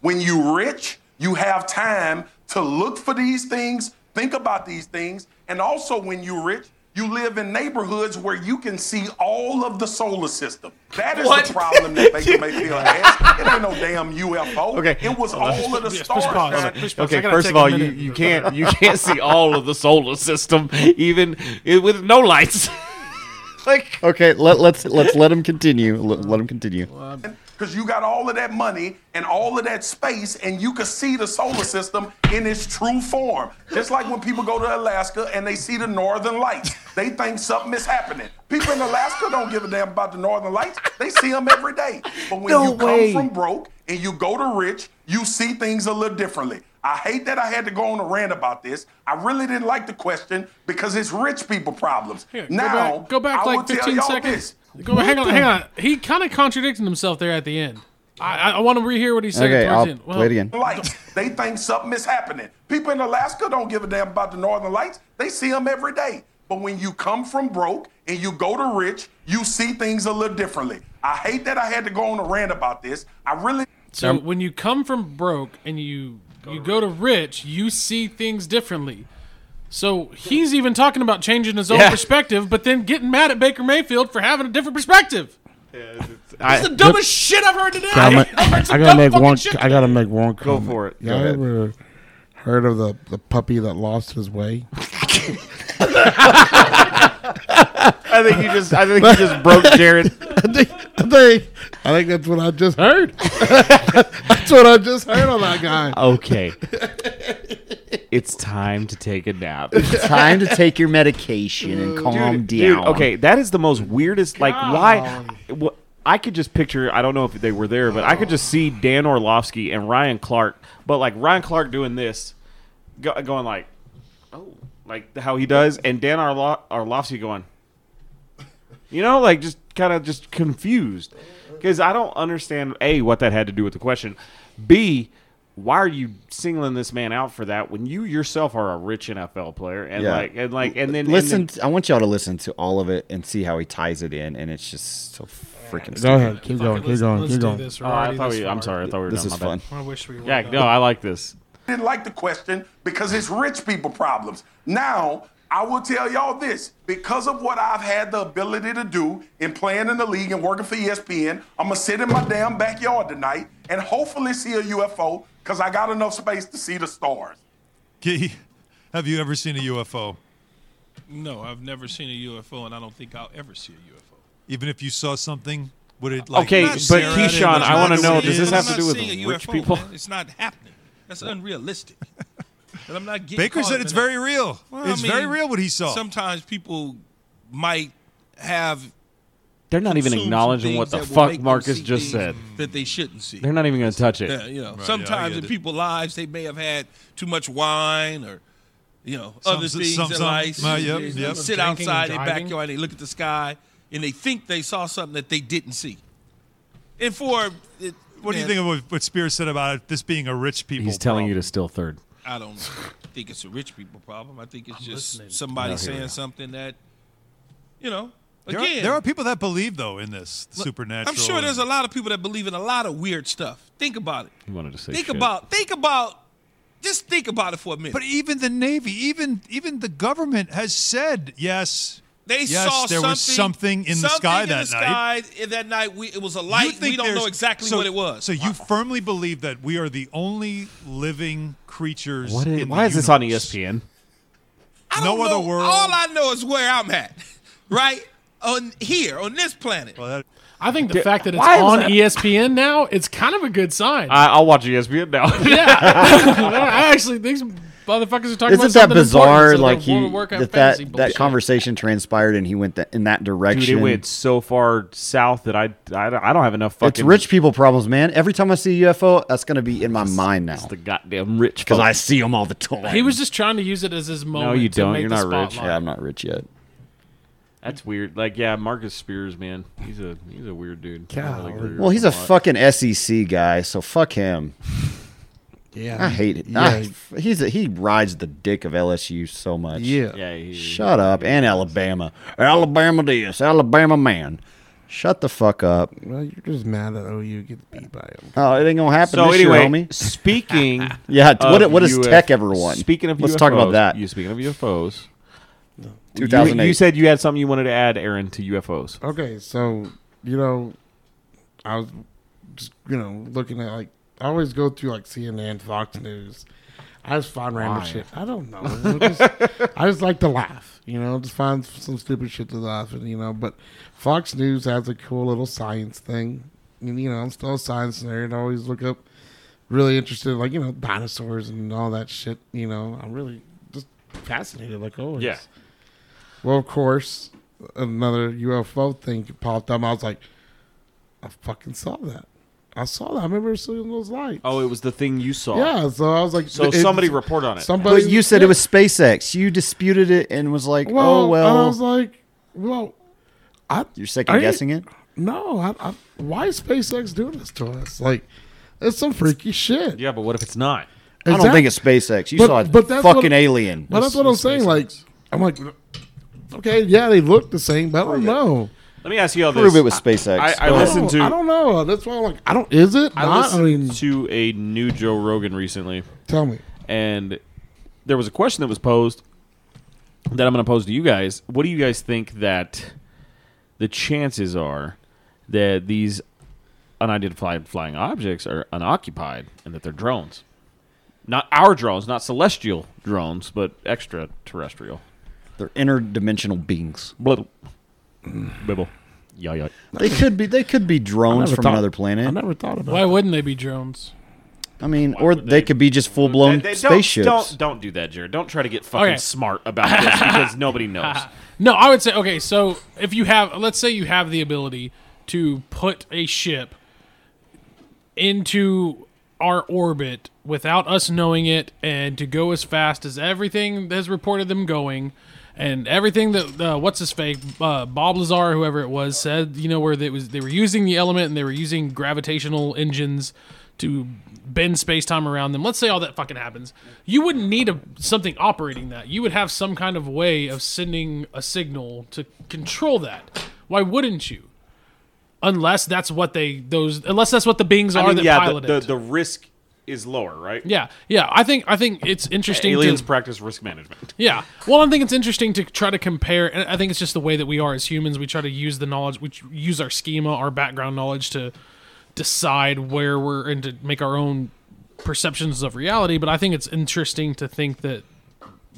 [SPEAKER 6] When you rich, you have time to look for these things, think about these things, and also when you rich, you live in neighborhoods where you can see all of the solar system. That is the problem that Baker Mayfield has. It ain't no damn UFO.
[SPEAKER 4] Okay.
[SPEAKER 6] It was all of the
[SPEAKER 3] Yes,
[SPEAKER 6] stars.
[SPEAKER 3] push pause.
[SPEAKER 6] shining
[SPEAKER 3] Push pause. I
[SPEAKER 4] Oh, Okay,
[SPEAKER 3] gotta
[SPEAKER 4] first
[SPEAKER 3] take
[SPEAKER 4] of
[SPEAKER 3] a
[SPEAKER 4] all, you,
[SPEAKER 3] minute.
[SPEAKER 4] you can't you can't see all of the solar system even i- with no lights. like
[SPEAKER 1] Okay, let, let's let's let him continue. Let, let him continue.
[SPEAKER 6] because you got all of that money and all of that space, and you can see the solar system in its true form. Just like when people go to Alaska and they see the northern lights, they think something is happening. People in Alaska don't give a damn about the northern lights, they see them every day. But when
[SPEAKER 4] No
[SPEAKER 6] you
[SPEAKER 4] way.
[SPEAKER 6] come from broke and you go to rich, you see things a little differently. I hate that I had to go on a rant about this. I really didn't like the question because it's rich people problems.
[SPEAKER 3] Here,
[SPEAKER 6] now,
[SPEAKER 3] go back, go back
[SPEAKER 6] I will
[SPEAKER 3] like
[SPEAKER 6] tell
[SPEAKER 3] 15
[SPEAKER 6] y'all
[SPEAKER 3] seconds.
[SPEAKER 6] this.
[SPEAKER 3] Go, hang on, hang on. He kind of contradicted himself there at the end. I, I, I want to rehear what he said.
[SPEAKER 1] Okay,
[SPEAKER 3] towards
[SPEAKER 1] I'll
[SPEAKER 3] the end. Well,
[SPEAKER 1] play it again.
[SPEAKER 6] lights. They think something is happening. People in Alaska don't give a damn about the northern lights. They see them every day. But when you come from broke and you go to rich, you see things a little differently. I hate that I had to go on a rant about this. I really
[SPEAKER 3] So when you come from broke and you you go to rich, you see things differently. So he's even talking about changing his own
[SPEAKER 4] Yeah.
[SPEAKER 3] perspective, but then getting mad at Baker Mayfield for having a different perspective.
[SPEAKER 4] I-
[SPEAKER 3] That's the dumbest shit I've heard today.
[SPEAKER 2] I'm a-
[SPEAKER 3] I've heard some
[SPEAKER 2] I
[SPEAKER 3] dumb
[SPEAKER 2] gotta make
[SPEAKER 3] fucking
[SPEAKER 2] one.
[SPEAKER 3] shit
[SPEAKER 2] I gotta make one. Comment.
[SPEAKER 4] for it.
[SPEAKER 2] Y'all
[SPEAKER 4] Go ahead.
[SPEAKER 2] ever heard of the the puppy that lost his way?
[SPEAKER 4] I think you just I think you just broke Jared.
[SPEAKER 2] I think, I think I think that's what I just heard. that's what I just heard on that guy.
[SPEAKER 4] Okay. It's time to take a nap.
[SPEAKER 1] Time to take your medication and calm
[SPEAKER 4] Dude, dude, okay, that is the most weirdest. Like, why? wh- I could just picture. I don't know if they were there, but I could just see Dan Orlovsky and Ryan Clark. But like Ryan Clark doing this, go, going like, oh, like how he does, and Dan Arlo- Orlovsky going, you know, like just kind of just confused because I don't understand a what that had to do with the question. B why are you singling this man out for that when you yourself are a rich NFL player and
[SPEAKER 1] Yeah.
[SPEAKER 4] like and like and then and
[SPEAKER 1] Listen,
[SPEAKER 4] then-
[SPEAKER 1] t- I want y'all to listen to all of it and see how he ties it in, and it's just so
[SPEAKER 2] Go
[SPEAKER 1] freaking. Stupid.
[SPEAKER 2] ahead. Keep going.
[SPEAKER 3] Let's-
[SPEAKER 2] Keep going.
[SPEAKER 3] let's
[SPEAKER 2] Keep
[SPEAKER 3] do
[SPEAKER 2] going.
[SPEAKER 3] this. We're
[SPEAKER 4] Oh, I
[SPEAKER 3] already
[SPEAKER 4] thought
[SPEAKER 3] this
[SPEAKER 4] we, I'm
[SPEAKER 3] far.
[SPEAKER 4] sorry. I thought we were
[SPEAKER 1] This
[SPEAKER 4] done.
[SPEAKER 1] is
[SPEAKER 4] my
[SPEAKER 1] fun.
[SPEAKER 4] bad.
[SPEAKER 3] I wish we were.
[SPEAKER 4] Yeah,
[SPEAKER 3] done.
[SPEAKER 4] no, I like this.
[SPEAKER 6] didn't like the question because it's rich people problems. Now, I will tell y'all this because of what I've had the ability to do in playing in the league and working for E ESPN, I'm going to sit in my damn backyard tonight and hopefully see a UFO because I got enough space to see the stars.
[SPEAKER 7] Gee, have you ever seen a UFO?
[SPEAKER 8] No, I've never seen a UFO, and I don't think I'll ever see a UFo.
[SPEAKER 7] Even if you saw something, would it like?
[SPEAKER 4] Okay,
[SPEAKER 7] you
[SPEAKER 4] but
[SPEAKER 7] stare at it and
[SPEAKER 4] Keyshawn,
[SPEAKER 7] it's
[SPEAKER 4] I
[SPEAKER 7] not
[SPEAKER 4] wanna
[SPEAKER 7] doing
[SPEAKER 4] know,
[SPEAKER 7] it?
[SPEAKER 4] does this have to
[SPEAKER 8] I'm
[SPEAKER 4] do
[SPEAKER 8] not
[SPEAKER 4] with
[SPEAKER 8] seeing a
[SPEAKER 4] rich
[SPEAKER 8] UFO,
[SPEAKER 4] people?
[SPEAKER 8] man. It's not happening. That's unrealistic. and I'm not getting
[SPEAKER 7] Baker
[SPEAKER 8] caught
[SPEAKER 7] said
[SPEAKER 8] up
[SPEAKER 7] it's
[SPEAKER 8] in that.
[SPEAKER 7] very real.
[SPEAKER 8] Well, I
[SPEAKER 7] it's very
[SPEAKER 8] mean,
[SPEAKER 7] real what he saw.
[SPEAKER 8] Sometimes people might have
[SPEAKER 5] They're not even
[SPEAKER 8] assumed some
[SPEAKER 5] acknowledging what the
[SPEAKER 8] things that will make
[SPEAKER 5] fuck
[SPEAKER 8] them
[SPEAKER 5] Marcus
[SPEAKER 8] see
[SPEAKER 5] just said.
[SPEAKER 8] things that they shouldn't see.
[SPEAKER 5] They're not even going to touch it.
[SPEAKER 8] Yeah, you know,
[SPEAKER 7] Right, yeah, I
[SPEAKER 8] sometimes
[SPEAKER 7] get
[SPEAKER 8] in
[SPEAKER 7] it.
[SPEAKER 8] people's lives they may have had too much wine or you know other
[SPEAKER 7] Some-
[SPEAKER 8] things
[SPEAKER 7] some-
[SPEAKER 8] in
[SPEAKER 7] some-
[SPEAKER 8] life.
[SPEAKER 7] uh,
[SPEAKER 8] They-
[SPEAKER 7] yep,
[SPEAKER 8] they
[SPEAKER 7] yep.
[SPEAKER 8] sit
[SPEAKER 3] Drinking and
[SPEAKER 8] outside their
[SPEAKER 3] driving.
[SPEAKER 8] backyard, they look at the sky, and they think they saw something that they didn't see. And for it,
[SPEAKER 7] what do you
[SPEAKER 8] man,
[SPEAKER 7] think of what, what Spears said about it, this being a rich people?
[SPEAKER 5] He's telling you
[SPEAKER 7] problem?
[SPEAKER 5] to still third.
[SPEAKER 8] I don't think it's a rich people problem. I think it's just somebody saying something that you know.
[SPEAKER 7] There
[SPEAKER 8] Again,
[SPEAKER 7] are, there are people that believe though in this the supernatural.
[SPEAKER 8] I'm sure there's a
[SPEAKER 7] and-
[SPEAKER 8] lot of people that believe in a lot of weird stuff. Think about it.
[SPEAKER 5] He wanted to say
[SPEAKER 8] Think
[SPEAKER 5] shit.
[SPEAKER 8] about. Think about. Just think about it for a minute.
[SPEAKER 7] But even the Navy, even even the government has said yes.
[SPEAKER 8] They
[SPEAKER 7] yes,
[SPEAKER 8] saw
[SPEAKER 7] there
[SPEAKER 8] something,
[SPEAKER 7] was something in the
[SPEAKER 8] something
[SPEAKER 7] sky
[SPEAKER 8] in
[SPEAKER 7] that
[SPEAKER 8] the
[SPEAKER 7] night.
[SPEAKER 8] sky in that night, we, it was a
[SPEAKER 7] You
[SPEAKER 8] light.
[SPEAKER 7] think
[SPEAKER 8] We don't know
[SPEAKER 7] there's-
[SPEAKER 8] exactly
[SPEAKER 7] so-
[SPEAKER 8] what it was.
[SPEAKER 7] So you firmly believe that we are the only living creatures.
[SPEAKER 5] What is,
[SPEAKER 7] in
[SPEAKER 5] why is
[SPEAKER 7] the
[SPEAKER 5] this
[SPEAKER 4] E
[SPEAKER 5] on
[SPEAKER 7] universe.
[SPEAKER 5] ESPN?
[SPEAKER 8] I
[SPEAKER 7] no
[SPEAKER 8] don't
[SPEAKER 7] other
[SPEAKER 8] know,
[SPEAKER 7] world.
[SPEAKER 8] All I know is where I'm at, right on here on this planet.
[SPEAKER 7] Well, that-
[SPEAKER 3] I think the fact that it's
[SPEAKER 5] why was
[SPEAKER 3] on E
[SPEAKER 5] that-
[SPEAKER 3] ESPN now, it's kind of a good sign.
[SPEAKER 5] I, I'll
[SPEAKER 4] E
[SPEAKER 5] watch ESPN now.
[SPEAKER 3] yeah, I actually these motherfuckers are talking about
[SPEAKER 1] Isn't that
[SPEAKER 3] something important,
[SPEAKER 1] bizarre?
[SPEAKER 3] so
[SPEAKER 1] Like
[SPEAKER 3] they'll
[SPEAKER 1] he,
[SPEAKER 3] work out
[SPEAKER 1] that
[SPEAKER 3] fantasy
[SPEAKER 1] that, that
[SPEAKER 3] bullshit.
[SPEAKER 1] conversation transpired, and he went that, in that direction.
[SPEAKER 4] Dude, it went so far south that I, I, don't- I don't have enough fucking.
[SPEAKER 1] it's rich people problems, man. Every time I see a UFO, that's gonna be in my mind now
[SPEAKER 4] It's the goddamn rich.
[SPEAKER 1] because
[SPEAKER 4] folk.
[SPEAKER 1] I see them all the time.
[SPEAKER 3] He was just trying to use it as his moment.
[SPEAKER 4] you
[SPEAKER 3] to
[SPEAKER 4] don't.
[SPEAKER 3] make
[SPEAKER 4] You're
[SPEAKER 3] the
[SPEAKER 4] not rich.
[SPEAKER 3] spotlight.
[SPEAKER 1] yeah, I'm not rich yet.
[SPEAKER 4] That's weird. Like, yeah, Marcus Spears, man, he's a he's a weird dude. I don't really agree
[SPEAKER 1] Well,
[SPEAKER 4] with
[SPEAKER 1] he's
[SPEAKER 4] him
[SPEAKER 1] a fucking SEC guy, so fuck him.
[SPEAKER 2] Yeah,
[SPEAKER 1] I hate it. I- he's a, he rides the dick of LSU so much.
[SPEAKER 2] yeah.
[SPEAKER 4] lot. Yeah, he,
[SPEAKER 1] Shut up. And Alabama. Alabama this. Alabama man. Shut the fuck up.
[SPEAKER 2] Well, you're just mad at OU gets beat by them.
[SPEAKER 1] Oh, it ain't gonna happen
[SPEAKER 4] So
[SPEAKER 1] this
[SPEAKER 4] anyway,
[SPEAKER 1] year, homie.
[SPEAKER 4] speaking.
[SPEAKER 1] Yeah, t- what-
[SPEAKER 4] of
[SPEAKER 1] what does
[SPEAKER 4] UF
[SPEAKER 1] Tech ever won?
[SPEAKER 4] Speaking of
[SPEAKER 1] Let's
[SPEAKER 4] UFOs,
[SPEAKER 1] talk about that.
[SPEAKER 4] You speaking of UFOs? you- You,
[SPEAKER 1] 2008.
[SPEAKER 4] said you had something you wanted to add, Aaron, to UFOs.
[SPEAKER 2] Okay, so you know, I was just you know looking at like I always go through like CNN, Fox News. I just find random
[SPEAKER 5] Why?
[SPEAKER 2] shit. I don't know. I just, I just like to laugh, you know, just find some stupid shit to laugh at, you know. But Fox News has a cool little science thing. And, you know, I'm still a science nerd. I always look up really interested, like, you know, dinosaurs and all that shit. You know, I'm really just fascinated, like always.
[SPEAKER 4] Yeah.
[SPEAKER 2] Well, of course, another UFO thing popped up. I was like, I fucking saw that. I saw that. I remember seeing those lights.
[SPEAKER 4] Oh, it was the thing you saw.
[SPEAKER 2] yeah. So I was like,
[SPEAKER 4] So
[SPEAKER 2] it-
[SPEAKER 4] somebody report on it.
[SPEAKER 2] Somebody,
[SPEAKER 1] But you said it was SpaceX. You disputed it and was like,
[SPEAKER 2] Well,
[SPEAKER 1] "Oh
[SPEAKER 2] And I
[SPEAKER 1] well."
[SPEAKER 2] was like, well, I I
[SPEAKER 1] You're second
[SPEAKER 2] didn't-
[SPEAKER 1] guessing it.
[SPEAKER 2] No, I, I, why is SpaceX doing this to us? Like, it's some freaky shit.
[SPEAKER 4] Yeah, but what if it's not?
[SPEAKER 1] I don't think it's SpaceX. You
[SPEAKER 2] But-
[SPEAKER 1] saw a
[SPEAKER 2] but that's
[SPEAKER 1] fucking
[SPEAKER 2] what-
[SPEAKER 1] alien.
[SPEAKER 2] But that's what I'm saying. Like, I'm like, okay, yeah, they look the same, but I don't know.
[SPEAKER 4] Let me ask you all this.
[SPEAKER 1] Prove it with SpaceX.
[SPEAKER 4] I, I
[SPEAKER 2] I
[SPEAKER 4] listened
[SPEAKER 2] don't-
[SPEAKER 4] to.
[SPEAKER 2] I don't know. That's why I'm like, I don't. Is it?
[SPEAKER 4] I
[SPEAKER 2] not? I
[SPEAKER 4] listened
[SPEAKER 2] mean,
[SPEAKER 4] to a new Joe Rogan recently,
[SPEAKER 2] tell me.
[SPEAKER 4] and there was a question that was posed that I'm going to pose to you guys. What do you guys think that the chances are that these unidentified flying objects are unoccupied and that they're drones? Not our drones, not celestial drones, but extraterrestrial.
[SPEAKER 1] They're interdimensional beings.
[SPEAKER 4] Blibble. Bibble. Yeah, yeah.
[SPEAKER 1] They could be. They could be drones
[SPEAKER 2] never
[SPEAKER 1] from
[SPEAKER 2] thought-
[SPEAKER 1] another
[SPEAKER 2] I
[SPEAKER 1] planet.
[SPEAKER 2] never thought about.
[SPEAKER 3] Why
[SPEAKER 2] it.
[SPEAKER 3] wouldn't they be drones?
[SPEAKER 1] I mean, or
[SPEAKER 4] would
[SPEAKER 1] they,
[SPEAKER 4] they-
[SPEAKER 1] could be just full blown spaceships.
[SPEAKER 4] Don't, don't do that, Jared. Don't try to get fucking
[SPEAKER 3] Okay.
[SPEAKER 4] smart about this because nobody knows.
[SPEAKER 3] No, I would say okay. So if you have, let's say you have the ability to put a ship into our orbit without us knowing it, and to go as fast as everything has reported them going, and everything that uh, what's his fake uh, Bob Lazar, whoever it was, said, you know, where they was they were using the element and they were using gravitational engines to bend space time around them. Let's say all that fucking happens. You wouldn't need a, something operating that. You would have some kind of way of sending a signal to control that. Why wouldn't you? Unless that's what they those unless that's what the beings are
[SPEAKER 4] I mean,
[SPEAKER 3] that
[SPEAKER 4] yeah,
[SPEAKER 3] pilot
[SPEAKER 4] the, the,
[SPEAKER 3] it.
[SPEAKER 4] the risk is lower, right?
[SPEAKER 3] Yeah, yeah. I think I think it's interesting.
[SPEAKER 4] Aliens
[SPEAKER 3] to,
[SPEAKER 4] practice risk management.
[SPEAKER 3] yeah. Well, I think it's interesting to try to compare. And I think it's just the way that we are as humans. We try to use the knowledge, we tr- use our schema, our background knowledge to decide where we're and to make our own perceptions of reality. But I think it's interesting to think that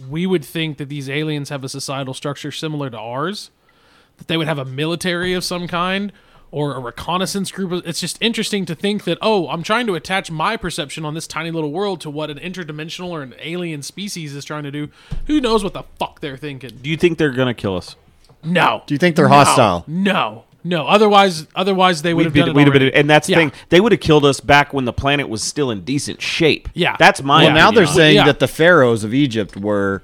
[SPEAKER 3] we would think that these aliens have a societal structure similar to ours, that they would have a military of some kind or a reconnaissance group. It's just interesting to think that, oh, I'm trying to attach my perception on this tiny little world to what an interdimensional or an alien species is trying to do. Who knows what the fuck they're thinking?
[SPEAKER 4] Do you think they're gonna kill us?
[SPEAKER 3] No.
[SPEAKER 1] Do you think they're hostile?
[SPEAKER 3] No. No. Otherwise, otherwise they would
[SPEAKER 4] We'd
[SPEAKER 3] have
[SPEAKER 4] be,
[SPEAKER 3] done it
[SPEAKER 4] we'd have
[SPEAKER 3] already.
[SPEAKER 4] been, and that's the
[SPEAKER 3] Yeah.
[SPEAKER 4] thing. They would have killed us back when the planet was still in decent shape.
[SPEAKER 3] Yeah.
[SPEAKER 4] that's my.
[SPEAKER 1] Well, now
[SPEAKER 4] opinion
[SPEAKER 1] they're
[SPEAKER 4] on it.
[SPEAKER 1] saying
[SPEAKER 3] yeah.
[SPEAKER 1] that the pharaohs of Egypt were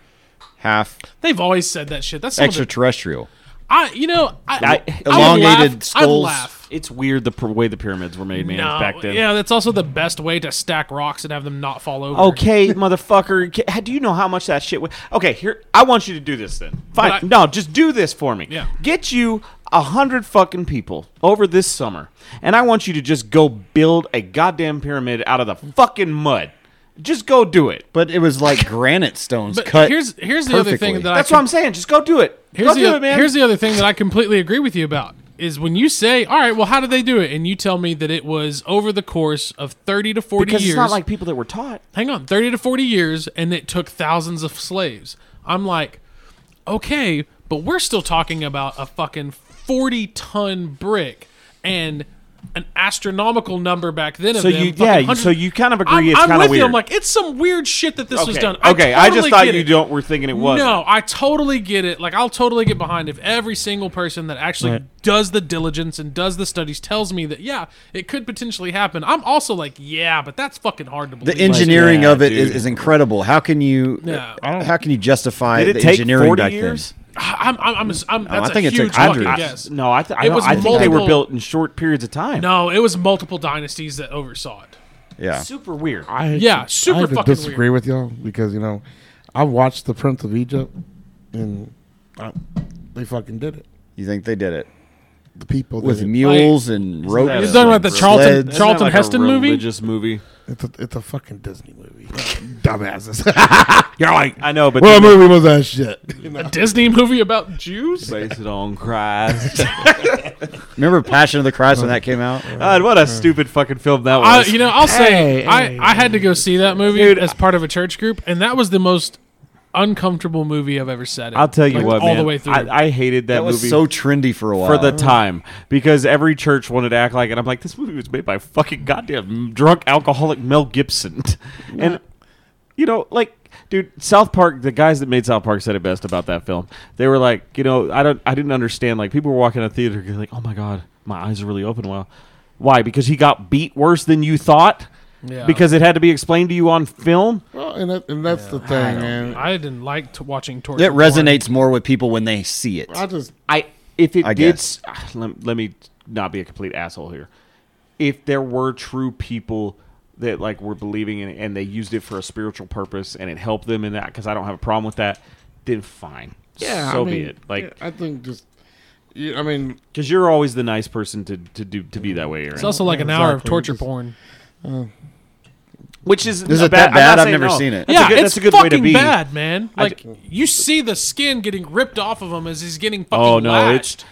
[SPEAKER 1] half
[SPEAKER 3] They've always said that shit. That's some of the-
[SPEAKER 1] extraterrestrial.
[SPEAKER 3] I, you know, I,
[SPEAKER 4] I-
[SPEAKER 3] I would laugh-
[SPEAKER 1] Elongated
[SPEAKER 3] I'd
[SPEAKER 1] skulls.
[SPEAKER 3] laugh.
[SPEAKER 4] it's weird the pr- way the pyramids were made, man.
[SPEAKER 3] No,
[SPEAKER 4] back then.
[SPEAKER 3] Yeah, that's also the best way to stack rocks and have them not fall over.
[SPEAKER 4] Okay, motherfucker. ca- Do you know how much that shit would? Okay, here. I want you to do this then. Fine.
[SPEAKER 3] But I-
[SPEAKER 4] no, just do this for me.
[SPEAKER 3] Yeah.
[SPEAKER 4] Get you a hundred fucking people over this summer, and I want you to just go build a goddamn pyramid out of the fucking mud. Just go do it.
[SPEAKER 1] But it was like granite stones
[SPEAKER 3] But
[SPEAKER 1] cut.
[SPEAKER 3] here's here's the other thing
[SPEAKER 1] perfectly.
[SPEAKER 3] that I
[SPEAKER 4] That's
[SPEAKER 3] com-
[SPEAKER 4] what I'm saying. Just go do it.
[SPEAKER 3] here's
[SPEAKER 4] go
[SPEAKER 3] the
[SPEAKER 4] do
[SPEAKER 3] oth-
[SPEAKER 4] it, man.
[SPEAKER 3] here's the other thing that I completely agree with you about is when you say, "All right, well, how did they do it?" and you tell me that it was over the course of 30 to 40
[SPEAKER 4] because
[SPEAKER 3] years.
[SPEAKER 4] it's not like people that were taught.
[SPEAKER 3] hang on, 30 to 40 years and it took thousands of slaves. I'm like, okay, but we're still talking about a fucking 40 ton brick and an astronomical number back then. Of
[SPEAKER 4] So
[SPEAKER 3] them,
[SPEAKER 4] you-
[SPEAKER 3] fucking
[SPEAKER 4] yeah, you-
[SPEAKER 3] 100
[SPEAKER 4] so you kind of agree
[SPEAKER 3] I'm,
[SPEAKER 4] it's
[SPEAKER 3] I'm
[SPEAKER 4] kinda
[SPEAKER 3] with you. I'm
[SPEAKER 4] weird.
[SPEAKER 3] like, it's some weird shit that this was
[SPEAKER 4] Okay,
[SPEAKER 3] done.
[SPEAKER 4] okay,
[SPEAKER 3] I,
[SPEAKER 4] I
[SPEAKER 3] totally
[SPEAKER 4] just thought
[SPEAKER 3] get
[SPEAKER 4] you
[SPEAKER 3] it.
[SPEAKER 4] don't were thinking it was.
[SPEAKER 3] No, I totally get it. Like I'll totally get behind if every single person that actually does the diligence and does the studies tells me that yeah, it could potentially happen. I'm also like, yeah, but that's fucking hard to believe.
[SPEAKER 1] the engineering
[SPEAKER 4] yeah,
[SPEAKER 1] of it is,
[SPEAKER 4] dude.
[SPEAKER 1] is incredible. How can you
[SPEAKER 3] Yeah.
[SPEAKER 1] how can you justify
[SPEAKER 4] Did it
[SPEAKER 1] the
[SPEAKER 4] take
[SPEAKER 1] engineering
[SPEAKER 4] 40
[SPEAKER 1] back
[SPEAKER 4] years?
[SPEAKER 1] then?
[SPEAKER 3] I'm, I'm, I'm, I'm that's
[SPEAKER 1] I think
[SPEAKER 3] a
[SPEAKER 1] it took
[SPEAKER 3] huge fucking
[SPEAKER 1] hundreds.
[SPEAKER 3] guess.
[SPEAKER 4] No, I, th- I,
[SPEAKER 3] It
[SPEAKER 4] don't-
[SPEAKER 3] was
[SPEAKER 4] I think they were
[SPEAKER 3] multiple-
[SPEAKER 4] built in short periods of time.
[SPEAKER 3] No, it was multiple dynasties that oversaw it.
[SPEAKER 1] Yeah.
[SPEAKER 4] super weird.
[SPEAKER 2] I have
[SPEAKER 3] Yeah,
[SPEAKER 2] to-
[SPEAKER 3] super
[SPEAKER 2] I have to
[SPEAKER 3] fucking
[SPEAKER 2] disagree with y'all because you know I watched the Prince of Egypt and I, they fucking did it.
[SPEAKER 1] You think they did it
[SPEAKER 2] The people
[SPEAKER 1] with
[SPEAKER 2] did it.
[SPEAKER 1] mules and ropes?
[SPEAKER 3] You're
[SPEAKER 4] that You're
[SPEAKER 3] talking
[SPEAKER 4] talking
[SPEAKER 3] about the Charlton
[SPEAKER 1] sleds.
[SPEAKER 3] Charlton Heston movie.
[SPEAKER 4] religious movie.
[SPEAKER 2] It's a, it's a fucking Disney movie. Dumbasses.
[SPEAKER 4] You're like I know, but
[SPEAKER 2] what movie was that shit? You know?
[SPEAKER 3] A Disney movie about Jews.
[SPEAKER 4] Base it on Christ.
[SPEAKER 1] Remember Passion of the Christ when that came out?
[SPEAKER 4] God, what a stupid fucking film that
[SPEAKER 3] I,
[SPEAKER 4] was.
[SPEAKER 3] you know, I'll say
[SPEAKER 2] Hey,
[SPEAKER 3] I,
[SPEAKER 2] hey.
[SPEAKER 3] I had to go see that movie as part of a church group, and that was the most uncomfortable movie I've ever sat in.
[SPEAKER 4] I'll tell you
[SPEAKER 3] Like,
[SPEAKER 4] what,
[SPEAKER 3] all
[SPEAKER 4] man,
[SPEAKER 3] the way through.
[SPEAKER 4] I, I hated that,
[SPEAKER 1] That was
[SPEAKER 4] movie
[SPEAKER 1] so trendy for a while.
[SPEAKER 4] for the time because every church wanted to act like, and I'm like, this movie was made by fucking goddamn drunk alcoholic Mel Gibson, and you know, like. Dude, South Park. The guys that made South Park said it best about that film. They were like, you know, I don't, I didn't understand. Like, people were walking out of the theater, going like, oh my god, my eyes are really open. Wow, why? Because he got beat worse than you thought.
[SPEAKER 3] Yeah.
[SPEAKER 4] Because it had to be explained to you on film.
[SPEAKER 2] Well, and, that, and that's the thing, man.
[SPEAKER 3] I didn't like t- watching torture.
[SPEAKER 1] it
[SPEAKER 3] porn.
[SPEAKER 1] resonates more with people when they see it.
[SPEAKER 2] I just
[SPEAKER 4] I if it
[SPEAKER 1] I
[SPEAKER 4] did
[SPEAKER 1] guess.
[SPEAKER 4] s- ah, let, let me not be a complete asshole here. If there were true people that like were believing in it and they used it for a spiritual purpose and it helped them in that because I don't have a problem with that, then fine.
[SPEAKER 2] yeah.
[SPEAKER 4] so
[SPEAKER 2] I mean,
[SPEAKER 4] be it. Like
[SPEAKER 2] yeah, I think just. You, I mean,
[SPEAKER 4] because you're always the nice person to, to do to be that way, Aaron.
[SPEAKER 3] It's also like an hour of
[SPEAKER 2] Exactly.
[SPEAKER 3] torture
[SPEAKER 2] Just-
[SPEAKER 3] porn.
[SPEAKER 4] which is
[SPEAKER 1] Is
[SPEAKER 4] a
[SPEAKER 1] it that
[SPEAKER 4] I'm not
[SPEAKER 1] bad? I've
[SPEAKER 4] saying
[SPEAKER 1] never
[SPEAKER 4] no.
[SPEAKER 1] seen it.
[SPEAKER 4] That's
[SPEAKER 3] yeah,
[SPEAKER 4] a good,
[SPEAKER 3] it's
[SPEAKER 4] that's a good
[SPEAKER 3] fucking
[SPEAKER 4] way to be.
[SPEAKER 3] bad, man. Like
[SPEAKER 4] d-
[SPEAKER 3] you see the skin getting ripped off of him as he's getting fucking
[SPEAKER 4] Oh no,
[SPEAKER 3] lashed.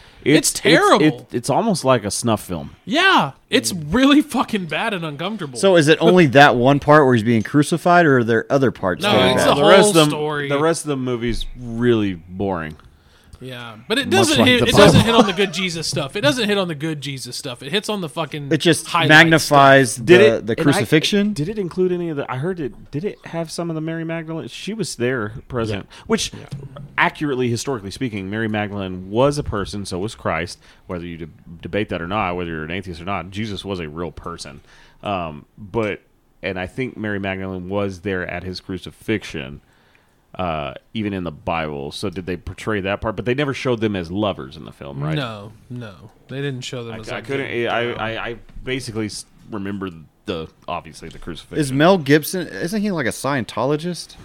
[SPEAKER 3] It's
[SPEAKER 4] it's
[SPEAKER 3] terrible.
[SPEAKER 4] It's, Mm. it's almost like a snuff film.
[SPEAKER 3] yeah, it's really fucking bad and uncomfortable.
[SPEAKER 1] So is it only that one part where he's being crucified, or are there other parts?
[SPEAKER 3] No,
[SPEAKER 1] that are
[SPEAKER 3] it's
[SPEAKER 1] bad?
[SPEAKER 3] the
[SPEAKER 4] the rest of
[SPEAKER 3] whole
[SPEAKER 4] them,
[SPEAKER 3] story.
[SPEAKER 4] the rest of the movie's really boring.
[SPEAKER 3] yeah, but it doesn't
[SPEAKER 4] like
[SPEAKER 3] hit.
[SPEAKER 4] the
[SPEAKER 3] It doesn't hit on the good Jesus stuff. It doesn't hit on the good Jesus stuff. It hits on the fucking.
[SPEAKER 1] it just
[SPEAKER 3] highlights.
[SPEAKER 1] magnifies the, the
[SPEAKER 4] and I-
[SPEAKER 1] crucifixion.
[SPEAKER 4] did it include any of the? I heard it. Did it have some of the Mary Magdalene? She was there present, which, accurately historically speaking, Mary Magdalene was a person. So was Christ. Whether you deb- debate that or not, whether you're an atheist or not, Jesus was a real person. Um, but and I think Mary Magdalene was there at his crucifixion. Uh, even in the Bible, so did they portray that part? But they never showed them as lovers in the film, right?
[SPEAKER 3] No, no, they didn't show them. as
[SPEAKER 4] I
[SPEAKER 3] like
[SPEAKER 4] couldn't.
[SPEAKER 3] the-
[SPEAKER 4] I, I, I basically s- remember the obviously the crucifixion.
[SPEAKER 1] is Mel Gibson? Isn't he like a Scientologist?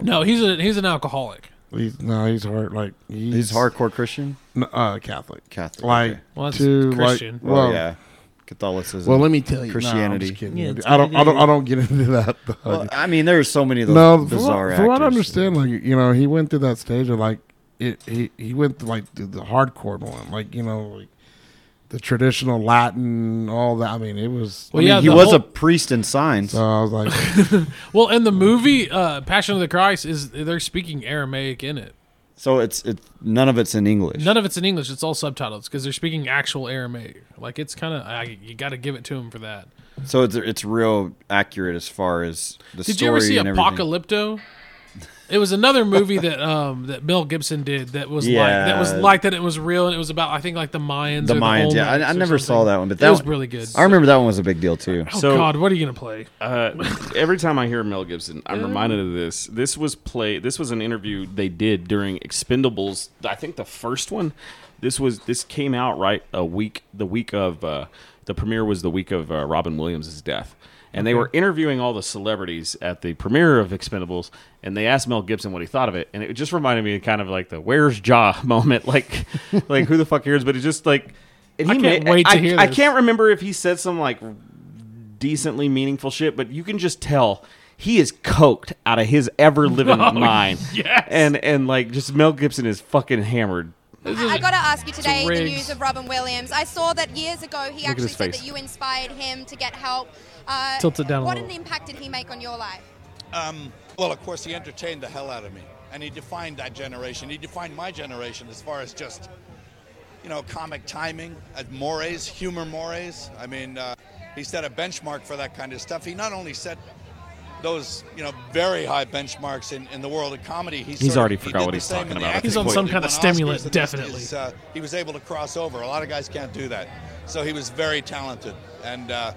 [SPEAKER 3] No, he's a he's an alcoholic.
[SPEAKER 2] he's no, he's hard. Like he's,
[SPEAKER 1] He's hardcore Christian,
[SPEAKER 2] n- uh, Catholic.
[SPEAKER 1] Catholic.
[SPEAKER 2] Like
[SPEAKER 3] Well, that's
[SPEAKER 2] to like
[SPEAKER 3] Christian.
[SPEAKER 1] Well,
[SPEAKER 2] well,
[SPEAKER 1] Oh, yeah. Catholicism.
[SPEAKER 2] Well, let me tell you, Christianity.
[SPEAKER 1] Christianity.
[SPEAKER 2] i don't, I don't, I don't get into that. though.
[SPEAKER 1] Well, I mean, there's so many of those
[SPEAKER 2] no, from
[SPEAKER 1] bizarre
[SPEAKER 2] what, from what I
[SPEAKER 1] actors.
[SPEAKER 2] understand, like you know, he went through that stage of like it. He he went through like the, the hardcore one, like you know, like the traditional Latin, all that. I mean, it was.
[SPEAKER 3] Well,
[SPEAKER 1] I mean,
[SPEAKER 3] yeah,
[SPEAKER 1] he
[SPEAKER 3] the
[SPEAKER 1] was
[SPEAKER 3] whole-
[SPEAKER 1] a priest in signs.
[SPEAKER 2] So I was like,
[SPEAKER 3] Well, in the movie uh, Passion of the Christ is they're speaking Aramaic in it.
[SPEAKER 1] So it's it's none of it's in English.
[SPEAKER 3] None of it's in English. It's all subtitles because they're speaking actual Aramaic. Like it's kind of you got to give it to them for that.
[SPEAKER 1] So it's it's real accurate as far as the
[SPEAKER 3] Did
[SPEAKER 1] story
[SPEAKER 3] you ever see
[SPEAKER 1] and everything.
[SPEAKER 3] Apocalypto? It was another movie that um that Mel Gibson did that was like that was
[SPEAKER 1] Yeah.
[SPEAKER 3] like that it was real and it was about I think like the Mayans.
[SPEAKER 1] The
[SPEAKER 3] or
[SPEAKER 1] Mayans,
[SPEAKER 3] the
[SPEAKER 1] yeah, I, I
[SPEAKER 3] Olmecs or
[SPEAKER 1] never saw
[SPEAKER 3] something.
[SPEAKER 1] that one, but
[SPEAKER 3] it
[SPEAKER 1] that
[SPEAKER 3] was
[SPEAKER 1] one-
[SPEAKER 3] really good.
[SPEAKER 1] I remember that one was a big deal too.
[SPEAKER 3] oh
[SPEAKER 4] So-
[SPEAKER 3] God, what are you gonna play?
[SPEAKER 4] Uh, every time I hear Mel Gibson, I'm reminded of this. This was play. This was an interview they did during Expendables. I think the first one. This was this came out right a week. The week of uh, the premiere was the week of uh, Robin Williams' death, and they were interviewing all the celebrities at the premiere of Expendables, and they asked Mel Gibson what he thought of it, and it just reminded me of kind of like the "Where's Ja" moment, like like who the fuck cares? But it's just like. And
[SPEAKER 3] I
[SPEAKER 4] he
[SPEAKER 3] can't
[SPEAKER 4] may-
[SPEAKER 3] wait to
[SPEAKER 4] I-
[SPEAKER 3] hear
[SPEAKER 4] I
[SPEAKER 3] this.
[SPEAKER 4] can't remember if he said some like decently meaningful shit, but you can just tell he is coked out of his ever living mind.
[SPEAKER 3] yes.
[SPEAKER 4] And and like just Mel Gibson is fucking hammered.
[SPEAKER 9] I got to ask you today the
[SPEAKER 3] rigs.
[SPEAKER 9] news of Robin Williams. I saw that years ago he actually
[SPEAKER 4] his
[SPEAKER 9] said
[SPEAKER 4] face.
[SPEAKER 9] that you inspired him to get help. Uh,
[SPEAKER 3] Tilt it down a
[SPEAKER 9] What
[SPEAKER 3] little.
[SPEAKER 9] an impact did he make on your life?
[SPEAKER 10] Um, well, of course, he entertained the hell out of me, and he defined that generation. He defined my generation as far as just, you know, comic timing, as mores, humor mores. I mean, uh, he set a benchmark for that kind of stuff. He not only set those, you know, very high benchmarks in, in the world of comedy. He sort of-
[SPEAKER 4] already
[SPEAKER 10] he
[SPEAKER 4] forgot
[SPEAKER 10] did
[SPEAKER 4] what
[SPEAKER 10] the
[SPEAKER 4] he's
[SPEAKER 10] same
[SPEAKER 4] talking
[SPEAKER 10] in the
[SPEAKER 4] about at
[SPEAKER 10] acting
[SPEAKER 4] this He's on
[SPEAKER 3] some
[SPEAKER 10] world.
[SPEAKER 3] kind of
[SPEAKER 10] He won
[SPEAKER 3] stimulant,
[SPEAKER 10] Oscars, and
[SPEAKER 3] definitely.
[SPEAKER 10] Is, uh, he was able to cross over. A lot of guys can't do that. So he was very talented, and uh,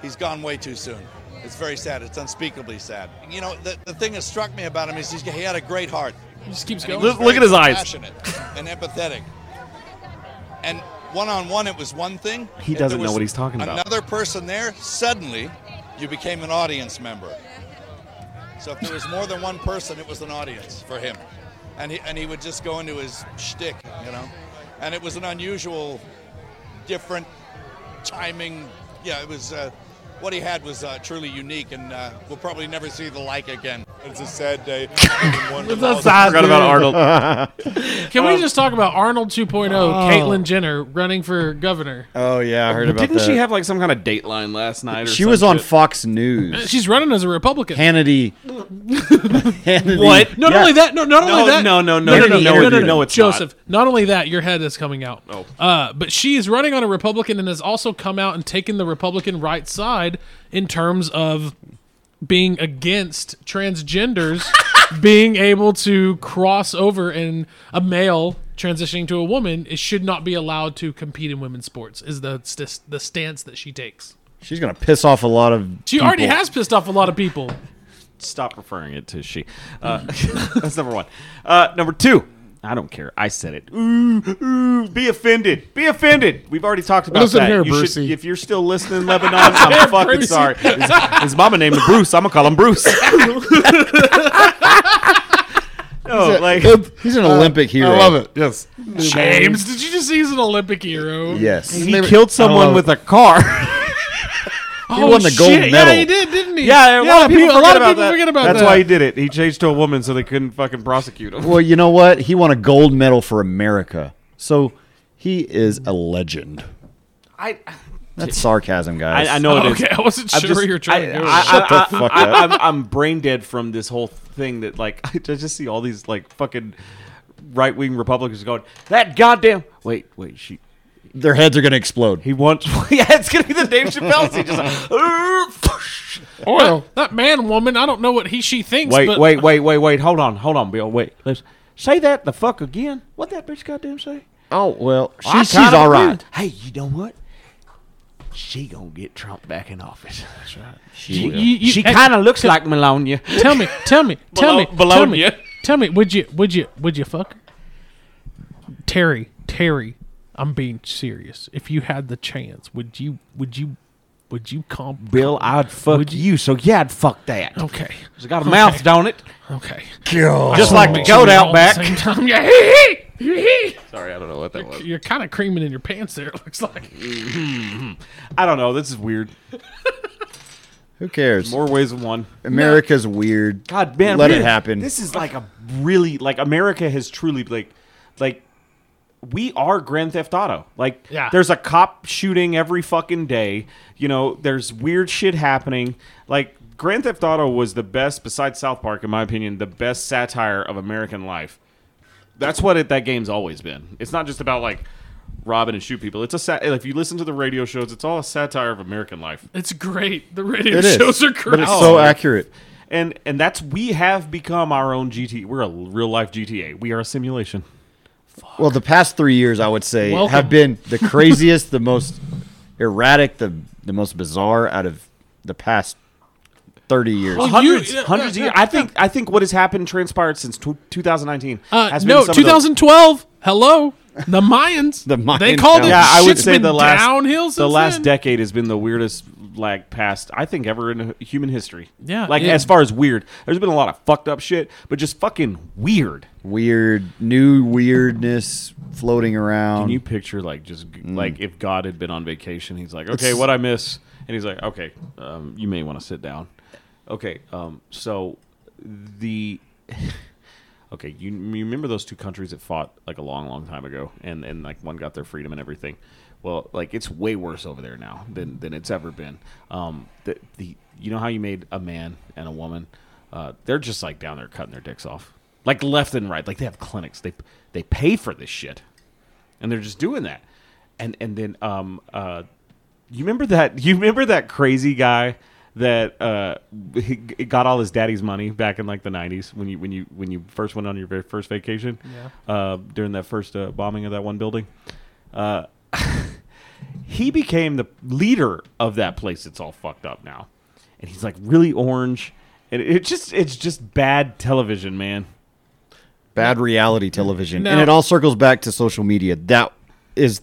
[SPEAKER 10] he's gone way too soon. It's very sad. It's unspeakably sad. You know, the, the thing that struck me about him is he's, he had a great heart.
[SPEAKER 3] It just keeps
[SPEAKER 10] And he
[SPEAKER 3] going.
[SPEAKER 10] was
[SPEAKER 4] Look- look
[SPEAKER 10] very
[SPEAKER 4] at his eyes.
[SPEAKER 10] Passionate and empathetic. And one on one, it was one thing.
[SPEAKER 4] He
[SPEAKER 10] If there
[SPEAKER 4] doesn't know
[SPEAKER 10] was
[SPEAKER 4] what he's talking about.
[SPEAKER 10] Another person there, suddenly, you became an audience member. So if there was more than one person, it was an audience for him, and he and he would just go into his shtick, you know, and it was an unusual, different timing. Yeah, it was. Uh, what he had was uh, truly unique, and uh, we'll probably never see the like again. It's a sad day.
[SPEAKER 4] I forgot about Arnold.
[SPEAKER 3] Can we just talk about Arnold 2.0, Caitlyn Jenner running for governor?
[SPEAKER 1] Oh yeah, I heard about
[SPEAKER 4] Didn't
[SPEAKER 1] that.
[SPEAKER 4] she have like some kind of dateline last night or
[SPEAKER 1] She
[SPEAKER 4] some
[SPEAKER 1] was on
[SPEAKER 4] shit?
[SPEAKER 1] Fox News.
[SPEAKER 3] She's running as a Republican.
[SPEAKER 1] Hannity. Hannity.
[SPEAKER 4] What?
[SPEAKER 3] no, not
[SPEAKER 1] Yeah.
[SPEAKER 3] only that. No, not
[SPEAKER 4] No,
[SPEAKER 3] only that.
[SPEAKER 4] no, no, no, no, no, no, no, it's not.
[SPEAKER 3] Joseph. Not only that, your head is coming out. Oh, uh, but she is running on a Republican and has also come out and taken the Republican right side in terms of being against transgenders being able to cross over and a male transitioning to a woman it should not be allowed to compete in women's sports is the st- the stance that she takes
[SPEAKER 1] She's gonna piss off a lot of.
[SPEAKER 3] she already has pissed off a lot of people
[SPEAKER 4] Stop referring it to she. Uh, that's number one. Uh, number two. I don't care. I said it. Ooh, ooh, be offended. Be offended. We've already talked about
[SPEAKER 2] Listen
[SPEAKER 4] that.
[SPEAKER 2] here,
[SPEAKER 4] You should-
[SPEAKER 2] Brucey.
[SPEAKER 4] if you're still listening, Lebanon, I'm fucking
[SPEAKER 3] Brucey.
[SPEAKER 4] sorry. His, his mama named him Bruce. I'm gonna call him Bruce. no, like
[SPEAKER 1] He's an Olympic hero.
[SPEAKER 2] I love it. Yes,
[SPEAKER 3] James, did you just see he's an Olympic hero?
[SPEAKER 1] Yes.
[SPEAKER 4] he killed someone with a car.
[SPEAKER 1] He won the gold medal.
[SPEAKER 3] Oh, Yeah, he did, didn't he?
[SPEAKER 4] yeah, a lot of people,
[SPEAKER 3] a lot of
[SPEAKER 4] forget, about
[SPEAKER 3] people
[SPEAKER 4] that.
[SPEAKER 3] forget about
[SPEAKER 4] That's
[SPEAKER 3] that.
[SPEAKER 4] why he did it. He changed to a woman so they couldn't fucking prosecute him.
[SPEAKER 1] Well, you know what? He won a gold medal for America, so he is a legend.
[SPEAKER 4] I,
[SPEAKER 1] That's sarcasm, guys.
[SPEAKER 4] I, I know it is.
[SPEAKER 3] oh, okay, I wasn't sure
[SPEAKER 4] I'm just-
[SPEAKER 3] where you were trying
[SPEAKER 4] I-
[SPEAKER 3] to go.
[SPEAKER 4] I-
[SPEAKER 1] Shut the fuck
[SPEAKER 4] I,
[SPEAKER 1] up.
[SPEAKER 4] I'm, I'm brain dead from this whole thing that like I just see all these like fucking right wing Republicans going that goddamn wait wait she
[SPEAKER 1] Their heads are gonna explode.
[SPEAKER 4] he wants yeah it's gonna be the Dave Chappelle scene just like "Urgh."
[SPEAKER 2] oil.
[SPEAKER 3] that man, woman, I don't know what he she thinks.
[SPEAKER 4] wait
[SPEAKER 3] but
[SPEAKER 4] wait wait wait wait hold on hold on Bill wait let's say that the fuck again what that bitch goddamn say
[SPEAKER 1] Oh well, she,
[SPEAKER 4] I
[SPEAKER 1] she's
[SPEAKER 4] kinda
[SPEAKER 1] all
[SPEAKER 4] do.
[SPEAKER 1] right.
[SPEAKER 4] hey you know what she gonna get Trump back in office that's right she,
[SPEAKER 3] will. You- you-
[SPEAKER 4] she kind of looks like Melania
[SPEAKER 3] Tell me, tell me, tell me,
[SPEAKER 4] Bologna.
[SPEAKER 3] tell me, tell me. Would you, would you, would you fuck her? Terry? Terry, I'm being serious. If you had the chance, would you, would you Would you comp?
[SPEAKER 5] Bill, I'd fuck you, so yeah, I'd fuck that.
[SPEAKER 3] Okay.
[SPEAKER 5] It's got a mouth, don't it?
[SPEAKER 3] Okay.
[SPEAKER 5] Kill.
[SPEAKER 3] I
[SPEAKER 5] Just
[SPEAKER 3] wanna
[SPEAKER 5] like the
[SPEAKER 3] make sure
[SPEAKER 5] goat
[SPEAKER 3] we're
[SPEAKER 5] out
[SPEAKER 3] all
[SPEAKER 5] back.
[SPEAKER 3] at the Same time. Yeah, hee, hee, hee, hee.
[SPEAKER 4] Sorry, I don't know what that was.
[SPEAKER 3] You're kind of creaming in your pants there. It looks like.
[SPEAKER 4] I don't know. This is weird.
[SPEAKER 1] Who cares?
[SPEAKER 4] More ways than one.
[SPEAKER 1] America's weird.
[SPEAKER 4] God, man,
[SPEAKER 1] let
[SPEAKER 4] we-
[SPEAKER 1] it happen.
[SPEAKER 4] This is like a really like America has truly like like we are Grand Theft Auto. Like
[SPEAKER 3] Yeah.
[SPEAKER 4] there's a cop shooting every fucking day. You know, there's weird shit happening. Like Grand Theft Auto was the best besides South Park in my opinion, the best satire of American life. That's what it, that game's always been. It's not just about like robbing and shoot people. It's a sat- if you listen to the radio shows, it's all a satire of American life.
[SPEAKER 3] It's great. The radio
[SPEAKER 1] It is,
[SPEAKER 3] shows are
[SPEAKER 1] but
[SPEAKER 3] great.
[SPEAKER 1] it's so accurate.
[SPEAKER 4] and and that's we have become our own GT. We're a real life GTA. We are a simulation.
[SPEAKER 1] Well, the past three years, I would say,
[SPEAKER 3] Welcome.
[SPEAKER 1] have been the craziest, the most erratic, the the most bizarre out of the past thirty years.
[SPEAKER 3] Well, you-
[SPEAKER 4] Hundreds,
[SPEAKER 3] yeah,
[SPEAKER 4] hundreds
[SPEAKER 3] yeah,
[SPEAKER 4] of years. I think I think what has happened transpired since tw 2019
[SPEAKER 3] Uh,
[SPEAKER 4] has
[SPEAKER 3] no,
[SPEAKER 4] some of the-
[SPEAKER 3] 2012. Hello, the Mayans.
[SPEAKER 1] The Mayan
[SPEAKER 3] They called it.
[SPEAKER 1] count.
[SPEAKER 4] yeah, I would
[SPEAKER 3] Shit's
[SPEAKER 4] say
[SPEAKER 3] been
[SPEAKER 4] the last
[SPEAKER 3] downhill since
[SPEAKER 4] the last
[SPEAKER 3] then.
[SPEAKER 4] decade has been the weirdest like past I think ever in human history.
[SPEAKER 3] Yeah,
[SPEAKER 4] like
[SPEAKER 3] yeah.
[SPEAKER 4] as far as weird, there's been a lot of fucked up shit, but just fucking weird.
[SPEAKER 1] Weird, new weirdness floating around.
[SPEAKER 4] Can you picture like just g like if God had been on vacation, he's like, okay, what I miss, and he's like, okay, um, you may want to sit down. Okay, um, so the okay, you, you remember those two countries that fought like a long, long time ago, and and like one got their freedom and everything. Well, like it's way worse over there now than than it's ever been. Um, the, the you know how you made a man and a woman, uh, they're just like down there cutting their dicks off, like left and right. Like they have clinics, they they pay for this shit and they're just doing that. And and then um uh, you remember that you remember that crazy guy that uh he g- got all his daddy's money back in like the nineties when you when you when you first went on your very first vacation yeah. uh during that first uh, bombing of that one building. Uh, he became the leader of that place. It's all fucked up now, and he's like really orange. And it just it's just bad television, man.
[SPEAKER 1] bad reality television, and
[SPEAKER 3] Now-
[SPEAKER 1] it all circles back to social media. That is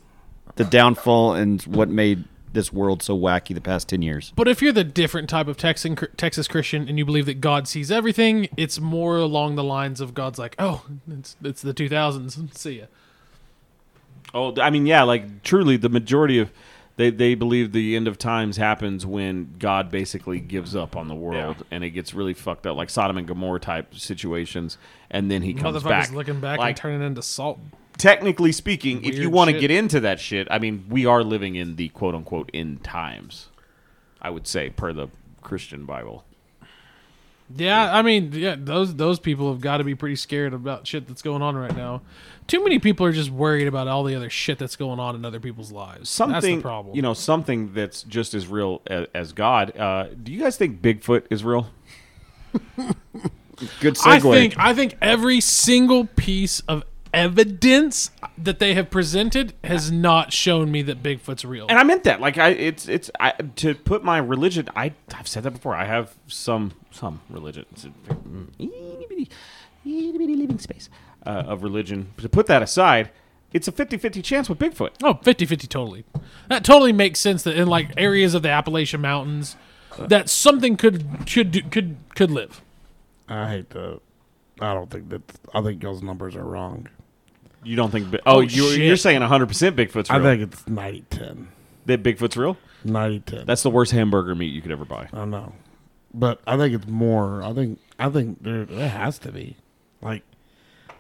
[SPEAKER 1] the downfall and what made this world so wacky the past ten years.
[SPEAKER 3] But if you're the different type of Texan, Texas Christian and you believe that God sees everything, it's more along the lines of God's like, oh, it's, it's the 2000s. See ya.
[SPEAKER 4] Oh, I mean, yeah, like truly, the majority of they they believe the end of times happens when God basically gives up on the world, and it gets really fucked up, like Sodom and Gomorrah type situations, and then he comes
[SPEAKER 3] Motherfuckers
[SPEAKER 4] back.
[SPEAKER 3] looking back
[SPEAKER 4] Like,
[SPEAKER 3] and turning into salt.
[SPEAKER 4] technically speaking, if you
[SPEAKER 3] Weird
[SPEAKER 4] want to
[SPEAKER 3] shit.
[SPEAKER 4] get into that shit, I mean, we are living in the quote unquote end times. I would say, per the Christian Bible.
[SPEAKER 3] Yeah, I mean, yeah, those those people have got to be pretty scared about shit that's going on right now. Too many people are just worried about all the other shit that's going on in other people's lives.
[SPEAKER 4] something
[SPEAKER 3] that's the problem.
[SPEAKER 4] you know something that's just as real as, as god uh, do you guys think bigfoot is real
[SPEAKER 1] Good segue.
[SPEAKER 3] I think I think every single piece of evidence that they have presented has not shown me that Bigfoot's real.
[SPEAKER 4] and I meant that. Like I, it's it's I to put my religion. I I've said that before. I have some some religion, It's a itty bitty- itty bitty living space uh, of religion. But to put that aside, it's a 50-50 chance with Bigfoot.
[SPEAKER 3] Oh, 50-50 totally. That totally makes sense that in like areas of the Appalachian Mountains that something could could do, could could live.
[SPEAKER 2] I hate to. I don't think that. I think y'all's numbers are wrong.
[SPEAKER 4] You don't think? Bi- oh,
[SPEAKER 3] Oh,
[SPEAKER 4] you
[SPEAKER 3] shit.
[SPEAKER 4] you're saying hundred percent Bigfoot's
[SPEAKER 2] I
[SPEAKER 4] real?
[SPEAKER 2] think it's 90 10.
[SPEAKER 4] that Bigfoot's real.
[SPEAKER 2] 90 10.
[SPEAKER 4] That's the worst hamburger meat you could ever buy.
[SPEAKER 3] Uh-huh.
[SPEAKER 2] I know, but I think it's more. I think I think there there has to be, like,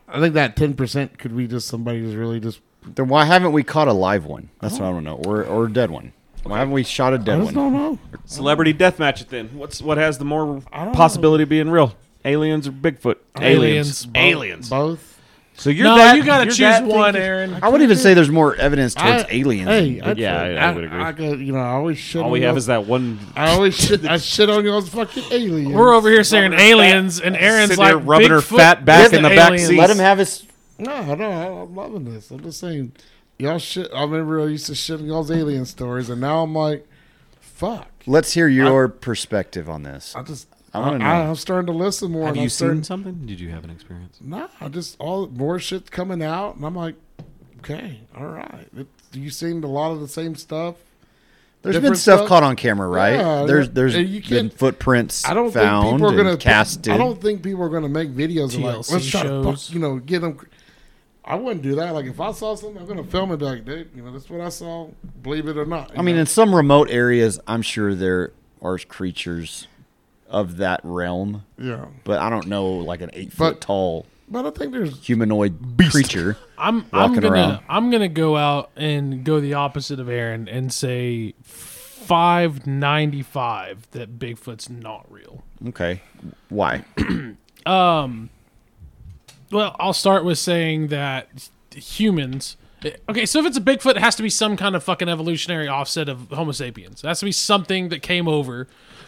[SPEAKER 2] I think that ten percent could be just somebody who's really just.
[SPEAKER 1] Then why haven't we caught a live one? That's what I don't know, or or a dead one. Why haven't we shot a
[SPEAKER 2] Oh. I
[SPEAKER 1] dead
[SPEAKER 2] just
[SPEAKER 1] one?
[SPEAKER 2] don't know.
[SPEAKER 4] Celebrity deathmatch. Then what's what has the more
[SPEAKER 2] don't
[SPEAKER 4] possibility of being real? Aliens or Bigfoot?
[SPEAKER 3] Aliens.
[SPEAKER 4] Aliens. Aliens.
[SPEAKER 2] Both.
[SPEAKER 4] So you're
[SPEAKER 3] no,
[SPEAKER 4] that,
[SPEAKER 3] you got to
[SPEAKER 4] you're
[SPEAKER 3] choose
[SPEAKER 4] that
[SPEAKER 3] one,
[SPEAKER 4] thinking-
[SPEAKER 3] Aaron.
[SPEAKER 1] I would even say there's more evidence towards
[SPEAKER 2] I-
[SPEAKER 1] aliens.
[SPEAKER 2] Hey, I'd
[SPEAKER 4] Yeah,
[SPEAKER 2] say-
[SPEAKER 4] I- I would agree.
[SPEAKER 2] I, could- you know, I always shit.
[SPEAKER 4] All
[SPEAKER 2] on
[SPEAKER 4] we have
[SPEAKER 2] y'all-
[SPEAKER 4] is that one
[SPEAKER 2] I always shit. I shit on y'all's fucking aliens.
[SPEAKER 3] We're over here saying aliens and Aaron's
[SPEAKER 4] sitting there
[SPEAKER 3] like
[SPEAKER 4] rubbing her
[SPEAKER 3] Bigfoot
[SPEAKER 4] fat back
[SPEAKER 3] is
[SPEAKER 4] in the
[SPEAKER 3] an
[SPEAKER 4] back
[SPEAKER 3] alien.
[SPEAKER 4] seat.
[SPEAKER 1] Let him have his.
[SPEAKER 2] No, no, I- I'm loving this. I'm just saying, y'all shit. I remember I used to shit on y'all's alien stories, and now I'm like, fuck.
[SPEAKER 1] Let's hear your perspective on this.
[SPEAKER 2] I just.
[SPEAKER 1] I
[SPEAKER 2] I
[SPEAKER 1] wanna know.
[SPEAKER 2] I, am starting to listen more.
[SPEAKER 4] Have
[SPEAKER 2] and
[SPEAKER 4] you
[SPEAKER 2] I'm starting,
[SPEAKER 4] seen something? Did you have an experience?
[SPEAKER 2] Nah, I just all more shit's coming out, and I'm like, okay, all right. It, you seen a lot of the same stuff.
[SPEAKER 1] There's been
[SPEAKER 2] different
[SPEAKER 1] stuff, caught on camera, right?
[SPEAKER 2] Yeah,
[SPEAKER 1] there's
[SPEAKER 2] yeah.
[SPEAKER 1] there's
[SPEAKER 2] And you
[SPEAKER 1] been
[SPEAKER 2] can't-
[SPEAKER 1] footprints
[SPEAKER 2] I don't
[SPEAKER 1] found
[SPEAKER 2] think people are
[SPEAKER 1] and
[SPEAKER 2] gonna
[SPEAKER 1] casted.
[SPEAKER 2] I don't think people are gonna make videos and like
[SPEAKER 3] TLC
[SPEAKER 2] let's try to
[SPEAKER 3] shows.
[SPEAKER 2] fuck, you know get them. I wouldn't do that. Like if I saw something, I'm gonna film it. Be like, dude, you know that's what I saw. Believe it or not.
[SPEAKER 1] I mean,
[SPEAKER 2] You
[SPEAKER 1] in some remote areas, I'm sure there are creatures of that realm.
[SPEAKER 2] Yeah.
[SPEAKER 1] But I don't know, like an eight foot tall
[SPEAKER 2] know? but I think there's
[SPEAKER 1] humanoid creature.
[SPEAKER 3] I'm I'm
[SPEAKER 1] walking
[SPEAKER 3] gonna
[SPEAKER 1] around.
[SPEAKER 3] I'm gonna go out and go the opposite of Aaron and say five ninety five that Bigfoot's not real.
[SPEAKER 1] Okay. Why?
[SPEAKER 3] Um, well, I'll start with saying that humans. Okay, so if it's a Bigfoot, it has to be some kind of fucking evolutionary offset of Homo sapiens. It has to be something that came over.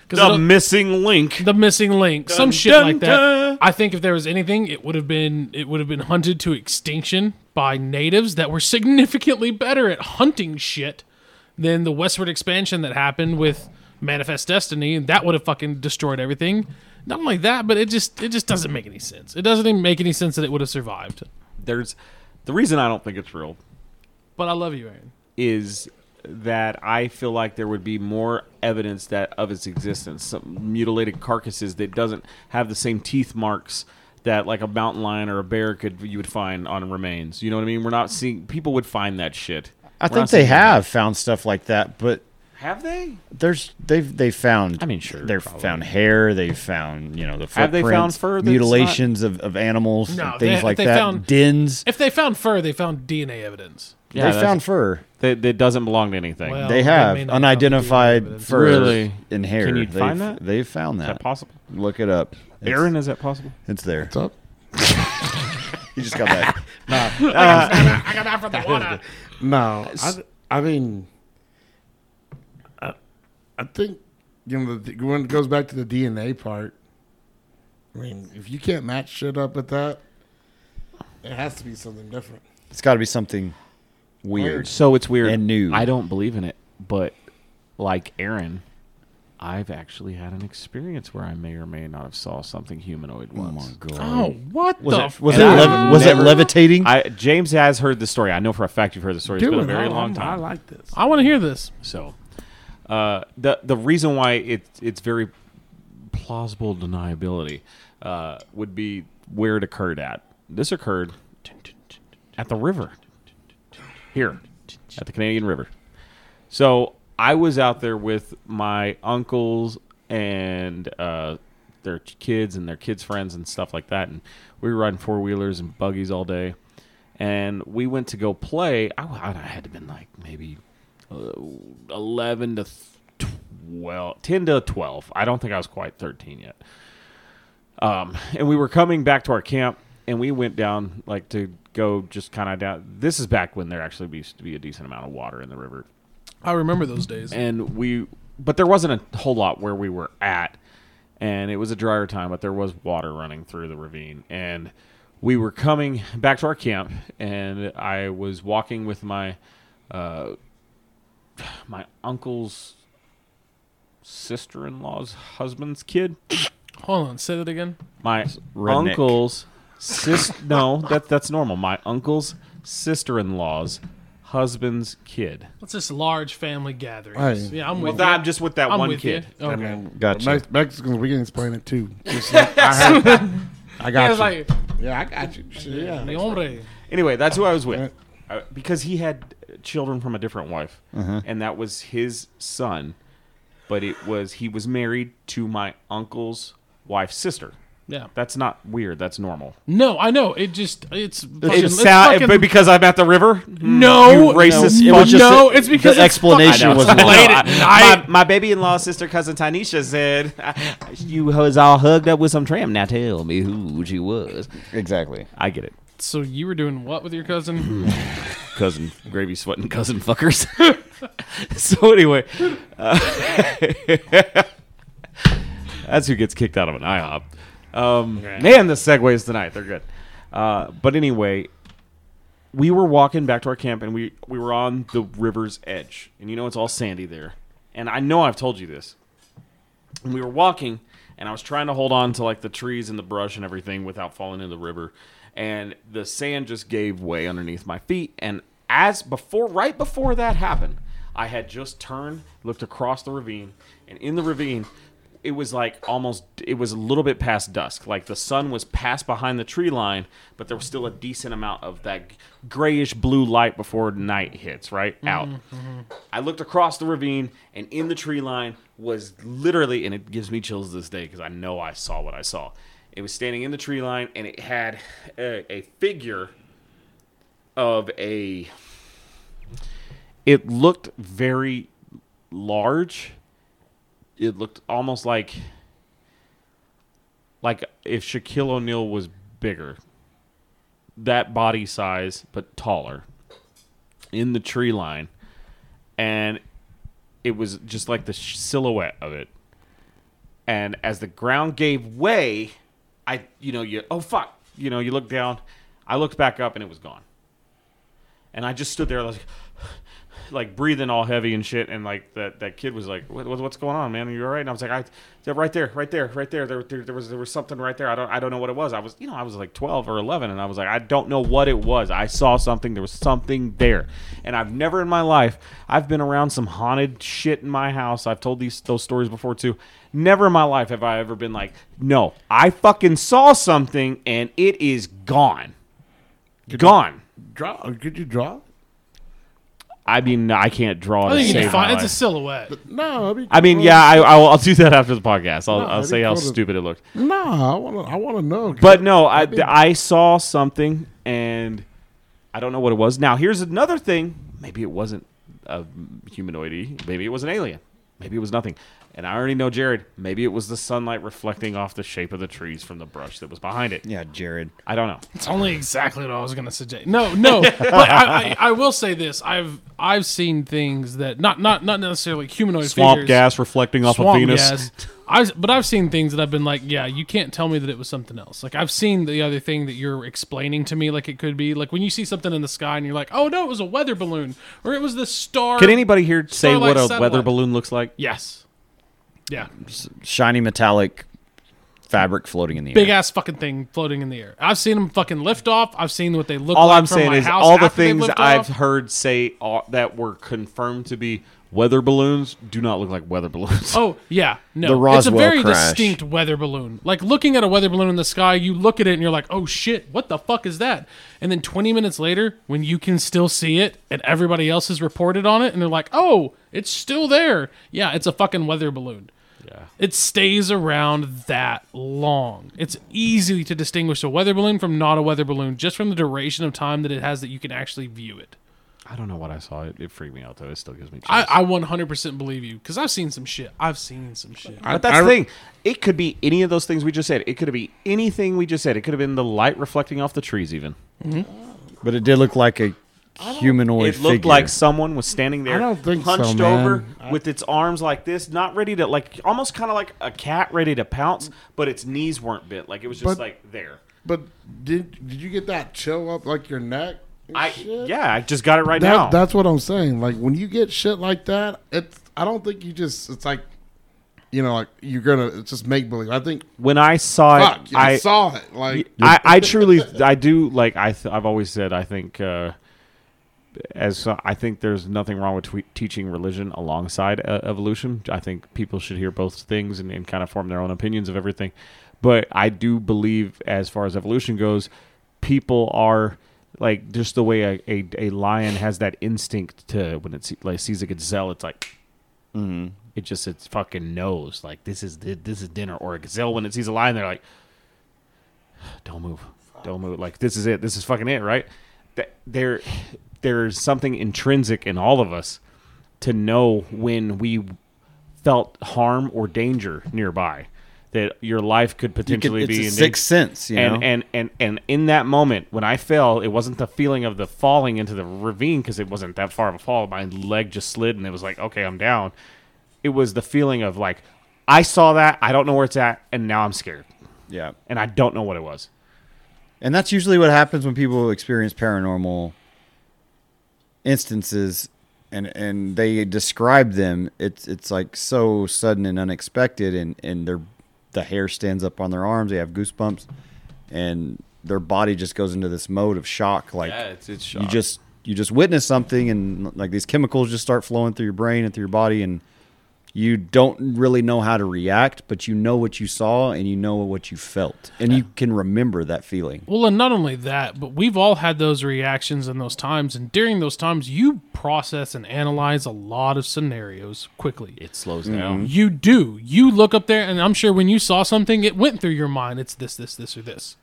[SPEAKER 3] 'Cause I
[SPEAKER 4] The
[SPEAKER 3] don't-
[SPEAKER 4] missing link.
[SPEAKER 3] the missing link,
[SPEAKER 4] Dun,
[SPEAKER 3] some shit
[SPEAKER 4] dun,
[SPEAKER 3] like
[SPEAKER 4] dun.
[SPEAKER 3] that. I think if there was anything, it would have been it would have been hunted to extinction by natives that were significantly better at hunting shit than the westward expansion that happened with Manifest Destiny, and that would have fucking destroyed everything. Not only that, but it just it just doesn't make any sense. It doesn't even make any sense that it would have survived.
[SPEAKER 4] There's the reason I don't think it's real
[SPEAKER 3] But I love you, Aaron.
[SPEAKER 4] is that I feel like there would be more evidence that of its existence, some mutilated carcasses that doesn't have the same teeth marks that like a mountain lion or a bear could you would find on remains. You know what I mean? We're not seeing people would find that shit.
[SPEAKER 1] I
[SPEAKER 4] We're
[SPEAKER 1] think
[SPEAKER 4] not
[SPEAKER 1] they
[SPEAKER 4] seeing that.
[SPEAKER 1] have found stuff like that, but
[SPEAKER 4] Have they?
[SPEAKER 1] there's they've they found.
[SPEAKER 4] I mean, sure,
[SPEAKER 1] they've
[SPEAKER 4] probably.
[SPEAKER 1] found hair. They've found you know the
[SPEAKER 4] Have they
[SPEAKER 1] footprints,
[SPEAKER 4] found fur that's not-
[SPEAKER 1] mutilations of, of animals,
[SPEAKER 3] No,
[SPEAKER 1] and things
[SPEAKER 3] they-
[SPEAKER 1] like
[SPEAKER 3] they
[SPEAKER 1] that.
[SPEAKER 3] found-
[SPEAKER 1] Dens.
[SPEAKER 3] If they found fur, they found DNA evidence.
[SPEAKER 4] Yeah,
[SPEAKER 1] they
[SPEAKER 4] that's-
[SPEAKER 1] found fur.
[SPEAKER 4] that, that doesn't belong to anything.
[SPEAKER 3] Well,
[SPEAKER 1] They
[SPEAKER 3] they
[SPEAKER 1] have
[SPEAKER 3] may not have the DNA,
[SPEAKER 1] unidentified
[SPEAKER 3] but
[SPEAKER 1] fur
[SPEAKER 4] Really?
[SPEAKER 1] in hair.
[SPEAKER 4] Can you
[SPEAKER 1] they've,
[SPEAKER 4] find that?
[SPEAKER 1] They've found that.
[SPEAKER 4] that possible?
[SPEAKER 1] Look it up. It's,
[SPEAKER 4] Aaron, is that possible?
[SPEAKER 1] it's there.
[SPEAKER 2] What's up?
[SPEAKER 1] You just got that.
[SPEAKER 3] I got out from the water.
[SPEAKER 2] No, I, I mean, I, I think you know the, when it goes back to the DNA part. I mean, if you can't match shit up with that, it has to be something different.
[SPEAKER 1] It's got to be something weird.
[SPEAKER 4] So it's weird
[SPEAKER 1] And new.
[SPEAKER 4] I don't believe in it, but like Aaron, I've actually had an experience where I may or may not have saw something humanoid once.
[SPEAKER 3] Oh, what
[SPEAKER 1] Was
[SPEAKER 3] the?
[SPEAKER 1] it, was,
[SPEAKER 3] fuck?
[SPEAKER 1] it,
[SPEAKER 4] I
[SPEAKER 1] levi- was it
[SPEAKER 4] never-
[SPEAKER 1] levitating?
[SPEAKER 4] I, James has heard the story. I know for a fact you've heard the story. It's been a
[SPEAKER 2] Dude,
[SPEAKER 4] very
[SPEAKER 2] I-
[SPEAKER 4] long
[SPEAKER 2] I
[SPEAKER 4] time.
[SPEAKER 2] like this.
[SPEAKER 3] I want to hear this.
[SPEAKER 4] So, uh, the the reason why it it's very plausible deniability uh, would be where it occurred at. This occurred at the river here at the Canadian River. So I was out there with my uncles and uh, their kids and their kids' friends and stuff like that, and we were riding four wheelers and buggies all day. And we went to go play. I, I had to been like maybe uh, eleven to th- twelve, ten to twelve. I don't think I was quite thirteen yet. Um, and we were coming back to our camp, and we went down like to go just kind of down. This is back when there actually used to be a decent amount of water in the river
[SPEAKER 3] I remember those days.
[SPEAKER 4] and we but there wasn't a whole lot where we were at and it was a drier time but there was water running through the ravine and we were coming back to our camp and i was walking with my uh, my uncle's sister-in-law's husband's kid
[SPEAKER 3] Hold on, say that again.
[SPEAKER 4] my
[SPEAKER 1] redneck.
[SPEAKER 4] uncle's sis no that that's normal my uncle's sister-in-law's husband's kid
[SPEAKER 3] What's this large family gathering?
[SPEAKER 2] Hey.
[SPEAKER 3] Yeah, I'm
[SPEAKER 4] well
[SPEAKER 3] with
[SPEAKER 4] that
[SPEAKER 3] you.
[SPEAKER 4] just with that
[SPEAKER 3] I'm
[SPEAKER 4] one
[SPEAKER 3] with
[SPEAKER 4] kid
[SPEAKER 3] You. Okay.
[SPEAKER 1] Gotcha.
[SPEAKER 2] Nice Mexicans, we can explain it too. Just like, I, heard, I
[SPEAKER 3] I
[SPEAKER 2] got
[SPEAKER 3] was
[SPEAKER 2] you.
[SPEAKER 3] like,
[SPEAKER 2] yeah, I got you. Shit, yeah.
[SPEAKER 3] "Mi hombre."
[SPEAKER 4] Anyway, that's who I was with,
[SPEAKER 2] Right.
[SPEAKER 4] Uh, because he had uh, children from a different wife, and that was his son. But it was he was married to my uncle's wife's sister.
[SPEAKER 3] Yeah.
[SPEAKER 4] That's not weird. That's normal.
[SPEAKER 3] No, I know. It just it's fucking,
[SPEAKER 4] It
[SPEAKER 3] it's
[SPEAKER 4] sound,
[SPEAKER 3] fucking-
[SPEAKER 4] but because I'm at the river.
[SPEAKER 3] no
[SPEAKER 4] you racist
[SPEAKER 3] No,
[SPEAKER 4] fuck. It was just
[SPEAKER 3] no,
[SPEAKER 1] a-
[SPEAKER 3] it's because
[SPEAKER 1] the
[SPEAKER 3] it's fucking
[SPEAKER 1] explanation was wrong.
[SPEAKER 3] late at
[SPEAKER 4] I,
[SPEAKER 3] night.
[SPEAKER 4] my, my baby-in-law, sister, cousin Tanisha said, "You was all hugged up with some tram. Now tell me who she was."
[SPEAKER 1] exactly.
[SPEAKER 4] I get it,
[SPEAKER 3] So you were doing what with your cousin?
[SPEAKER 4] cousin gravy sweating cousin fuckers. so anyway, uh, That's who gets kicked out of an IHOP. Um, Man, the segues tonight. They're good. Uh, but anyway, we were walking back to our camp and we, we were on the river's edge. And you know, it's all sandy there. And I know I've told you this. And we were walking and I was trying to hold on to like the trees and the brush and everything without falling into the river. And the sand just gave way underneath my feet. And as before, right before that happened, I had just turned, looked across the ravine, and in the ravine, it was like almost, it was a little bit past dusk. Like the sun was past behind the tree line, but there was still a decent amount of that grayish blue light before night hits, right? Out. I looked across the ravine, and in the tree line was literally, and it gives me chills to this day because I know I saw what I saw. It was standing in the tree line, and it had a, a figure of a. It looked very large. It looked almost like, like if Shaquille O'Neal was bigger. That body size, but taller, in the tree line, and it was just like the sh- silhouette of it. And as the ground gave way, I, you know, you, oh fuck, you know, you look down. I looked back up and it was gone. And I just stood there like, like breathing all heavy and shit. And like that, that kid was like, what, what- what's going on, man? Are you all right? And I was like, I, yeah, right there, right there, right there. There, there, there was, there was something right there. I don't, I don't know what it was. I was, you know, I was like 12 or 11 and I was like, I don't know what it was. I saw something. There was something there. And I've never in my life, I've been around some haunted shit in my house. I've told these, those stories before too. Never in my life have I ever been like, no, I fucking saw something and it is gone. Gone.
[SPEAKER 2] Draw? Could you draw?
[SPEAKER 4] I mean, I can't draw
[SPEAKER 3] I
[SPEAKER 4] to
[SPEAKER 3] think you
[SPEAKER 4] save
[SPEAKER 3] can
[SPEAKER 4] my
[SPEAKER 3] find. It's a
[SPEAKER 4] life.
[SPEAKER 3] silhouette.
[SPEAKER 2] No, I mean,
[SPEAKER 4] I mean, yeah, I, I'll, I'll do that after the podcast. I'll,
[SPEAKER 2] No,
[SPEAKER 4] I'll
[SPEAKER 2] that'd
[SPEAKER 4] say
[SPEAKER 2] be
[SPEAKER 4] how
[SPEAKER 2] cool to-
[SPEAKER 4] stupid it looked.
[SPEAKER 2] No, I want to. I want to know.
[SPEAKER 4] But no, I, I saw something and I don't know what it was. Now, here's another thing. Maybe it wasn't a humanoid. Maybe it was an alien. Maybe it was nothing. And I already know Jared. Maybe it was the sunlight reflecting off the shape of the trees from the brush that was behind it.
[SPEAKER 1] Yeah, Jared.
[SPEAKER 4] I don't know.
[SPEAKER 3] It's only exactly what I was going to suggest. No, no, but I, I, I will say this: I've I've seen things that not not not necessarily humanoid
[SPEAKER 4] Swamp
[SPEAKER 3] figures.
[SPEAKER 4] gas reflecting off of
[SPEAKER 3] Swamp
[SPEAKER 4] Venus.
[SPEAKER 3] gas. I've, but I've seen things that I've been like, yeah, you can't tell me that it was something else. Like I've seen the other thing that you're explaining to me, like it could be like when you see something in the sky and you're like, oh no, it was a weather balloon or it was the star.
[SPEAKER 4] Can anybody here say
[SPEAKER 3] Starlight
[SPEAKER 4] what a
[SPEAKER 3] satellite.
[SPEAKER 4] weather balloon looks like?
[SPEAKER 3] Yes. Yeah.
[SPEAKER 1] Shiny metallic fabric floating in the
[SPEAKER 3] Big
[SPEAKER 1] air.
[SPEAKER 3] ass fucking thing floating in the air. I've seen them fucking lift off. I've seen what they look
[SPEAKER 4] all
[SPEAKER 3] like.
[SPEAKER 4] I'm
[SPEAKER 3] from
[SPEAKER 4] saying
[SPEAKER 3] my
[SPEAKER 4] is
[SPEAKER 3] house
[SPEAKER 4] all the
[SPEAKER 3] after they
[SPEAKER 4] things
[SPEAKER 3] lift
[SPEAKER 4] I've
[SPEAKER 3] off.
[SPEAKER 4] heard say are, that were confirmed to be weather balloons do not look like weather balloons.
[SPEAKER 3] Oh yeah, no.
[SPEAKER 1] The Roswell
[SPEAKER 3] it's a very
[SPEAKER 1] crash.
[SPEAKER 3] distinct weather balloon. Like looking at a weather balloon in the sky, you look at it and you're like, "Oh shit, what the fuck is that?" And then 20 minutes later, when you can still see it and everybody else has reported on it and they're like, "Oh, it's still there." Yeah, it's a fucking weather balloon. Yeah. It stays around that long. It's easy to distinguish a weather balloon from not a weather balloon just from the duration of time that it has that you can actually view it.
[SPEAKER 4] I don't know what I saw. It, it freaked me out though. It still gives me. Chills.
[SPEAKER 3] I, I 100% believe you because I've seen some shit. I've seen some shit.
[SPEAKER 4] but that's the thing. It could be any of those things we just said. It could be anything we just said. It could have been the light reflecting off the trees. Even
[SPEAKER 1] But it did look like a humanoid
[SPEAKER 4] it looked
[SPEAKER 1] figure.
[SPEAKER 4] like someone was standing there,
[SPEAKER 2] I don't think so,
[SPEAKER 4] hunched
[SPEAKER 2] man.
[SPEAKER 4] over with its arms like this, not ready to like, almost kind of like a cat ready to pounce, but its knees weren't bent. Like it was just
[SPEAKER 2] But-
[SPEAKER 4] like there.
[SPEAKER 2] But did did you get that chill up like your neck? and
[SPEAKER 4] I
[SPEAKER 2] shit?
[SPEAKER 4] yeah, I just got it right
[SPEAKER 2] That-
[SPEAKER 4] now.
[SPEAKER 2] That's what I'm saying. Like when you get shit like that, it's. I don't think you just. It's like, you know, like you're gonna it's just make believe. I think.
[SPEAKER 4] when I saw
[SPEAKER 2] Fuck,
[SPEAKER 4] it,
[SPEAKER 2] you
[SPEAKER 4] I
[SPEAKER 2] saw it. Like
[SPEAKER 4] I, I truly I do like I th- I've always said I think uh, as so- I think there's nothing wrong with twe teaching religion alongside uh, evolution. I think people should hear both things and, and kind of form their own opinions of everything. But I do believe as far as evolution goes, people are like just the way a, a, a lion has that instinct to when it see, like sees a gazelle, it's like it just it's fucking knows like this is this is dinner or a gazelle when it sees a lion they're like don't move don't move like this is it this is fucking it right Th- there there's something intrinsic in all of us to know when we felt harm or danger nearby that your life could
[SPEAKER 1] You could-
[SPEAKER 4] potentially
[SPEAKER 1] it's
[SPEAKER 4] be
[SPEAKER 1] a
[SPEAKER 4] in
[SPEAKER 1] sixth sense, you
[SPEAKER 4] and,
[SPEAKER 1] know?
[SPEAKER 4] and and and in that moment when I fell, it wasn't the feeling of the falling into the ravine because it wasn't that far of a fall. My leg just slid, and it was like, okay, I'm down. It was the feeling of like, I saw that, I don't know where it's at, and now I'm scared,
[SPEAKER 1] yeah.
[SPEAKER 4] and I don't know what it was.
[SPEAKER 1] And that's usually what happens when people experience paranormal instances and and they describe them. It's it's like so sudden and unexpected and, and their the hair stands up on their arms, they have goosebumps and their body just goes into this mode of shock like
[SPEAKER 4] Yeah, it's- it's
[SPEAKER 1] you
[SPEAKER 4] shock.
[SPEAKER 1] just you just witness something and like these chemicals just start flowing through your brain and through your body and you don't really know how to react, but you know what you saw and you know what you felt and you can remember that feeling.
[SPEAKER 3] Well, and not only that, but we've all had those reactions and those times, and during those times, you process and analyze a lot of scenarios quickly.
[SPEAKER 4] It slows
[SPEAKER 1] Mm-hmm.
[SPEAKER 4] down.
[SPEAKER 3] You do. You look up there, and I'm sure when you saw something, it went through your mind. It's this, this, this, or this.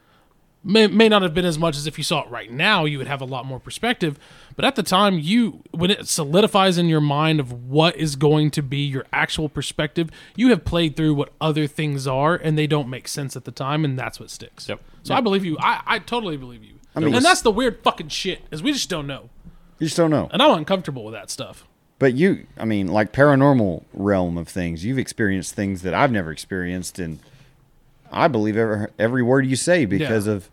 [SPEAKER 3] May, may not have been as much as if you saw it right now. You would have a lot more perspective. But at the time, you when it solidifies in your mind of what is going to be your actual perspective, you have played through what other things are, and they don't make sense at the time, and that's what sticks.
[SPEAKER 4] Yep.
[SPEAKER 3] So I believe you. I, I totally believe you.
[SPEAKER 1] I mean,
[SPEAKER 3] and
[SPEAKER 1] it's-
[SPEAKER 3] that's the weird fucking shit is we just don't know,
[SPEAKER 1] You just don't
[SPEAKER 4] Uh,
[SPEAKER 1] know.
[SPEAKER 3] and I'm uncomfortable with that stuff.
[SPEAKER 1] But you, I mean, like paranormal realm of things, you've experienced things that I've never experienced, and I believe every, every word you say because of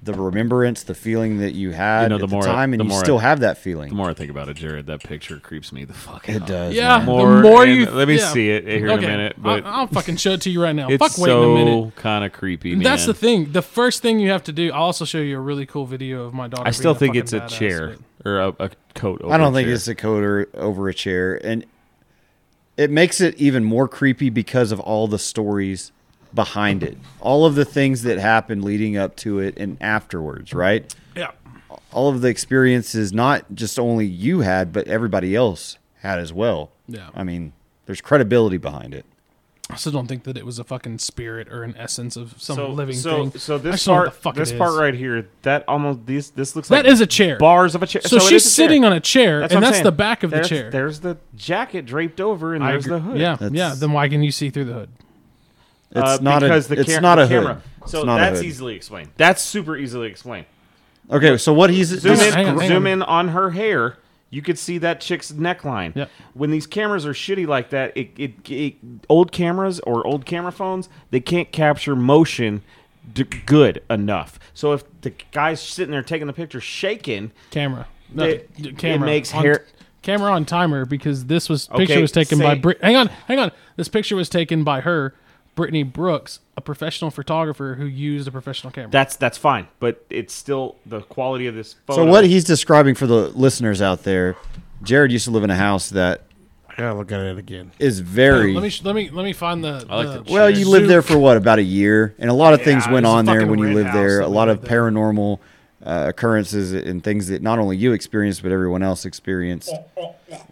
[SPEAKER 1] the remembrance, the feeling that you had
[SPEAKER 4] You know,
[SPEAKER 1] at
[SPEAKER 4] the
[SPEAKER 1] the,
[SPEAKER 4] more-
[SPEAKER 1] time, and
[SPEAKER 4] the
[SPEAKER 1] you
[SPEAKER 4] more-
[SPEAKER 1] still have that feeling.
[SPEAKER 4] The more I think about it, Jared, that picture creeps me the fuck out.
[SPEAKER 1] it does.
[SPEAKER 3] Yeah.
[SPEAKER 1] man.
[SPEAKER 4] More
[SPEAKER 3] the more
[SPEAKER 4] and-
[SPEAKER 3] you
[SPEAKER 4] let me
[SPEAKER 3] yeah.
[SPEAKER 4] see it here in a
[SPEAKER 3] Okay.
[SPEAKER 4] minute, but
[SPEAKER 3] I, will fucking show it to you right now.
[SPEAKER 4] it's
[SPEAKER 3] Fuck waiting
[SPEAKER 4] so
[SPEAKER 3] a minute.
[SPEAKER 4] kind of creepy. Man.
[SPEAKER 3] That's the thing. The first thing you have to do. I'll also show you a really cool video of my daughter.
[SPEAKER 4] I still
[SPEAKER 3] being
[SPEAKER 4] think it's a
[SPEAKER 3] fucking badass,
[SPEAKER 4] chair or a, a coat. Over
[SPEAKER 1] I don't
[SPEAKER 4] a
[SPEAKER 1] think
[SPEAKER 4] chair.
[SPEAKER 1] it's a coder over a chair, and it makes it even more creepy because of all the stories behind it, all of the things that happened leading up to it and afterwards, right?
[SPEAKER 3] but- Yeah.
[SPEAKER 1] all of the experiences not just only you had, but everybody else had as well.
[SPEAKER 3] Yeah.
[SPEAKER 1] I mean, there's credibility behind it.
[SPEAKER 3] I also don't think that it was a fucking spirit or an essence of some
[SPEAKER 4] so,
[SPEAKER 3] living
[SPEAKER 4] so,
[SPEAKER 3] thing.
[SPEAKER 4] So
[SPEAKER 3] I
[SPEAKER 4] this
[SPEAKER 3] just don't know what
[SPEAKER 4] part,
[SPEAKER 3] the fuck
[SPEAKER 4] this
[SPEAKER 3] it
[SPEAKER 4] part
[SPEAKER 3] is.
[SPEAKER 4] right here, that almost these this looks
[SPEAKER 3] That
[SPEAKER 4] like
[SPEAKER 3] is a chair.
[SPEAKER 4] bars of a chair.
[SPEAKER 3] So
[SPEAKER 4] it
[SPEAKER 3] she's
[SPEAKER 4] is a
[SPEAKER 3] sitting on a chair,
[SPEAKER 4] That's
[SPEAKER 3] and
[SPEAKER 4] what I'm
[SPEAKER 3] that's
[SPEAKER 4] saying.
[SPEAKER 3] the back of the
[SPEAKER 4] There's-
[SPEAKER 3] chair.
[SPEAKER 4] There's the jacket draped over, and
[SPEAKER 3] I
[SPEAKER 4] there's
[SPEAKER 3] agree.
[SPEAKER 4] the hood.
[SPEAKER 3] Yeah,
[SPEAKER 1] That's-
[SPEAKER 3] yeah. Then why can you see through the hood?
[SPEAKER 1] It's
[SPEAKER 4] Uh,
[SPEAKER 1] not
[SPEAKER 4] because
[SPEAKER 1] a.
[SPEAKER 4] the,
[SPEAKER 1] it's
[SPEAKER 4] cam-
[SPEAKER 1] not
[SPEAKER 4] the
[SPEAKER 1] a hood.
[SPEAKER 4] camera. So
[SPEAKER 1] it's not
[SPEAKER 4] that's
[SPEAKER 1] a hood.
[SPEAKER 4] easily explained. That's super easily explained.
[SPEAKER 1] Okay, so what he's
[SPEAKER 4] Zoom
[SPEAKER 1] this-
[SPEAKER 4] in,
[SPEAKER 3] hang on, hang
[SPEAKER 4] zoom
[SPEAKER 3] on.
[SPEAKER 4] in on her hair. You could see that chick's neckline.
[SPEAKER 3] Yep.
[SPEAKER 4] When these cameras are shitty like that, it, it, it old cameras or old camera phones they can't capture motion d- good enough. So if the guy's sitting there taking the picture shaking,
[SPEAKER 3] Camera. No,
[SPEAKER 4] It-
[SPEAKER 3] d-
[SPEAKER 4] it
[SPEAKER 3] camera.
[SPEAKER 4] makes
[SPEAKER 3] on,
[SPEAKER 4] hair-
[SPEAKER 3] Camera on timer because this was picture
[SPEAKER 4] Okay,
[SPEAKER 3] was taken by
[SPEAKER 4] say-
[SPEAKER 3] Brit. Hang on, hang on. This picture was taken by her, Brittany Brooks, a professional photographer who used a professional camera.
[SPEAKER 4] that's that's fine. But it's still the quality of this
[SPEAKER 1] So
[SPEAKER 4] photo.
[SPEAKER 1] what he's describing for the listeners out there, Jared used to live in a house that
[SPEAKER 2] I gotta look at it again.
[SPEAKER 1] is very.
[SPEAKER 3] Let me sh- let me let me find the.
[SPEAKER 4] like
[SPEAKER 3] the
[SPEAKER 4] the
[SPEAKER 1] well, you lived
[SPEAKER 3] Zoom-
[SPEAKER 1] there for what about a year, and a lot of things
[SPEAKER 3] Yeah,
[SPEAKER 1] went
[SPEAKER 3] it was a
[SPEAKER 1] on there
[SPEAKER 3] fucking
[SPEAKER 1] when you
[SPEAKER 3] weird
[SPEAKER 1] lived
[SPEAKER 3] house
[SPEAKER 1] there.
[SPEAKER 3] that
[SPEAKER 1] A
[SPEAKER 3] we
[SPEAKER 1] lot of
[SPEAKER 3] lived in.
[SPEAKER 1] paranormal uh, occurrences and things that not only you experienced but everyone else experienced.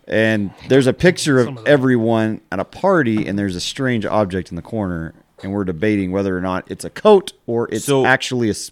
[SPEAKER 1] And there's a picture of everyone at a party, and there's a strange object in the corner, and we're debating whether or not it's a coat or it's
[SPEAKER 4] So-
[SPEAKER 1] actually a s-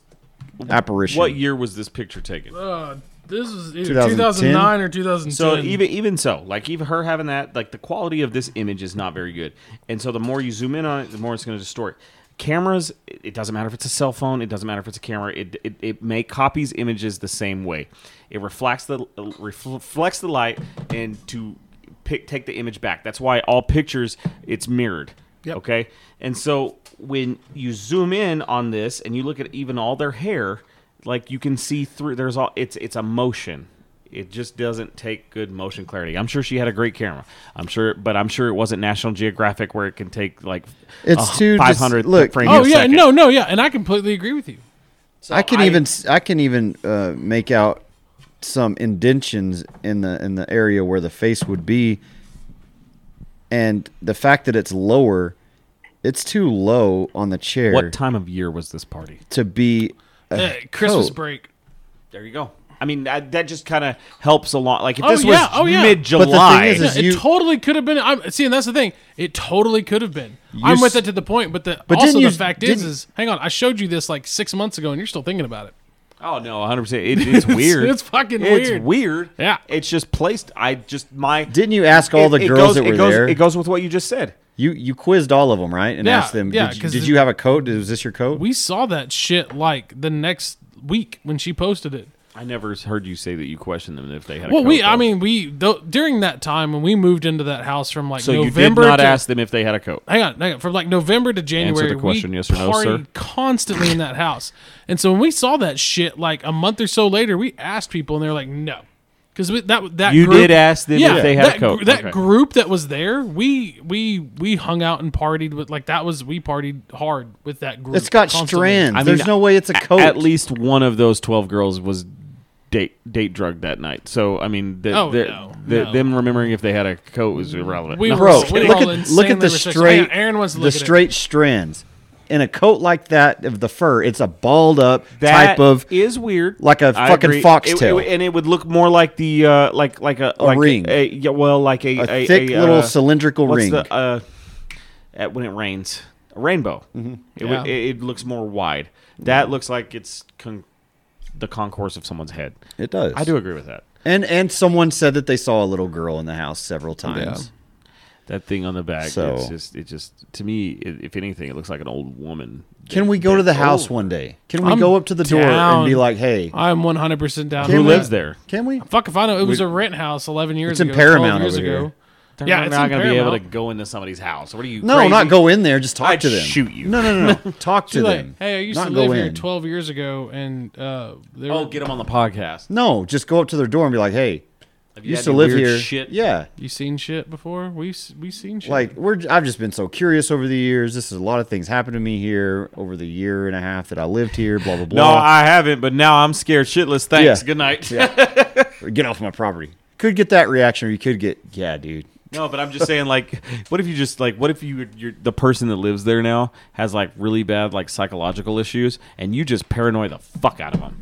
[SPEAKER 1] apparition.
[SPEAKER 4] What year was this picture taken?
[SPEAKER 3] Uh, this was either
[SPEAKER 1] 2010?
[SPEAKER 3] 2009 or 2010.
[SPEAKER 4] So even even so, like even her having that, like the quality of this image is not very good. And so the more you zoom in on it, the more it's going to distort. Cameras, it it doesn't matter if it's a cell phone, it doesn't matter if it's a camera. It it, it make copies images the same way. It reflects the uh, reflects the light and to pick take the image back. That's why all pictures it's mirrored. Okay, and so when you zoom in on this and you look at even all their hair, like you can see through. There's all it's it's a motion it just doesn't take good motion clarity. I'm sure she had a great camera. I'm sure, but I'm sure it wasn't National Geographic where it can take like
[SPEAKER 1] It's too just-
[SPEAKER 4] five hundred
[SPEAKER 1] look,
[SPEAKER 4] frames.
[SPEAKER 3] Oh
[SPEAKER 4] a
[SPEAKER 3] yeah,
[SPEAKER 4] second.
[SPEAKER 3] no, no, yeah, and I completely agree with you.
[SPEAKER 1] I can
[SPEAKER 4] I-
[SPEAKER 1] even s- I can even uh, make out some indentions in the in the area where the face would be, and the fact that it's lower, it's too low on the chair
[SPEAKER 4] What time of year was this party?
[SPEAKER 1] to be a
[SPEAKER 3] Eh, Christmas
[SPEAKER 1] coat.
[SPEAKER 3] break.
[SPEAKER 4] There you go. I mean, that, that just kind of helps a lot. Like if
[SPEAKER 3] Oh,
[SPEAKER 4] this
[SPEAKER 3] yeah,
[SPEAKER 4] was
[SPEAKER 3] oh, yeah.
[SPEAKER 4] mid
[SPEAKER 1] But the thing
[SPEAKER 4] July,
[SPEAKER 1] is, is
[SPEAKER 3] Yeah,
[SPEAKER 1] you-
[SPEAKER 3] it totally could have been. I'm see, and that's the thing. It totally could have been. I'm
[SPEAKER 1] s-
[SPEAKER 3] with it to the point, but the
[SPEAKER 1] But
[SPEAKER 3] also
[SPEAKER 1] didn't
[SPEAKER 3] the
[SPEAKER 1] you-
[SPEAKER 3] fact is,
[SPEAKER 1] didn't-
[SPEAKER 3] is hang on. I showed you this like six months ago, and you're still thinking about it.
[SPEAKER 4] oh no, 100. percent it, It's weird.
[SPEAKER 3] it's fucking weird.
[SPEAKER 4] It's weird.
[SPEAKER 3] Yeah.
[SPEAKER 4] It's just placed. I just my
[SPEAKER 1] Didn't you ask all
[SPEAKER 4] it-
[SPEAKER 1] the
[SPEAKER 4] it
[SPEAKER 1] girls
[SPEAKER 4] goes-
[SPEAKER 1] that were
[SPEAKER 4] it goes,
[SPEAKER 1] there?
[SPEAKER 4] It goes with what you just said.
[SPEAKER 1] You you quizzed all of them, right? And
[SPEAKER 3] Yeah,
[SPEAKER 1] asked them,
[SPEAKER 3] yeah,
[SPEAKER 1] did, you,
[SPEAKER 3] 'cause
[SPEAKER 1] did
[SPEAKER 3] the-
[SPEAKER 1] you have a coat? Is this your coat?
[SPEAKER 3] We saw that shit like the next week when she posted it.
[SPEAKER 4] I never heard you say that you questioned them if they had.
[SPEAKER 3] Well,
[SPEAKER 4] a coat,
[SPEAKER 3] we,
[SPEAKER 4] though.
[SPEAKER 3] I mean, we th- during that time when we moved into that house from like
[SPEAKER 4] so
[SPEAKER 3] November
[SPEAKER 4] you did not
[SPEAKER 3] to
[SPEAKER 4] ask them if they had a coat.
[SPEAKER 3] hang on, hang on. From like November to January,
[SPEAKER 4] the question,
[SPEAKER 3] we
[SPEAKER 4] yes or no, sir?
[SPEAKER 3] partied constantly in that house. And so when we saw that shit, like a month or so later, we asked people, and they were like, "No," because that that
[SPEAKER 4] You
[SPEAKER 3] group-
[SPEAKER 4] did ask them if
[SPEAKER 3] yeah,
[SPEAKER 4] they had a
[SPEAKER 3] that,
[SPEAKER 4] coat.
[SPEAKER 3] gr- That
[SPEAKER 4] Okay.
[SPEAKER 3] group that was there, we we we hung out and partied with like that was we partied hard with that group.
[SPEAKER 1] it's got
[SPEAKER 3] constantly.
[SPEAKER 1] strands.
[SPEAKER 4] I mean,
[SPEAKER 1] There's no way it's a
[SPEAKER 4] a-
[SPEAKER 1] coat.
[SPEAKER 4] At least one of those 12 girls was date date drug that night. So I mean, the,
[SPEAKER 3] Oh,
[SPEAKER 4] the-
[SPEAKER 3] no,
[SPEAKER 4] the-
[SPEAKER 3] no.
[SPEAKER 4] them remembering if they had a coat was irrelevant.
[SPEAKER 3] We
[SPEAKER 4] No,
[SPEAKER 3] were-
[SPEAKER 4] I'm
[SPEAKER 1] bro.
[SPEAKER 4] just
[SPEAKER 3] we
[SPEAKER 4] kidding.
[SPEAKER 3] were
[SPEAKER 1] look
[SPEAKER 3] all
[SPEAKER 1] at look at
[SPEAKER 3] insanely
[SPEAKER 1] the
[SPEAKER 3] restricted.
[SPEAKER 1] straight
[SPEAKER 3] Yeah, Aaron wants to
[SPEAKER 1] the
[SPEAKER 3] look at it.
[SPEAKER 1] straight strands in a coat like that of the fur. It's a balled up
[SPEAKER 4] That
[SPEAKER 1] type of
[SPEAKER 4] is weird,
[SPEAKER 1] like a
[SPEAKER 4] I
[SPEAKER 1] fucking
[SPEAKER 4] agree.
[SPEAKER 1] foxtail,
[SPEAKER 4] It- it- and it would look more like the uh, like like a, like
[SPEAKER 1] ring.
[SPEAKER 4] a, yeah, well, like a, uh,
[SPEAKER 1] A thick little cylindrical
[SPEAKER 4] what's
[SPEAKER 1] ring.
[SPEAKER 4] The, uh, at when it rains, a rainbow.
[SPEAKER 1] Mm-hmm.
[SPEAKER 4] It, would-
[SPEAKER 3] Yeah.
[SPEAKER 4] it, it looks more wide. That looks like it's con- the concourse of someone's head.
[SPEAKER 1] It does.
[SPEAKER 4] I do agree with that.
[SPEAKER 1] And and someone said that they saw a little girl in the house several times.
[SPEAKER 4] That thing on the back.
[SPEAKER 1] So-
[SPEAKER 4] It's just it just to me, i if anything, it looks like an old woman.
[SPEAKER 1] Can we go to the house one day? Can we
[SPEAKER 3] I'm
[SPEAKER 1] go up to the door
[SPEAKER 3] down.
[SPEAKER 1] and be like, "Hey,
[SPEAKER 3] I'm 100 percent down.
[SPEAKER 4] Who
[SPEAKER 3] with
[SPEAKER 4] lives
[SPEAKER 3] that.
[SPEAKER 4] there?
[SPEAKER 1] can we?"
[SPEAKER 3] Fuck if I know. It was a rent house 11 years
[SPEAKER 1] It's in
[SPEAKER 3] ago. 12
[SPEAKER 1] Paramount
[SPEAKER 3] years
[SPEAKER 1] over
[SPEAKER 3] ago.
[SPEAKER 1] here.
[SPEAKER 3] Yeah,
[SPEAKER 4] I'm
[SPEAKER 3] it's
[SPEAKER 4] not
[SPEAKER 3] in
[SPEAKER 4] gonna be able to
[SPEAKER 3] Paramount.
[SPEAKER 4] go into somebody's house. What are you?
[SPEAKER 1] No,
[SPEAKER 4] crazy?
[SPEAKER 1] not go in there. Just talk
[SPEAKER 4] I'd
[SPEAKER 1] to them.
[SPEAKER 4] shoot you.
[SPEAKER 1] No, no, no, no. Talk to
[SPEAKER 3] Be like,
[SPEAKER 1] them.
[SPEAKER 3] hey, I used
[SPEAKER 1] Not
[SPEAKER 3] to
[SPEAKER 1] go
[SPEAKER 3] live here
[SPEAKER 1] in.
[SPEAKER 3] 12 years ago, and uh, there
[SPEAKER 4] Oh, get them on the podcast.
[SPEAKER 1] No, just go up to their door and be like, "Hey,
[SPEAKER 4] Have
[SPEAKER 1] you
[SPEAKER 4] had
[SPEAKER 1] used to
[SPEAKER 4] any
[SPEAKER 1] live
[SPEAKER 4] weird
[SPEAKER 1] here."
[SPEAKER 4] Shit.
[SPEAKER 1] Yeah,
[SPEAKER 3] You seen shit before? We s- we seen shit.
[SPEAKER 1] like we're I've just been so curious over the years. This is a lot of things happened to me here over the year and a half that I lived here. Blah blah
[SPEAKER 4] No,
[SPEAKER 1] blah.
[SPEAKER 4] I haven't, but now I'm scared shitless. Thanks.
[SPEAKER 1] Yeah.
[SPEAKER 4] Good night.
[SPEAKER 1] get off my property. Could get that reaction, or you could get, yeah, dude.
[SPEAKER 4] no, but I'm just saying, like, what if you just like, what if you you're the person that lives there now has like really bad like psychological issues, and you just paranoid the fuck out of them.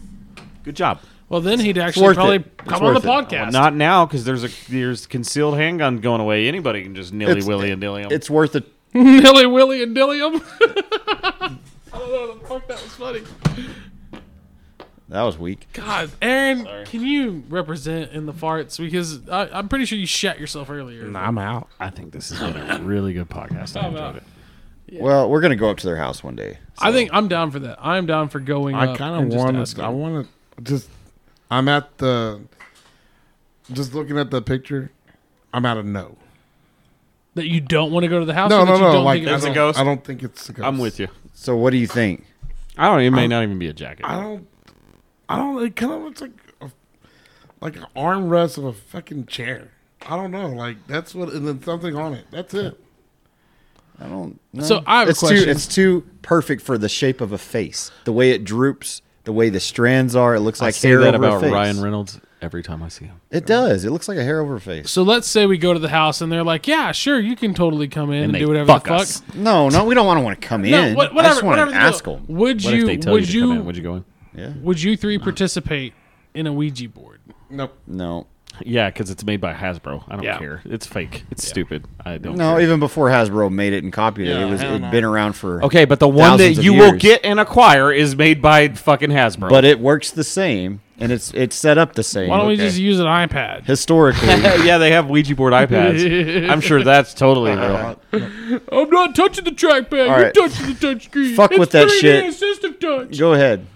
[SPEAKER 4] Good job.
[SPEAKER 3] well, then he'd actually
[SPEAKER 1] worth
[SPEAKER 3] probably
[SPEAKER 1] it. It's
[SPEAKER 3] come on the
[SPEAKER 1] worth it. Well,
[SPEAKER 3] podcast.
[SPEAKER 4] Not now, because there's a there's concealed handgun going away. Anybody can just nilly
[SPEAKER 1] It's-
[SPEAKER 4] willy and
[SPEAKER 3] Oh.
[SPEAKER 4] dilly 'em.
[SPEAKER 1] It's worth it.
[SPEAKER 3] Nilly Willy and Dillium. I don't know. The fuck, that was funny.
[SPEAKER 1] That was weak.
[SPEAKER 3] God, Aaron, can you represent in the farts? Because I, I'm pretty sure you shat yourself earlier.
[SPEAKER 2] I'm out.
[SPEAKER 4] I think this has been a really good podcast. I
[SPEAKER 3] I'm
[SPEAKER 4] enjoyed
[SPEAKER 3] out.
[SPEAKER 4] it.
[SPEAKER 1] Well, we're gonna go up to their house one day.
[SPEAKER 3] I think I'm down for that. I'm down for going.
[SPEAKER 2] I
[SPEAKER 3] up
[SPEAKER 2] kind
[SPEAKER 3] and
[SPEAKER 2] of
[SPEAKER 3] just
[SPEAKER 2] want to.
[SPEAKER 3] asking.
[SPEAKER 2] I want to just. I'm at the. Just looking at the picture, I'm at a no.
[SPEAKER 3] that you don't want to go to the house.
[SPEAKER 2] No,
[SPEAKER 3] or that
[SPEAKER 2] no,
[SPEAKER 3] you
[SPEAKER 2] no.
[SPEAKER 3] don't
[SPEAKER 2] Like
[SPEAKER 3] think
[SPEAKER 2] I
[SPEAKER 3] it's-
[SPEAKER 2] don't,
[SPEAKER 4] ghost?
[SPEAKER 2] I don't think it's. A ghost.
[SPEAKER 4] I'm with you.
[SPEAKER 1] So, what do you think?
[SPEAKER 4] I don't. It may not even be a jacket.
[SPEAKER 2] I don't. I don't. It kind of looks like a, like an armrest of a fucking chair. I don't know. Like that's what, and then something on it. That's it.
[SPEAKER 1] I don't. know.
[SPEAKER 3] So, I have a
[SPEAKER 1] it's
[SPEAKER 3] question.
[SPEAKER 1] too. It's too perfect for the shape of a face. The way it droops, the way the strands are. It looks
[SPEAKER 4] I
[SPEAKER 1] like
[SPEAKER 4] say
[SPEAKER 1] hair
[SPEAKER 4] that
[SPEAKER 1] over a
[SPEAKER 4] about
[SPEAKER 1] face.
[SPEAKER 4] Ryan Reynolds every time I see him.
[SPEAKER 1] It does. It looks like a hair over a face.
[SPEAKER 3] So let's say we go to the house and they're like, "Yeah, sure, you can totally come in and,
[SPEAKER 4] they
[SPEAKER 3] do whatever
[SPEAKER 4] fuck
[SPEAKER 3] the fuck."
[SPEAKER 4] us.
[SPEAKER 1] No, no, we don't want to want to come in.
[SPEAKER 3] No, what,
[SPEAKER 1] I
[SPEAKER 3] whatever.
[SPEAKER 1] just want
[SPEAKER 3] whatever
[SPEAKER 1] to
[SPEAKER 3] the deal.
[SPEAKER 1] ask them.
[SPEAKER 3] Would
[SPEAKER 4] What
[SPEAKER 3] you?
[SPEAKER 4] if they tell
[SPEAKER 3] would
[SPEAKER 4] you to come in?
[SPEAKER 3] you?
[SPEAKER 4] Would you go in?
[SPEAKER 3] Would you three participate in a Ouija board?
[SPEAKER 2] Nope.
[SPEAKER 1] No,
[SPEAKER 4] Yeah, because it's made by Hasbro. I don't
[SPEAKER 3] Yeah.
[SPEAKER 4] care. It's fake. It's stupid. I don't.
[SPEAKER 1] no.
[SPEAKER 4] care.
[SPEAKER 1] Even before Hasbro made it and copied it,
[SPEAKER 2] Yeah,
[SPEAKER 1] it was
[SPEAKER 2] hell
[SPEAKER 1] it'd
[SPEAKER 2] no.
[SPEAKER 1] been around for.
[SPEAKER 4] Okay, but the one
[SPEAKER 1] thousands
[SPEAKER 4] that
[SPEAKER 1] of
[SPEAKER 4] you will
[SPEAKER 1] years.
[SPEAKER 4] get and acquire is made by fucking Hasbro.
[SPEAKER 1] but it works the same, and it's it's set up the same.
[SPEAKER 3] Why don't we just use an iPad?
[SPEAKER 1] historically?
[SPEAKER 4] yeah, they have Ouija board iPads. I'm sure that's totally real.
[SPEAKER 3] I'm not touching the trackpad.
[SPEAKER 1] All
[SPEAKER 3] You're
[SPEAKER 1] right.
[SPEAKER 3] touching the touchscreen.
[SPEAKER 1] Fuck
[SPEAKER 3] it's
[SPEAKER 1] with that
[SPEAKER 3] 3D
[SPEAKER 1] shit.
[SPEAKER 3] Assistive touch.
[SPEAKER 1] Go ahead.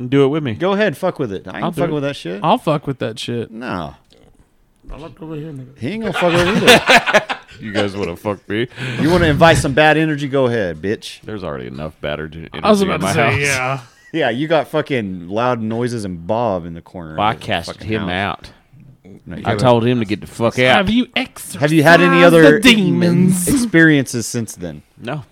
[SPEAKER 4] Do it with me.
[SPEAKER 1] Go ahead. Fuck with it. I
[SPEAKER 3] I'll
[SPEAKER 1] ain't
[SPEAKER 3] do
[SPEAKER 1] fucking
[SPEAKER 3] it.
[SPEAKER 1] with that shit.
[SPEAKER 3] I'll fuck with that shit.
[SPEAKER 1] no.
[SPEAKER 2] I look over here. Nigga.
[SPEAKER 1] He ain't gonna fuck with it either.
[SPEAKER 4] You guys would have fucked me.
[SPEAKER 1] You want to invite some bad energy? Go ahead, bitch.
[SPEAKER 4] There's already enough battered energy
[SPEAKER 3] I was
[SPEAKER 4] in
[SPEAKER 3] about to
[SPEAKER 4] my
[SPEAKER 3] say,
[SPEAKER 4] house.
[SPEAKER 3] yeah.
[SPEAKER 1] Yeah, you got fucking loud noises and Bob in the corner.
[SPEAKER 4] I
[SPEAKER 1] of the
[SPEAKER 4] casted
[SPEAKER 1] fucking
[SPEAKER 4] him
[SPEAKER 1] house.
[SPEAKER 4] out.
[SPEAKER 1] No, you
[SPEAKER 4] I
[SPEAKER 1] haven't.
[SPEAKER 4] told him to get the fuck out.
[SPEAKER 3] Have you exercised
[SPEAKER 1] Have you had any other
[SPEAKER 3] the demons?
[SPEAKER 1] experiences since then?
[SPEAKER 4] No.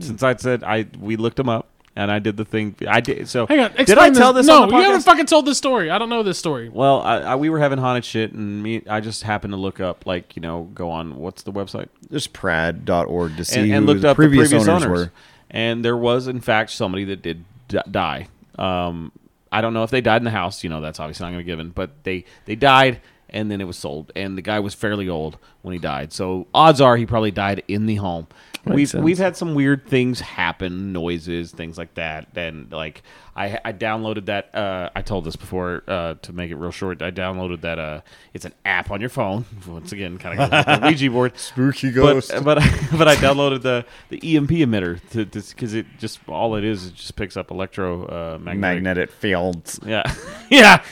[SPEAKER 4] Since I said I, we looked him up and I did the thing. I did. So
[SPEAKER 3] Hang on.
[SPEAKER 4] did I
[SPEAKER 3] explain
[SPEAKER 4] tell this?
[SPEAKER 3] No,
[SPEAKER 4] on the
[SPEAKER 3] you haven't
[SPEAKER 4] podcast?
[SPEAKER 3] fucking told this story. I don't know this story.
[SPEAKER 4] Well, I, I, we were having haunted shit, and me, I just happened to look up, like, you know, go on what's the website
[SPEAKER 1] Just prad.org to see
[SPEAKER 4] and, and
[SPEAKER 1] who
[SPEAKER 4] looked
[SPEAKER 1] the
[SPEAKER 4] up
[SPEAKER 1] previous,
[SPEAKER 4] the previous
[SPEAKER 1] owners,
[SPEAKER 4] owners,
[SPEAKER 1] were.
[SPEAKER 4] and there was in fact somebody that did d- die. Um, I don't know if they died in the house. You know, that's obviously not going to be given, but they they died, and then it was sold. And the guy was fairly old when he died, so odds are he probably died in the home. we've
[SPEAKER 3] sense.
[SPEAKER 4] we've had some weird things happen, noises, things like that, and like I I downloaded that. Uh, I told this before uh, to make it real short. I downloaded that. Uh, it's an app on your phone. Once again, kind of like the Ouija board.
[SPEAKER 1] Spooky
[SPEAKER 4] But but I, but I downloaded the, the EMP emitter to because it just all it is it just picks up electro uh, magnetic.
[SPEAKER 1] Magnetic fields.
[SPEAKER 4] Yeah, yeah.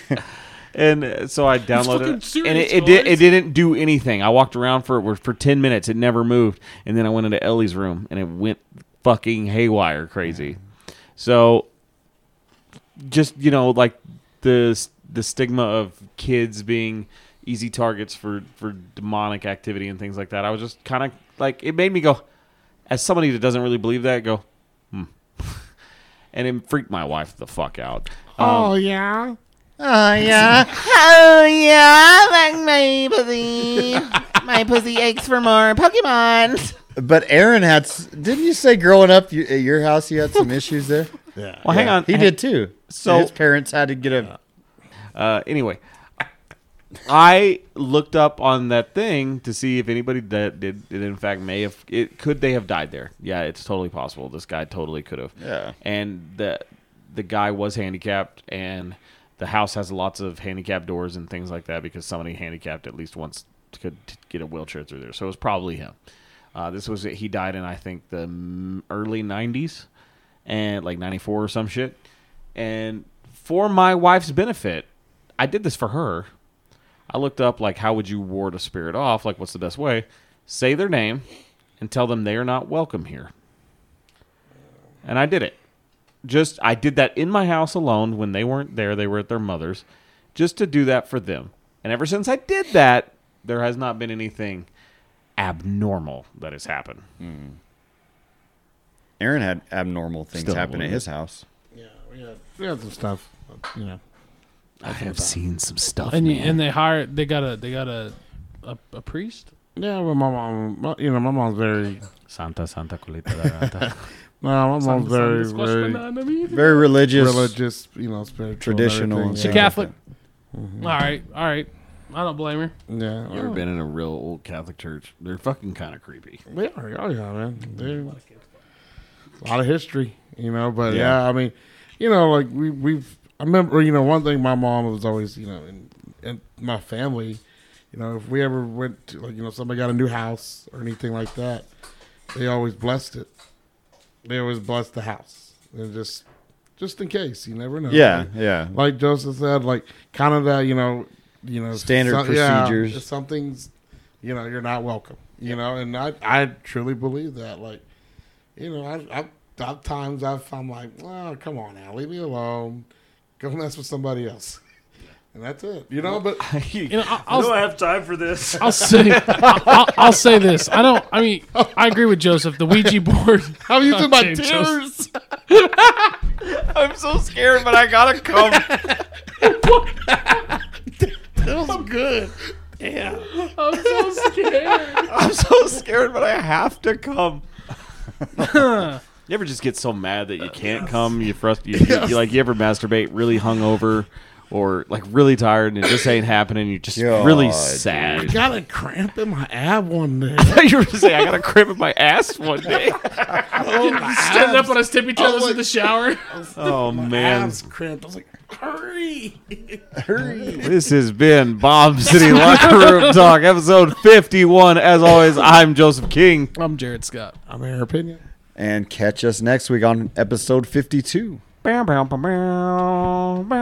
[SPEAKER 4] And uh, so I
[SPEAKER 3] fucking
[SPEAKER 4] downloaded it, and
[SPEAKER 3] serious,
[SPEAKER 4] it, it did.
[SPEAKER 3] guys.
[SPEAKER 4] It didn't do anything. I walked around for it for ten minutes. It never moved, and then I went into Ellie's room, and it went fucking haywire, crazy. So, just you know, like the the stigma of kids being easy targets for for demonic activity and things like that. I was just kind of like it made me go, as somebody that doesn't really believe that, go, hmm, and it freaked my wife the fuck out.
[SPEAKER 2] Oh yeah.
[SPEAKER 11] Oh yeah, oh yeah, like my pussy, my pussy aches for more Pokemon.
[SPEAKER 1] But Aaron had, s- didn't you say growing up you, at your house you had some issues there?
[SPEAKER 2] Yeah.
[SPEAKER 4] Well, hang on.
[SPEAKER 1] He
[SPEAKER 4] Hang-
[SPEAKER 1] did too.
[SPEAKER 4] So-
[SPEAKER 1] So his parents had to get a.
[SPEAKER 4] Uh, anyway, I looked up on that thing to see if anybody that did it in fact may have it could they have died there. Yeah, it's totally possible. This guy totally could have.
[SPEAKER 1] Yeah.
[SPEAKER 4] And the the guy was handicapped and the house has lots of handicap doors and things like that because somebody handicapped at least once could t- get a wheelchair through there. So it was probably him. Uh, this was he died in I think the m- early 90s and like 94 or some shit. And for my wife's benefit, I did this for her. I looked up like how would you ward a spirit off? Like what's the best way? Say their name and tell them they are not welcome here. And I did it. Just I did that in my house alone when they weren't there, they were at their mother's, just to do that for them. And ever since I did that, there has not been anything abnormal that has happened.
[SPEAKER 1] Aaron had abnormal things
[SPEAKER 4] Still
[SPEAKER 1] happen at
[SPEAKER 4] believe
[SPEAKER 1] his
[SPEAKER 4] it.
[SPEAKER 1] house.
[SPEAKER 2] We had some stuff, you know.
[SPEAKER 4] I have seen some stuff.
[SPEAKER 3] and you, and they hired they got a they got a a, a priest.
[SPEAKER 2] Yeah, well, my mom, my- you know, my mom's very.
[SPEAKER 4] Santa, Santa Colita da Rata.
[SPEAKER 2] No, my
[SPEAKER 3] Some-
[SPEAKER 2] mom's
[SPEAKER 3] some
[SPEAKER 2] very,
[SPEAKER 3] discuss
[SPEAKER 2] very,
[SPEAKER 3] banana meat.
[SPEAKER 1] Very religious.
[SPEAKER 2] religious, you know, spiritual, and
[SPEAKER 1] Traditional.
[SPEAKER 2] everything,
[SPEAKER 1] She
[SPEAKER 3] She
[SPEAKER 2] yeah.
[SPEAKER 3] Catholic. All right, all right. I don't blame her.
[SPEAKER 2] Yeah,
[SPEAKER 4] You ever been in a real old Catholic church? They're fucking kind of creepy.
[SPEAKER 2] They are, oh yeah, man. They're a lot of history, you know. But
[SPEAKER 4] Yeah.
[SPEAKER 2] yeah, I mean, you know, like we we've I remember, you know, one thing my mom was always, you know, and and my family, you know, if we ever went to like you know somebody got a new house or anything like that, they always blessed it. They always blessed the house. And just just in case, you never know.
[SPEAKER 1] Yeah,
[SPEAKER 2] Like-
[SPEAKER 1] yeah.
[SPEAKER 2] Like Joseph said, like kind of that, you know, you know,
[SPEAKER 1] Standard
[SPEAKER 2] yeah,
[SPEAKER 1] procedures.
[SPEAKER 2] if something's you know you're not welcome you know and i i truly believe that like you know i i at times i i'm like oh come on now leave me alone go mess with somebody else and that's it you know but
[SPEAKER 4] you
[SPEAKER 3] know, I- I'll-
[SPEAKER 12] don't have time for this.
[SPEAKER 3] I'll say I- I'll, I'll say this. I don't. I mean, I agree with Joseph. The Ouija board.
[SPEAKER 2] I'm using my
[SPEAKER 3] Goddamn, Joseph.
[SPEAKER 2] tears.
[SPEAKER 4] I'm so scared, but I gotta come.
[SPEAKER 2] that was good yeah
[SPEAKER 3] I'm so scared.
[SPEAKER 4] I'm so scared, but I have to come. you ever just get so mad that you can't come? You frustrated. You, you- you like you ever masturbate really hungover, or like really tired and it just ain't happening. You're just really
[SPEAKER 1] God,
[SPEAKER 4] sad.
[SPEAKER 2] i got a cramp in my ab one day
[SPEAKER 4] you were saying I got a cramp in my ass one day.
[SPEAKER 3] Standing up on his tippy toes in the shower.
[SPEAKER 4] Oh man,
[SPEAKER 2] abs cramped i was like hurry
[SPEAKER 4] this has been Bomb City Locker Room Talk, episode 51. As always, I'm Joseph King.
[SPEAKER 3] I'm Jared Scott.
[SPEAKER 2] i'm in her opinion
[SPEAKER 1] And catch us next week on episode 52.
[SPEAKER 4] Bam, bam, bam, bam, bam,